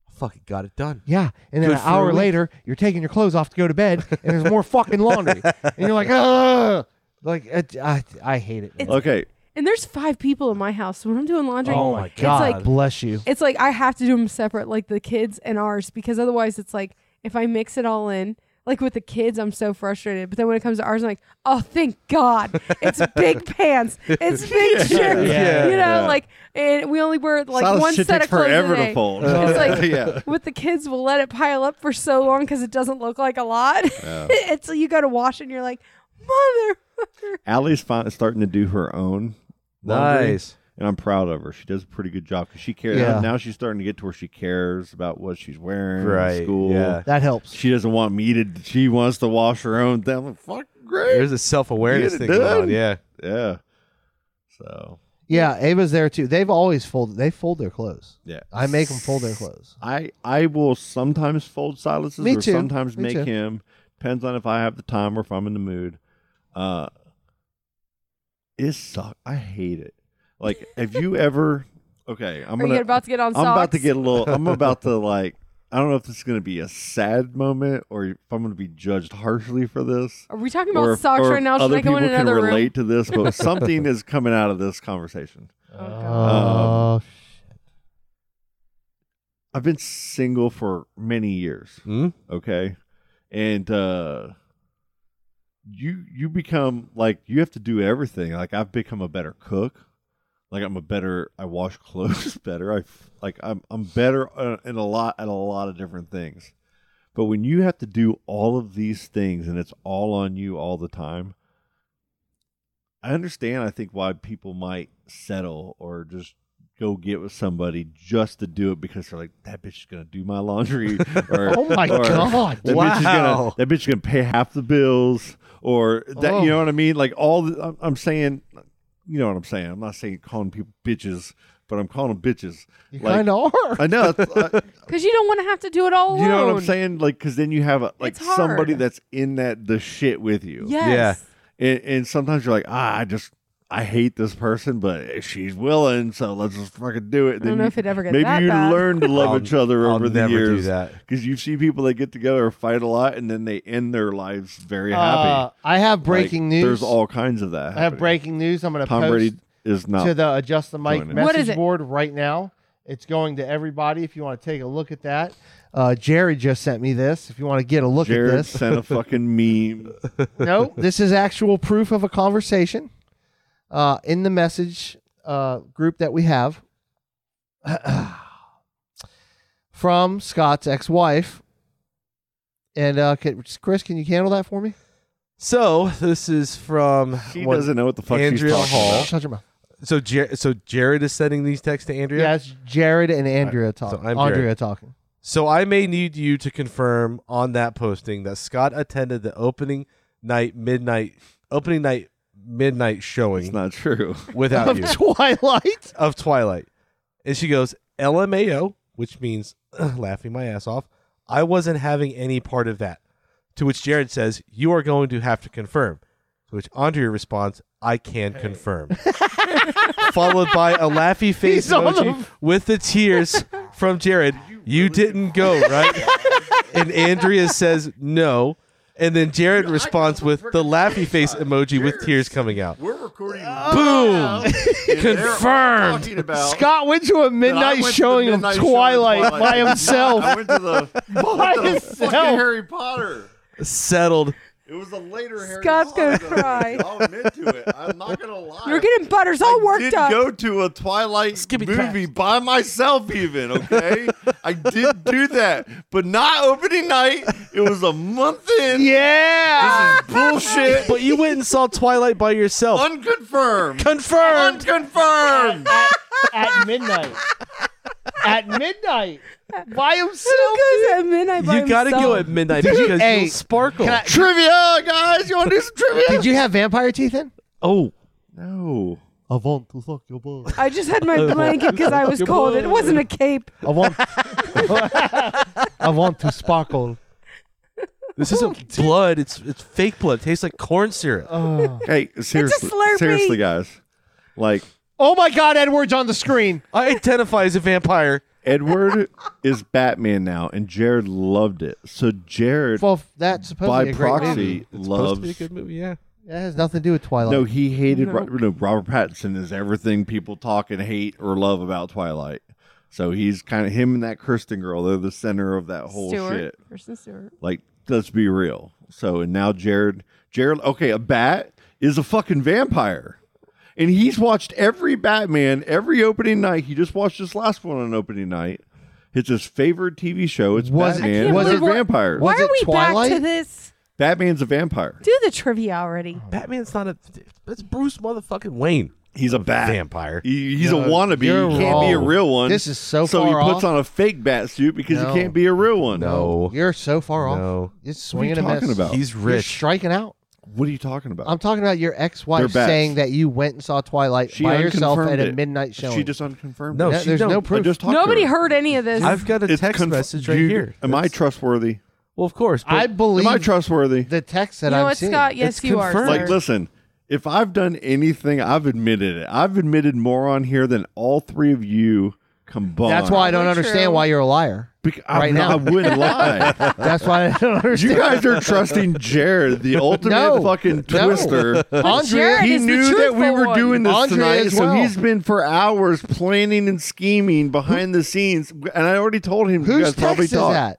[SPEAKER 7] I fucking got it done.
[SPEAKER 2] Yeah, and then
[SPEAKER 7] Good
[SPEAKER 2] an
[SPEAKER 7] for a
[SPEAKER 2] hour
[SPEAKER 7] week.
[SPEAKER 2] later, you're taking your clothes off to go to bed, and there's more fucking laundry, and you're like, ugh, like it, I, I hate it. man.
[SPEAKER 3] Okay,
[SPEAKER 8] And there's five people in my house. So when I'm doing laundry,
[SPEAKER 2] Oh my
[SPEAKER 8] it's like
[SPEAKER 2] God. Bless you.
[SPEAKER 8] it's like I have to do them separate, like the kids and ours, because otherwise it's like if I mix it all in, like with the kids, I'm so frustrated. But then when it comes to ours, I'm like, oh, thank God, it's big pants, it's big shirts,
[SPEAKER 2] Yeah.
[SPEAKER 8] you know,
[SPEAKER 3] Yeah.
[SPEAKER 8] like and we only wear like
[SPEAKER 3] Solid
[SPEAKER 8] one
[SPEAKER 3] shit
[SPEAKER 8] set
[SPEAKER 3] takes
[SPEAKER 8] of clothes
[SPEAKER 3] forever
[SPEAKER 8] a
[SPEAKER 3] to
[SPEAKER 8] day.
[SPEAKER 3] fold.
[SPEAKER 8] It's like
[SPEAKER 3] yeah.
[SPEAKER 8] with the kids, we'll let it pile up for so long because it doesn't look like a lot. Until you go to wash it and you're like, mother.
[SPEAKER 3] Allie's fin- starting to do her own. laundry,
[SPEAKER 7] Nice.
[SPEAKER 3] And I'm proud of her. She does a pretty good job because she cares.
[SPEAKER 2] Yeah.
[SPEAKER 3] Now she's starting to get to where she cares about what she's wearing
[SPEAKER 7] Right,
[SPEAKER 3] in school.
[SPEAKER 7] yeah.
[SPEAKER 2] That helps.
[SPEAKER 3] She doesn't want me to. She wants to wash her own thing. I'm like, fuck, great.
[SPEAKER 7] There's a self awareness
[SPEAKER 3] Get it
[SPEAKER 7] thing going on.
[SPEAKER 3] done.
[SPEAKER 7] Yeah.
[SPEAKER 3] yeah. So
[SPEAKER 2] Yeah, Ava's there too. They've always folded. They fold their clothes.
[SPEAKER 3] yeah,
[SPEAKER 2] I make them fold their clothes.
[SPEAKER 3] I I will sometimes fold Silas's
[SPEAKER 2] Me
[SPEAKER 3] or
[SPEAKER 2] too.
[SPEAKER 3] sometimes
[SPEAKER 2] Me
[SPEAKER 3] make
[SPEAKER 2] too.
[SPEAKER 3] him. Depends on if I have the time or if I'm in the mood. Uh it sucks. I hate it. Like, have you ever okay, I'm
[SPEAKER 8] Are
[SPEAKER 3] gonna
[SPEAKER 8] you about to get on
[SPEAKER 3] I'm about to
[SPEAKER 8] socks?
[SPEAKER 3] get a little I'm about to like I don't know if this is gonna be a sad moment or if I'm gonna be judged harshly for this.
[SPEAKER 8] Are we talking
[SPEAKER 3] or
[SPEAKER 8] about
[SPEAKER 3] if-
[SPEAKER 8] socks
[SPEAKER 3] or
[SPEAKER 8] right
[SPEAKER 3] if
[SPEAKER 8] now? Should
[SPEAKER 3] other
[SPEAKER 8] I go in
[SPEAKER 3] people
[SPEAKER 8] another
[SPEAKER 3] can relate
[SPEAKER 8] room?
[SPEAKER 3] to this, but something is coming out of this conversation. Um,
[SPEAKER 2] Oh,
[SPEAKER 3] I've been single for many years.
[SPEAKER 7] Hmm?
[SPEAKER 3] okay and uh you you become like you have to do everything like i've become a better cook like i'm a better i wash clothes better i f- like i'm i'm better uh, in a lot at a lot of different things but when you have to do all of these things and it's all on you all the time i understand i think why people might settle or just go get with somebody just to do it because they're like that bitch is going to do my laundry or
[SPEAKER 2] oh my
[SPEAKER 3] or-
[SPEAKER 2] God.
[SPEAKER 3] that bitch is gonna
[SPEAKER 7] Wow.
[SPEAKER 3] that bitch is gonna pay half the bills or that
[SPEAKER 2] Oh.
[SPEAKER 3] you know what I mean. Like all the, I'm, I'm saying, you know what I'm saying. I'm not saying calling people bitches, but I'm calling them bitches.
[SPEAKER 2] You
[SPEAKER 3] like-
[SPEAKER 2] kind of are.
[SPEAKER 3] I know. that's- I-
[SPEAKER 8] Because you don't want to have to do it all alone.
[SPEAKER 3] you know what I'm saying? Like because then you have a, like
[SPEAKER 8] It's hard.
[SPEAKER 3] somebody that's in that the shit with you.
[SPEAKER 8] Yes.
[SPEAKER 3] And, and sometimes you're like, ah, I just I hate this person, but she's willing, so let's just fucking do it.
[SPEAKER 8] I don't
[SPEAKER 3] Then
[SPEAKER 8] know
[SPEAKER 3] you-
[SPEAKER 8] if it ever gets
[SPEAKER 3] Maybe
[SPEAKER 8] that
[SPEAKER 3] you
[SPEAKER 8] bad.
[SPEAKER 3] learn to love
[SPEAKER 7] I'll-
[SPEAKER 3] each other
[SPEAKER 7] I'll
[SPEAKER 3] over the
[SPEAKER 7] never
[SPEAKER 3] years.
[SPEAKER 7] do that.
[SPEAKER 3] Because you see people that get together or fight a lot, and then they end their lives very happy.
[SPEAKER 2] Uh, I have breaking
[SPEAKER 3] Like,
[SPEAKER 2] news.
[SPEAKER 3] There's all kinds of that.
[SPEAKER 2] I have
[SPEAKER 3] happening.
[SPEAKER 2] breaking news. I'm going to
[SPEAKER 3] Tom
[SPEAKER 2] post
[SPEAKER 3] Brady is not.
[SPEAKER 2] to the adjust the mic
[SPEAKER 3] Oh. Join in.
[SPEAKER 8] What is
[SPEAKER 2] message
[SPEAKER 8] it?
[SPEAKER 2] board right now. It's going to everybody. If you want to take a look at that, uh, Jared just sent me this. If you want to get a look at
[SPEAKER 3] Jared
[SPEAKER 2] this,
[SPEAKER 3] sent a fucking meme.
[SPEAKER 2] no, this is actual proof of a conversation uh, in the message uh, group that we have from Scott's ex-wife. And uh, can, Chris, can you handle that for me?
[SPEAKER 7] So this is from
[SPEAKER 3] She
[SPEAKER 7] one-
[SPEAKER 3] doesn't know what the fuck
[SPEAKER 7] Andrea
[SPEAKER 3] she's talking
[SPEAKER 7] Hall.
[SPEAKER 3] about.
[SPEAKER 2] Shut your mouth.
[SPEAKER 7] So Jer- so Jared is sending these texts to Andrea.
[SPEAKER 2] Yeah, it's Jared and Andrea talking.
[SPEAKER 7] I'm Jared.
[SPEAKER 2] Andrea talking.
[SPEAKER 7] So I may need you to confirm on that posting that Scott attended the opening night midnight opening night midnight showing
[SPEAKER 3] It's not true.
[SPEAKER 7] without
[SPEAKER 2] Of
[SPEAKER 7] you
[SPEAKER 2] Twilight.
[SPEAKER 7] of Twilight. And she goes, LMAO, which means laughing my ass off. I wasn't having any part of that. To which Jared says, You are going to have to confirm. To which Andrea responds, I can confirm. Followed by a laughy face
[SPEAKER 2] He's on
[SPEAKER 7] emoji
[SPEAKER 2] the-
[SPEAKER 7] with the tears from Jared. You didn't go, right? and Andrea says, No. And then Jared responds with the laughy face emoji with tears coming out.
[SPEAKER 3] We're recording.
[SPEAKER 7] Boom! Confirmed.
[SPEAKER 9] Oh.
[SPEAKER 3] about
[SPEAKER 2] Scott went to a midnight showing of Twilight by himself.
[SPEAKER 3] went to the,
[SPEAKER 2] By to the fucking himself.
[SPEAKER 3] Harry Potter.
[SPEAKER 7] Settled.
[SPEAKER 3] It was a later Harry
[SPEAKER 8] Scott's gonna Potter. cry.
[SPEAKER 3] I'll admit to it. I'm not gonna lie.
[SPEAKER 8] You're getting butters all worked
[SPEAKER 3] did
[SPEAKER 8] up.
[SPEAKER 3] go to a Twilight
[SPEAKER 7] Skippy
[SPEAKER 3] movie by myself, even okay. I did do that, but not opening night. It was a month in.
[SPEAKER 2] Yeah.
[SPEAKER 3] This is bullshit.
[SPEAKER 7] But you went and saw Twilight by yourself.
[SPEAKER 3] Unconfirmed.
[SPEAKER 7] Confirmed.
[SPEAKER 3] Unconfirmed.
[SPEAKER 2] At midnight. At midnight. By himself.
[SPEAKER 8] Who goes at midnight by
[SPEAKER 7] you got to go
[SPEAKER 8] himself?
[SPEAKER 7] at midnight
[SPEAKER 2] Did you-
[SPEAKER 7] because
[SPEAKER 2] Hey,
[SPEAKER 7] you'll sparkle.
[SPEAKER 2] can I-
[SPEAKER 3] trivia, guys. You want to do some trivia?
[SPEAKER 2] Did you have vampire teeth in?
[SPEAKER 7] oh,
[SPEAKER 3] No.
[SPEAKER 2] I want to suck your balls.
[SPEAKER 8] I just had my blanket because I was cold. It wasn't a cape.
[SPEAKER 2] I want. I want to sparkle.
[SPEAKER 7] this isn't blood. It's it's fake blood. It tastes like corn syrup.
[SPEAKER 8] Oh.
[SPEAKER 3] Hey, seriously,
[SPEAKER 8] Slurpee.
[SPEAKER 3] seriously, guys. Like
[SPEAKER 2] Oh my God! Edward's on the screen.
[SPEAKER 7] I identify as a vampire.
[SPEAKER 3] Edward is Batman now, and Jared loved it. So Jared,
[SPEAKER 2] Well, that's supposed to
[SPEAKER 3] by
[SPEAKER 2] be a great movie.
[SPEAKER 3] proxy,
[SPEAKER 7] It's supposed to be a
[SPEAKER 3] loves
[SPEAKER 7] good movie. Yeah.
[SPEAKER 2] That has nothing to do with Twilight.
[SPEAKER 3] No, he hated Ro- no. Robert Pattinson is everything people talk and hate or love about Twilight. So he's kind of him and that Kristen girl. They're the center of that whole
[SPEAKER 8] Stewart.
[SPEAKER 3] shit.
[SPEAKER 8] Kristen Stewart.
[SPEAKER 3] Like, let's be real. So and now Jared, Jared, okay, a bat is a fucking vampire, and he's watched every Batman every opening night. He just watched this last one on opening night. It's his favorite TV show. It's
[SPEAKER 2] Was it- I
[SPEAKER 3] Batman.
[SPEAKER 2] can't
[SPEAKER 3] Was it
[SPEAKER 2] believe
[SPEAKER 8] what-
[SPEAKER 3] vampire?
[SPEAKER 2] Was
[SPEAKER 8] Why
[SPEAKER 2] it
[SPEAKER 8] are we back
[SPEAKER 2] Twilight?
[SPEAKER 8] to this?
[SPEAKER 3] Batman's a vampire.
[SPEAKER 8] Do the trivia already.
[SPEAKER 7] Batman's not a. That's Bruce motherfucking Wayne.
[SPEAKER 3] He's a bat.
[SPEAKER 7] Vampire.
[SPEAKER 3] He- he's
[SPEAKER 2] No,
[SPEAKER 3] a wannabe. He
[SPEAKER 2] you're
[SPEAKER 3] can't be a
[SPEAKER 2] wrong.
[SPEAKER 3] real one.
[SPEAKER 2] This is so
[SPEAKER 3] So
[SPEAKER 2] far
[SPEAKER 3] he puts
[SPEAKER 2] off.
[SPEAKER 3] on a fake bat suit because
[SPEAKER 2] No.
[SPEAKER 3] he can't be a real one.
[SPEAKER 7] No.
[SPEAKER 2] You're so far off.
[SPEAKER 7] No.
[SPEAKER 2] It's
[SPEAKER 3] What are you
[SPEAKER 2] swinging and
[SPEAKER 3] talking
[SPEAKER 2] miss.
[SPEAKER 3] about?
[SPEAKER 7] He's
[SPEAKER 2] You're
[SPEAKER 7] rich.
[SPEAKER 2] striking out.
[SPEAKER 3] What are you talking about?
[SPEAKER 2] I'm talking about your
[SPEAKER 3] They're
[SPEAKER 2] ex-wife
[SPEAKER 3] bats.
[SPEAKER 2] saying that you went and saw Twilight
[SPEAKER 3] She
[SPEAKER 2] by yourself
[SPEAKER 3] unconfirmed
[SPEAKER 2] at a
[SPEAKER 3] it.
[SPEAKER 2] midnight showing.
[SPEAKER 3] She just unconfirmed.
[SPEAKER 7] No,
[SPEAKER 3] it.
[SPEAKER 2] Yeah,
[SPEAKER 7] she
[SPEAKER 2] there's
[SPEAKER 7] don't.
[SPEAKER 2] no
[SPEAKER 3] I
[SPEAKER 2] proof.
[SPEAKER 3] just talked
[SPEAKER 8] Nobody
[SPEAKER 3] to her.
[SPEAKER 8] heard any of this.
[SPEAKER 7] I've got a
[SPEAKER 3] It's
[SPEAKER 7] text
[SPEAKER 3] conf-
[SPEAKER 7] message right
[SPEAKER 3] Dude,
[SPEAKER 7] here.
[SPEAKER 3] Am I
[SPEAKER 7] That's-
[SPEAKER 3] trustworthy?
[SPEAKER 7] Well, of course.
[SPEAKER 2] I
[SPEAKER 7] but
[SPEAKER 2] believe
[SPEAKER 3] Am I trustworthy?
[SPEAKER 2] the text that
[SPEAKER 8] you know
[SPEAKER 2] I'm
[SPEAKER 8] what,
[SPEAKER 2] seeing.
[SPEAKER 8] Scott? Yes,
[SPEAKER 7] It's
[SPEAKER 8] you are.
[SPEAKER 7] confirmed.
[SPEAKER 8] sir.
[SPEAKER 3] Like, listen, if I've done anything, I've admitted it. I've admitted more on here than all three of you combined.
[SPEAKER 2] That's why I don't
[SPEAKER 8] Probably
[SPEAKER 2] understand
[SPEAKER 8] true.
[SPEAKER 2] why you're a liar.
[SPEAKER 3] Bec- I'm
[SPEAKER 2] right
[SPEAKER 3] not-
[SPEAKER 2] now.
[SPEAKER 3] I wouldn't lie.
[SPEAKER 2] That's why I don't understand.
[SPEAKER 3] You guys are trusting Jared, the ultimate
[SPEAKER 2] No.
[SPEAKER 3] fucking
[SPEAKER 2] No.
[SPEAKER 3] twister.
[SPEAKER 2] Andrea,
[SPEAKER 8] Jared
[SPEAKER 3] he
[SPEAKER 8] is the
[SPEAKER 3] knew that we
[SPEAKER 8] truthful
[SPEAKER 3] were
[SPEAKER 8] one.
[SPEAKER 3] doing this
[SPEAKER 2] Andrea
[SPEAKER 3] tonight,
[SPEAKER 2] as
[SPEAKER 3] so
[SPEAKER 2] well.
[SPEAKER 3] he's been for hours planning and scheming behind the scenes. And I already told him you
[SPEAKER 2] whose
[SPEAKER 3] guys probably
[SPEAKER 2] text is
[SPEAKER 3] talk.
[SPEAKER 2] that?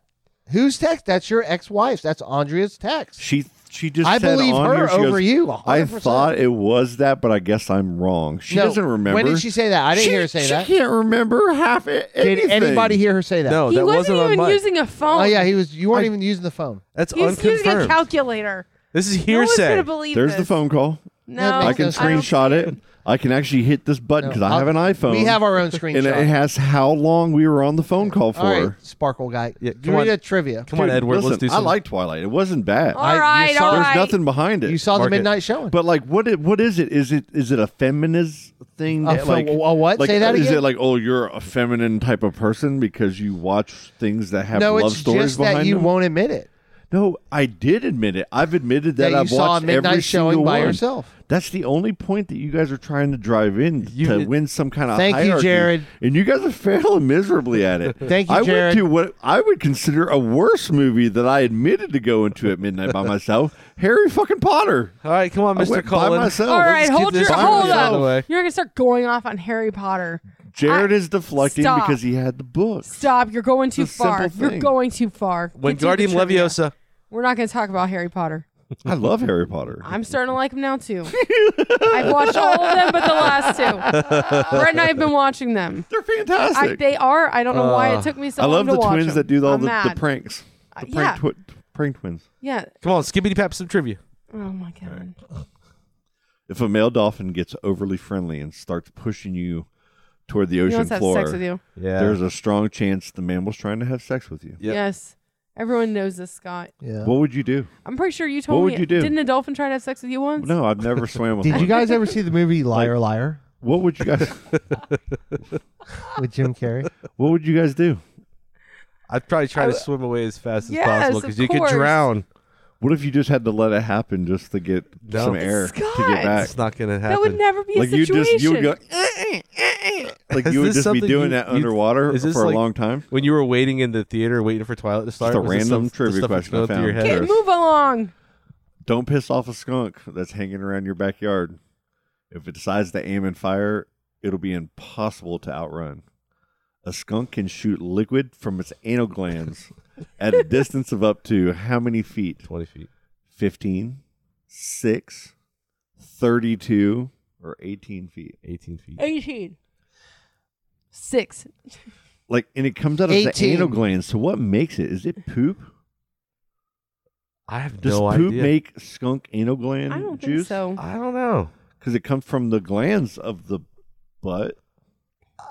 [SPEAKER 2] Whose text? That's your ex-wife's. That's Andrea's text.
[SPEAKER 3] She she just
[SPEAKER 2] I
[SPEAKER 3] said
[SPEAKER 2] believe
[SPEAKER 3] on
[SPEAKER 2] her
[SPEAKER 3] here, she
[SPEAKER 2] over
[SPEAKER 3] goes,
[SPEAKER 2] you,
[SPEAKER 3] I
[SPEAKER 2] 100%."
[SPEAKER 3] thought it was that, but I guess I'm wrong. She
[SPEAKER 2] No,
[SPEAKER 3] doesn't remember.
[SPEAKER 2] When did she say that? I didn't
[SPEAKER 3] She-
[SPEAKER 2] hear her say
[SPEAKER 3] she
[SPEAKER 2] that.
[SPEAKER 3] can't remember half it.
[SPEAKER 2] Did anybody hear her say that?
[SPEAKER 7] no,
[SPEAKER 8] he
[SPEAKER 7] that
[SPEAKER 8] wasn't,
[SPEAKER 7] on
[SPEAKER 8] even
[SPEAKER 7] mine.
[SPEAKER 8] using a phone.
[SPEAKER 2] Oh yeah, he was. You weren't
[SPEAKER 7] I-
[SPEAKER 2] even using the phone.
[SPEAKER 7] That's
[SPEAKER 8] He's using a
[SPEAKER 7] unconfirmed.
[SPEAKER 8] calculator.
[SPEAKER 7] this is
[SPEAKER 8] No one's
[SPEAKER 7] hearsay.
[SPEAKER 8] gonna believe
[SPEAKER 3] There's
[SPEAKER 8] this.
[SPEAKER 3] the phone call.
[SPEAKER 8] No,
[SPEAKER 2] I
[SPEAKER 3] I can
[SPEAKER 2] don't- I don't
[SPEAKER 3] screenshot it. I can actually hit this button because I
[SPEAKER 2] I'll-
[SPEAKER 3] have an iPhone.
[SPEAKER 2] We have our own screenshot.
[SPEAKER 3] and it has how long we were on the phone call for.
[SPEAKER 2] All right, Sparkle guy.
[SPEAKER 7] Yeah,
[SPEAKER 2] Give
[SPEAKER 7] come
[SPEAKER 2] me
[SPEAKER 7] on.
[SPEAKER 2] the trivia.
[SPEAKER 7] Come on,
[SPEAKER 3] Dude,
[SPEAKER 7] Edward.
[SPEAKER 3] listen,
[SPEAKER 7] let's do
[SPEAKER 3] I
[SPEAKER 7] some.
[SPEAKER 3] like Twilight. It wasn't bad.
[SPEAKER 8] All
[SPEAKER 2] you
[SPEAKER 8] right,
[SPEAKER 2] saw-
[SPEAKER 8] all
[SPEAKER 2] There's
[SPEAKER 8] right.
[SPEAKER 3] There's nothing behind it.
[SPEAKER 2] You saw the
[SPEAKER 7] Mark it.
[SPEAKER 2] midnight showing.
[SPEAKER 3] But like, what? It, what is it? Is it is it a feminist thing?
[SPEAKER 2] A
[SPEAKER 3] that,
[SPEAKER 2] fe-
[SPEAKER 3] like,
[SPEAKER 2] a what?
[SPEAKER 3] Like,
[SPEAKER 2] Say that
[SPEAKER 3] Is
[SPEAKER 2] again?
[SPEAKER 3] it like, oh, you're a feminine type of person because you watch things that have
[SPEAKER 2] no,
[SPEAKER 3] love
[SPEAKER 2] it's
[SPEAKER 3] stories
[SPEAKER 2] just
[SPEAKER 3] behind
[SPEAKER 2] that you
[SPEAKER 3] them?
[SPEAKER 2] won't admit it.
[SPEAKER 3] No, I did admit it. I've admitted that,
[SPEAKER 2] That you
[SPEAKER 3] I've
[SPEAKER 2] saw a
[SPEAKER 3] watched
[SPEAKER 2] midnight
[SPEAKER 3] every
[SPEAKER 2] showing
[SPEAKER 3] single
[SPEAKER 2] by
[SPEAKER 3] one.
[SPEAKER 2] yourself.
[SPEAKER 3] That's the only point that you guys are trying to drive in
[SPEAKER 7] You-
[SPEAKER 3] to win some kind of
[SPEAKER 2] Thank you,
[SPEAKER 3] hierarchy.
[SPEAKER 2] Jared.
[SPEAKER 3] And you guys are failing miserably at it.
[SPEAKER 2] Thank you,
[SPEAKER 3] I
[SPEAKER 2] Jared.
[SPEAKER 3] went to what I would consider a worse movie that I admitted to go into at midnight by myself. Harry fucking Potter.
[SPEAKER 7] All right, come on,
[SPEAKER 3] I
[SPEAKER 7] Mr.
[SPEAKER 3] went
[SPEAKER 7] Cullen.
[SPEAKER 3] by myself.
[SPEAKER 8] All
[SPEAKER 7] Let's
[SPEAKER 8] right,
[SPEAKER 7] get
[SPEAKER 8] hold
[SPEAKER 7] this
[SPEAKER 8] your
[SPEAKER 3] by
[SPEAKER 8] hold
[SPEAKER 3] myself.
[SPEAKER 8] up.
[SPEAKER 7] away.
[SPEAKER 8] You're gonna start going off on Harry Potter.
[SPEAKER 3] Jared
[SPEAKER 8] I-
[SPEAKER 3] is deflecting
[SPEAKER 8] Stop.
[SPEAKER 3] because he had the book.
[SPEAKER 8] Stop! You're going too
[SPEAKER 3] It's a
[SPEAKER 8] far.
[SPEAKER 3] simple
[SPEAKER 8] You're
[SPEAKER 3] thing.
[SPEAKER 8] going too far.
[SPEAKER 7] When
[SPEAKER 8] Get to the
[SPEAKER 7] Guardian
[SPEAKER 8] trivia.
[SPEAKER 7] Leviosa.
[SPEAKER 8] We're not going to talk about Harry Potter.
[SPEAKER 3] I love Harry Potter.
[SPEAKER 8] I'm starting to like him now too. I've watched all of them, but the last two. Brett and I have been watching them.
[SPEAKER 3] They're
[SPEAKER 8] I,
[SPEAKER 3] fantastic. I,
[SPEAKER 8] they are. I don't know why it took me so long
[SPEAKER 3] love
[SPEAKER 8] to
[SPEAKER 3] the
[SPEAKER 8] watch
[SPEAKER 3] twins
[SPEAKER 8] them.
[SPEAKER 3] that do all
[SPEAKER 8] I'm
[SPEAKER 3] the, the
[SPEAKER 8] mad. Uh,
[SPEAKER 3] pranks. The prank,
[SPEAKER 8] yeah.
[SPEAKER 3] twi- prank twins.
[SPEAKER 8] Yeah.
[SPEAKER 7] Come on, skibbity pap some trivia.
[SPEAKER 8] Oh my god.
[SPEAKER 3] If a male dolphin gets overly friendly and starts pushing you toward the
[SPEAKER 8] He
[SPEAKER 3] ocean
[SPEAKER 8] wants to have
[SPEAKER 3] floor,
[SPEAKER 8] sex with you.
[SPEAKER 7] Yeah.
[SPEAKER 3] there's a strong chance the mammal's trying to have sex with you.
[SPEAKER 7] Yep.
[SPEAKER 8] Yes. Everyone knows this, Scott.
[SPEAKER 2] Yeah.
[SPEAKER 3] What would you do?
[SPEAKER 8] I'm pretty sure you told
[SPEAKER 3] What would
[SPEAKER 8] me.
[SPEAKER 3] you do?
[SPEAKER 8] Didn't a dolphin try to have sex with you once?
[SPEAKER 3] No, I've never swam with
[SPEAKER 2] Did
[SPEAKER 3] one.
[SPEAKER 2] you guys ever see the movie Liar Liar
[SPEAKER 3] what would you guys
[SPEAKER 2] with Jim Carrey?
[SPEAKER 3] What would you guys do?
[SPEAKER 7] I'd probably try to swim away as fast
[SPEAKER 8] Yes,
[SPEAKER 7] as possible
[SPEAKER 8] of
[SPEAKER 7] because you could
[SPEAKER 8] course.
[SPEAKER 7] drown.
[SPEAKER 3] What if you just had to let it happen just to get
[SPEAKER 7] No.
[SPEAKER 3] some air to
[SPEAKER 8] Scott!
[SPEAKER 3] get back?
[SPEAKER 7] It's not gonna happen.
[SPEAKER 8] That would never be a
[SPEAKER 3] Like you
[SPEAKER 8] situation.
[SPEAKER 3] just you would go "Eh, eh, eh, eh," like
[SPEAKER 7] Is
[SPEAKER 3] you would
[SPEAKER 7] this
[SPEAKER 3] just be
[SPEAKER 7] something
[SPEAKER 3] doing
[SPEAKER 7] you-
[SPEAKER 3] that
[SPEAKER 7] you-
[SPEAKER 3] underwater
[SPEAKER 7] is this
[SPEAKER 3] for
[SPEAKER 7] like-
[SPEAKER 3] a long time.
[SPEAKER 7] When you were waiting in the theater, waiting for Twilight to start,
[SPEAKER 3] a
[SPEAKER 7] was this
[SPEAKER 3] random
[SPEAKER 7] some- the
[SPEAKER 3] trivia
[SPEAKER 7] stuff that's
[SPEAKER 3] question
[SPEAKER 7] going
[SPEAKER 3] I
[SPEAKER 7] through your
[SPEAKER 3] found.
[SPEAKER 7] head?
[SPEAKER 8] Okay, move along.
[SPEAKER 3] Don't piss off a skunk that's hanging around your backyard. If it decides to aim and fire, it'll be impossible to outrun. A skunk can shoot liquid from its anal glands at a distance of up to how many feet?
[SPEAKER 7] Twenty feet.
[SPEAKER 3] 15, 6, 32, or 18 feet.
[SPEAKER 7] 18 feet.
[SPEAKER 8] 18. Six.
[SPEAKER 3] Like, and it comes out of the
[SPEAKER 2] 18.
[SPEAKER 3] anal glands. So, what makes it? Is it poop?
[SPEAKER 7] I have
[SPEAKER 3] Does
[SPEAKER 7] no
[SPEAKER 3] poop
[SPEAKER 7] idea.
[SPEAKER 3] make skunk anal gland
[SPEAKER 8] I don't think
[SPEAKER 3] juice?
[SPEAKER 8] so.
[SPEAKER 7] I don't know.
[SPEAKER 3] Because it comes from the glands of the butt.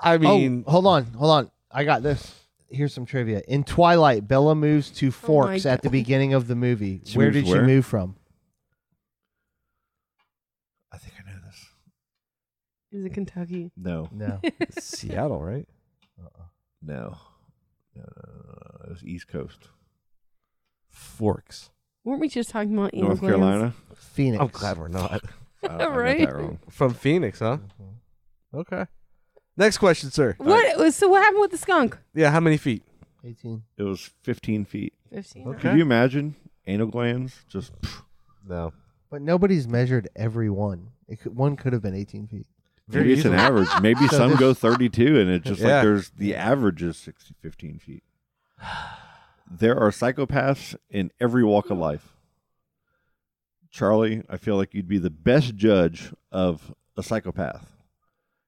[SPEAKER 7] I mean,
[SPEAKER 2] oh, hold on, hold on. I got this. Here's some trivia. In Twilight, Bella moves to Forks at the beginning of the movie.
[SPEAKER 3] She
[SPEAKER 2] where
[SPEAKER 3] moves
[SPEAKER 2] did she
[SPEAKER 3] where?
[SPEAKER 2] move from?
[SPEAKER 3] I think I know this.
[SPEAKER 8] Is it Kentucky?
[SPEAKER 3] No,
[SPEAKER 2] No.
[SPEAKER 7] Seattle, right?
[SPEAKER 3] no, no, no, no, no. It was East Coast,
[SPEAKER 7] Forks.
[SPEAKER 8] Weren't we just talking about anal
[SPEAKER 3] North
[SPEAKER 8] glands?
[SPEAKER 3] Carolina.
[SPEAKER 2] Phoenix.
[SPEAKER 7] I'm glad we're not
[SPEAKER 3] I, I got
[SPEAKER 8] Right.
[SPEAKER 3] that wrong.
[SPEAKER 7] from Phoenix, huh?
[SPEAKER 8] Mm-hmm.
[SPEAKER 7] Okay. Next question, sir.
[SPEAKER 8] What? So what happened with the skunk?
[SPEAKER 7] Yeah, how many feet?
[SPEAKER 2] 18.
[SPEAKER 3] It was 15 feet.
[SPEAKER 8] 15.
[SPEAKER 7] Okay.
[SPEAKER 3] Could you imagine anal glands? Just pff,
[SPEAKER 7] No.
[SPEAKER 2] But nobody's measured every one. It could, one could have been 18 feet.
[SPEAKER 3] Maybe it's an average. Maybe
[SPEAKER 2] So
[SPEAKER 3] some
[SPEAKER 2] this-
[SPEAKER 3] go 32, and it's just
[SPEAKER 7] Yeah.
[SPEAKER 3] like there's the average is 60, 15 feet. There are psychopaths in every walk of life. Charlie, I feel like you'd be the best judge of a psychopath.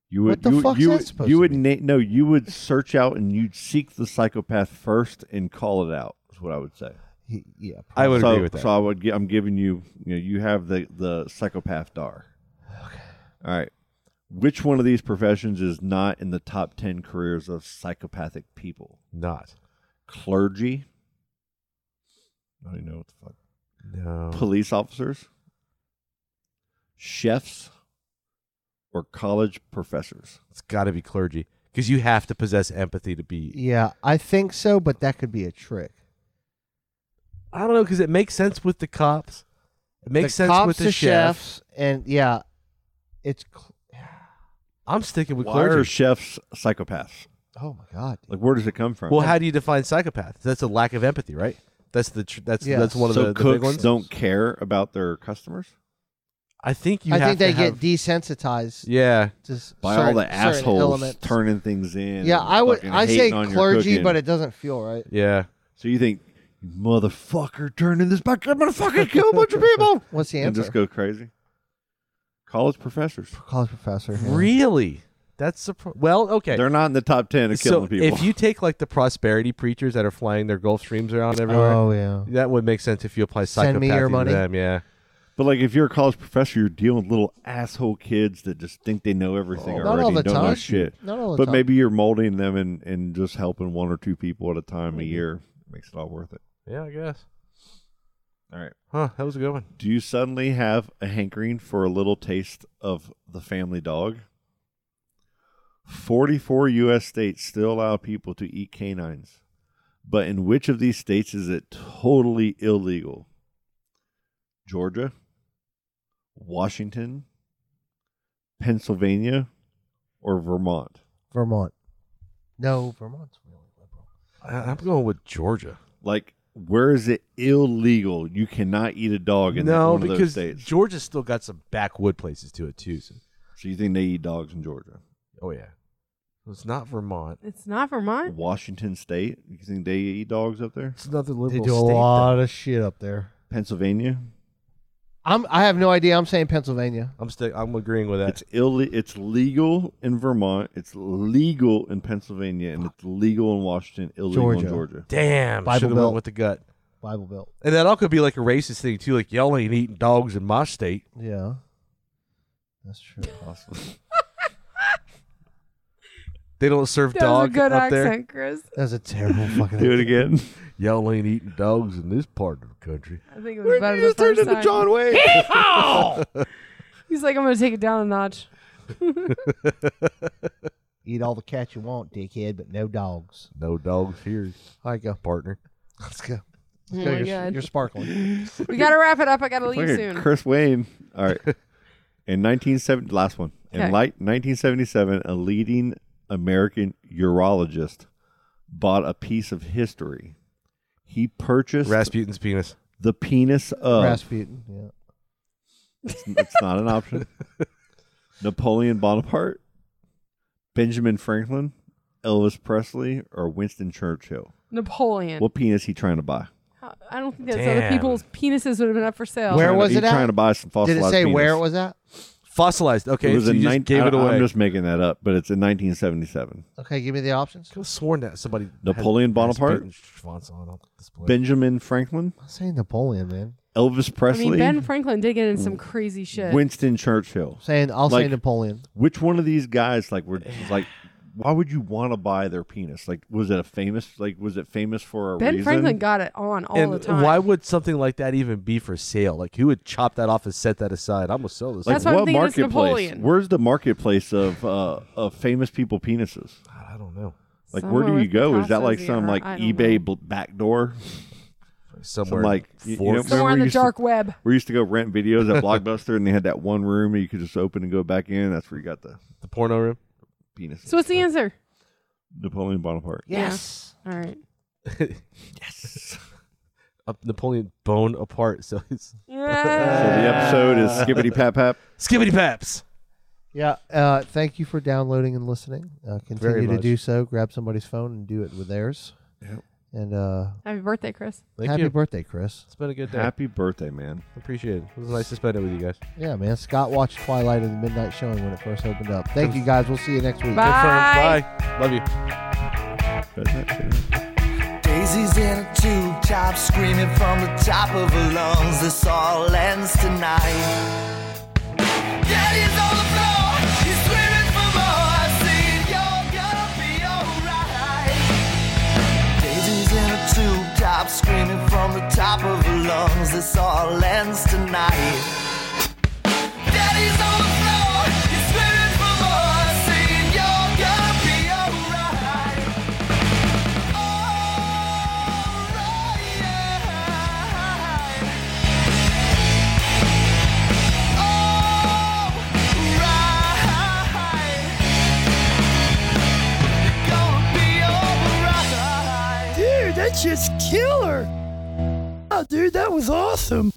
[SPEAKER 3] You
[SPEAKER 2] What
[SPEAKER 3] would,
[SPEAKER 2] the
[SPEAKER 3] you,
[SPEAKER 2] fuck's
[SPEAKER 3] you,
[SPEAKER 2] that
[SPEAKER 3] would-
[SPEAKER 2] supposed
[SPEAKER 3] you
[SPEAKER 2] to
[SPEAKER 3] would
[SPEAKER 2] mean?
[SPEAKER 3] na- no, you would search out and you'd seek the psychopath first and call it out. Is what I would say.
[SPEAKER 2] He, yeah.
[SPEAKER 7] I would
[SPEAKER 3] so,
[SPEAKER 7] agree with that.
[SPEAKER 3] So I would. gi- I'm giving you. You know, you have the the psychopath dar. Okay. All right. Which one of these professions is not in the top ten careers of psychopathic people?
[SPEAKER 7] Not.
[SPEAKER 3] Clergy. I don't even know what the fuck.
[SPEAKER 7] No.
[SPEAKER 3] Police officers. Chefs. Or college professors.
[SPEAKER 7] It's got to be clergy because you have to possess empathy to be.
[SPEAKER 2] Yeah, I think so, but that could be a trick.
[SPEAKER 7] I don't know because it makes sense with the cops. It makes
[SPEAKER 2] the
[SPEAKER 7] sense
[SPEAKER 2] cops,
[SPEAKER 7] with the,
[SPEAKER 2] the
[SPEAKER 7] chef.
[SPEAKER 2] chefs, and yeah, it's. Cl-
[SPEAKER 7] I'm sticking with
[SPEAKER 3] Why are
[SPEAKER 7] clergy.
[SPEAKER 3] chefs psychopaths?
[SPEAKER 2] oh my god. dude.
[SPEAKER 3] Like, where does it come from?
[SPEAKER 7] Well, how do you define psychopath? That's a lack of empathy, right? That's the tr- that's
[SPEAKER 2] Yes.
[SPEAKER 7] that's one of
[SPEAKER 3] so
[SPEAKER 7] the, the big
[SPEAKER 3] cooks
[SPEAKER 7] ones.
[SPEAKER 3] don't care about their customers?
[SPEAKER 7] I think you.
[SPEAKER 2] I
[SPEAKER 7] have
[SPEAKER 2] think they
[SPEAKER 7] to
[SPEAKER 2] get
[SPEAKER 7] have-
[SPEAKER 2] desensitized
[SPEAKER 7] yeah,
[SPEAKER 2] to s-
[SPEAKER 3] by all
[SPEAKER 2] certain-
[SPEAKER 3] the
[SPEAKER 2] certain
[SPEAKER 3] assholes
[SPEAKER 2] elements.
[SPEAKER 3] turning things in.
[SPEAKER 2] Yeah,
[SPEAKER 3] and
[SPEAKER 2] I would.
[SPEAKER 3] fucking
[SPEAKER 2] I say
[SPEAKER 3] hating on your
[SPEAKER 2] clergy,
[SPEAKER 3] cooking.
[SPEAKER 2] but it doesn't feel right.
[SPEAKER 7] yeah.
[SPEAKER 3] so you think "You motherfucker turning this back? I'm gonna fucking kill a bunch of people
[SPEAKER 2] What's the
[SPEAKER 3] and
[SPEAKER 2] answer?
[SPEAKER 3] just go crazy. College professors,
[SPEAKER 2] College professor. yeah.
[SPEAKER 7] Really? That's surpri- well. Okay.
[SPEAKER 3] they're not in the top ten of
[SPEAKER 7] so
[SPEAKER 3] killing people.
[SPEAKER 7] if you take like the prosperity preachers that are flying their Gulf streams around everywhere,
[SPEAKER 2] Oh yeah.
[SPEAKER 7] that would make sense if you apply psychopathy
[SPEAKER 2] Send me your money.
[SPEAKER 7] to them. Yeah.
[SPEAKER 3] but like if you're a college professor, you're dealing with little asshole kids that just think they know everything
[SPEAKER 2] Oh, not
[SPEAKER 3] already.
[SPEAKER 2] all
[SPEAKER 3] and
[SPEAKER 2] the
[SPEAKER 3] don't know
[SPEAKER 2] time.
[SPEAKER 3] shit.
[SPEAKER 2] Not all the
[SPEAKER 3] but
[SPEAKER 2] time.
[SPEAKER 3] maybe you're molding them and and just helping one or two people at a time a year makes it all worth it.
[SPEAKER 7] Yeah, I guess.
[SPEAKER 3] All right.
[SPEAKER 7] Huh? That was a good one.
[SPEAKER 3] Do you suddenly have a hankering for a little taste of the family dog? 44 U.S. states still allow people to eat canines, but in which of these states is it totally illegal? Georgia, Washington, Pennsylvania, or Vermont?
[SPEAKER 2] Vermont. No, Vermont's really liberal.
[SPEAKER 7] I- I'm going with Georgia.
[SPEAKER 3] Like, where is it illegal? You cannot eat a dog in
[SPEAKER 7] no,
[SPEAKER 3] one of those
[SPEAKER 7] because
[SPEAKER 3] states.
[SPEAKER 7] Georgia's still got some backwood places to it too. So.
[SPEAKER 3] so you think they eat dogs in Georgia?
[SPEAKER 7] Oh yeah, it's not Vermont.
[SPEAKER 8] It's not Vermont.
[SPEAKER 3] Washington State. You think they eat dogs up there?
[SPEAKER 7] It's another liberal
[SPEAKER 2] They
[SPEAKER 7] state.
[SPEAKER 2] do a lot of shit up there.
[SPEAKER 3] Pennsylvania.
[SPEAKER 2] I'm. I have no idea. I'm saying Pennsylvania.
[SPEAKER 7] though. I'm stick. I'm agreeing with that.
[SPEAKER 3] It's ill. It's legal in Vermont. It's legal in Pennsylvania, and it's legal in Washington. Illegal
[SPEAKER 2] Georgia.
[SPEAKER 3] in Georgia.
[SPEAKER 7] Damn,
[SPEAKER 2] Bible
[SPEAKER 7] should have went
[SPEAKER 2] Belt.
[SPEAKER 7] with the gut.
[SPEAKER 2] Bible Belt.
[SPEAKER 7] And that all could be like a racist thing too. Like y'all ain't eating dogs in my state.
[SPEAKER 2] Yeah. That's true.
[SPEAKER 7] They don't serve
[SPEAKER 8] That was a
[SPEAKER 7] dog
[SPEAKER 8] good
[SPEAKER 7] up there.
[SPEAKER 8] accent, Chris.
[SPEAKER 2] That was a terrible fucking.
[SPEAKER 3] Do it again.
[SPEAKER 7] Y'all ain't eating dogs in this part of the country.
[SPEAKER 8] I think it was better the first time.
[SPEAKER 3] Wayne.
[SPEAKER 8] He's like, I'm gonna take it down a notch.
[SPEAKER 2] Eat all the cats you want, dickhead, but no dogs.
[SPEAKER 7] No dogs here,
[SPEAKER 2] All right, go.
[SPEAKER 7] partner.
[SPEAKER 2] Let's go.
[SPEAKER 8] Oh
[SPEAKER 2] Go,
[SPEAKER 8] my
[SPEAKER 2] you're,
[SPEAKER 8] God.
[SPEAKER 2] you're sparkling.
[SPEAKER 8] We gotta wrap it up. I gotta leave
[SPEAKER 3] Look at
[SPEAKER 8] soon.
[SPEAKER 3] Chris Wayne. All right. In 1970, last one.
[SPEAKER 8] Okay.
[SPEAKER 3] In light 1977, a leading American urologist bought a piece of history. He purchased
[SPEAKER 7] Rasputin's penis.
[SPEAKER 3] the penis of
[SPEAKER 2] Rasputin. Yeah.
[SPEAKER 3] It's not an option. Napoleon Bonaparte, Benjamin Franklin, Elvis Presley, or Winston Churchill.
[SPEAKER 8] Napoleon.
[SPEAKER 3] What penis he trying to buy?
[SPEAKER 8] I don't think that's other
[SPEAKER 7] Damn.
[SPEAKER 8] people's penises would have been up for sale.
[SPEAKER 2] Where
[SPEAKER 3] Trying to-
[SPEAKER 2] was
[SPEAKER 3] he
[SPEAKER 2] it at?
[SPEAKER 3] Trying to buy some
[SPEAKER 2] Did
[SPEAKER 3] fossilized.
[SPEAKER 2] it say
[SPEAKER 3] penis.
[SPEAKER 2] where it was at?
[SPEAKER 7] Fossilized. Okay,
[SPEAKER 3] It was
[SPEAKER 7] so
[SPEAKER 3] in
[SPEAKER 7] you just
[SPEAKER 3] 19
[SPEAKER 7] gave it
[SPEAKER 3] I-
[SPEAKER 7] away.
[SPEAKER 3] I'm just making that up, but it's in 1977.
[SPEAKER 2] Okay, give me the options.
[SPEAKER 7] Could have sworn that somebody had
[SPEAKER 3] Napoleon Bonaparte?
[SPEAKER 7] Rasputin's schwanz on on display.
[SPEAKER 3] Benjamin Franklin,
[SPEAKER 2] I'm saying Napoleon, man.
[SPEAKER 3] Elvis
[SPEAKER 8] I
[SPEAKER 3] Presley,
[SPEAKER 8] mean, Ben Franklin did get in some crazy shit.
[SPEAKER 3] Winston Churchill.
[SPEAKER 2] I'm saying I'll say
[SPEAKER 3] Like-
[SPEAKER 2] Napoleon.
[SPEAKER 3] Which one of these guys like were like? Why would you want to buy their penis? Like, was it a famous? Like, was it famous for a
[SPEAKER 8] ben
[SPEAKER 3] reason?
[SPEAKER 8] Franklin got it on all
[SPEAKER 7] and
[SPEAKER 8] the time.
[SPEAKER 7] why would something like that even be for sale? Like, who would chop that off and set that aside? I'm gonna sell this.
[SPEAKER 3] Like
[SPEAKER 8] That's
[SPEAKER 7] thing.
[SPEAKER 8] why I'm
[SPEAKER 3] what
[SPEAKER 8] thinking it's
[SPEAKER 3] marketplace?
[SPEAKER 8] Napoleon.
[SPEAKER 3] Where's the marketplace of uh, of famous people penises?
[SPEAKER 7] God, I don't know.
[SPEAKER 3] Like where
[SPEAKER 8] Somewhere
[SPEAKER 3] do you
[SPEAKER 8] with
[SPEAKER 3] go? Is that
[SPEAKER 8] Picasso's
[SPEAKER 3] like
[SPEAKER 8] ear.
[SPEAKER 3] some like
[SPEAKER 8] I don't
[SPEAKER 3] eBay
[SPEAKER 8] know.
[SPEAKER 3] bl- backdoor?
[SPEAKER 7] Somewhere,
[SPEAKER 3] like, y- you
[SPEAKER 7] fork.
[SPEAKER 3] know-
[SPEAKER 8] Somewhere on
[SPEAKER 3] Remember
[SPEAKER 8] the
[SPEAKER 3] you said-
[SPEAKER 8] dark web.
[SPEAKER 3] We used to go rent videos at Blockbuster, and they had that one room you could just open and go back in. That's where you got the
[SPEAKER 7] the porno room.
[SPEAKER 3] penis.
[SPEAKER 8] So what's the answer?
[SPEAKER 3] Napoleon Bonaparte.
[SPEAKER 8] Yes. All right.
[SPEAKER 7] yes. up Napoleon bone apart. So it's
[SPEAKER 3] So the episode is skibbity pap pap.
[SPEAKER 7] skibbity paps.
[SPEAKER 2] Yeah. Uh, thank you for downloading and listening. Uh, continue to
[SPEAKER 7] much.
[SPEAKER 2] do so. Grab somebody's phone and do it with theirs. And uh,
[SPEAKER 8] Happy birthday, Chris.
[SPEAKER 7] Thank
[SPEAKER 2] happy
[SPEAKER 7] you.
[SPEAKER 2] birthday, Chris.
[SPEAKER 7] It's been a good day.
[SPEAKER 3] Happy birthday, man.
[SPEAKER 7] Appreciate it. It was nice to spend it with you guys.
[SPEAKER 2] Yeah, man. Scott watched Twilight of the Midnight Showing when it first opened up. Thank you, guys. We'll see you next week.
[SPEAKER 8] Bye.
[SPEAKER 7] Bye. Love you.
[SPEAKER 9] Daisy's in a tube top, screaming from the top of her lungs. This all ends tonight. Daddy's on the floor, he's screaming for more. Saying you're gonna be alright. Daisy's in a tube top, screaming from the top of her lungs. This all ends tonight. Daddy's on the floor, he's screaming for more. Saying you're gonna be alright. Dude, that's just killer. Oh, dude, that was awesome.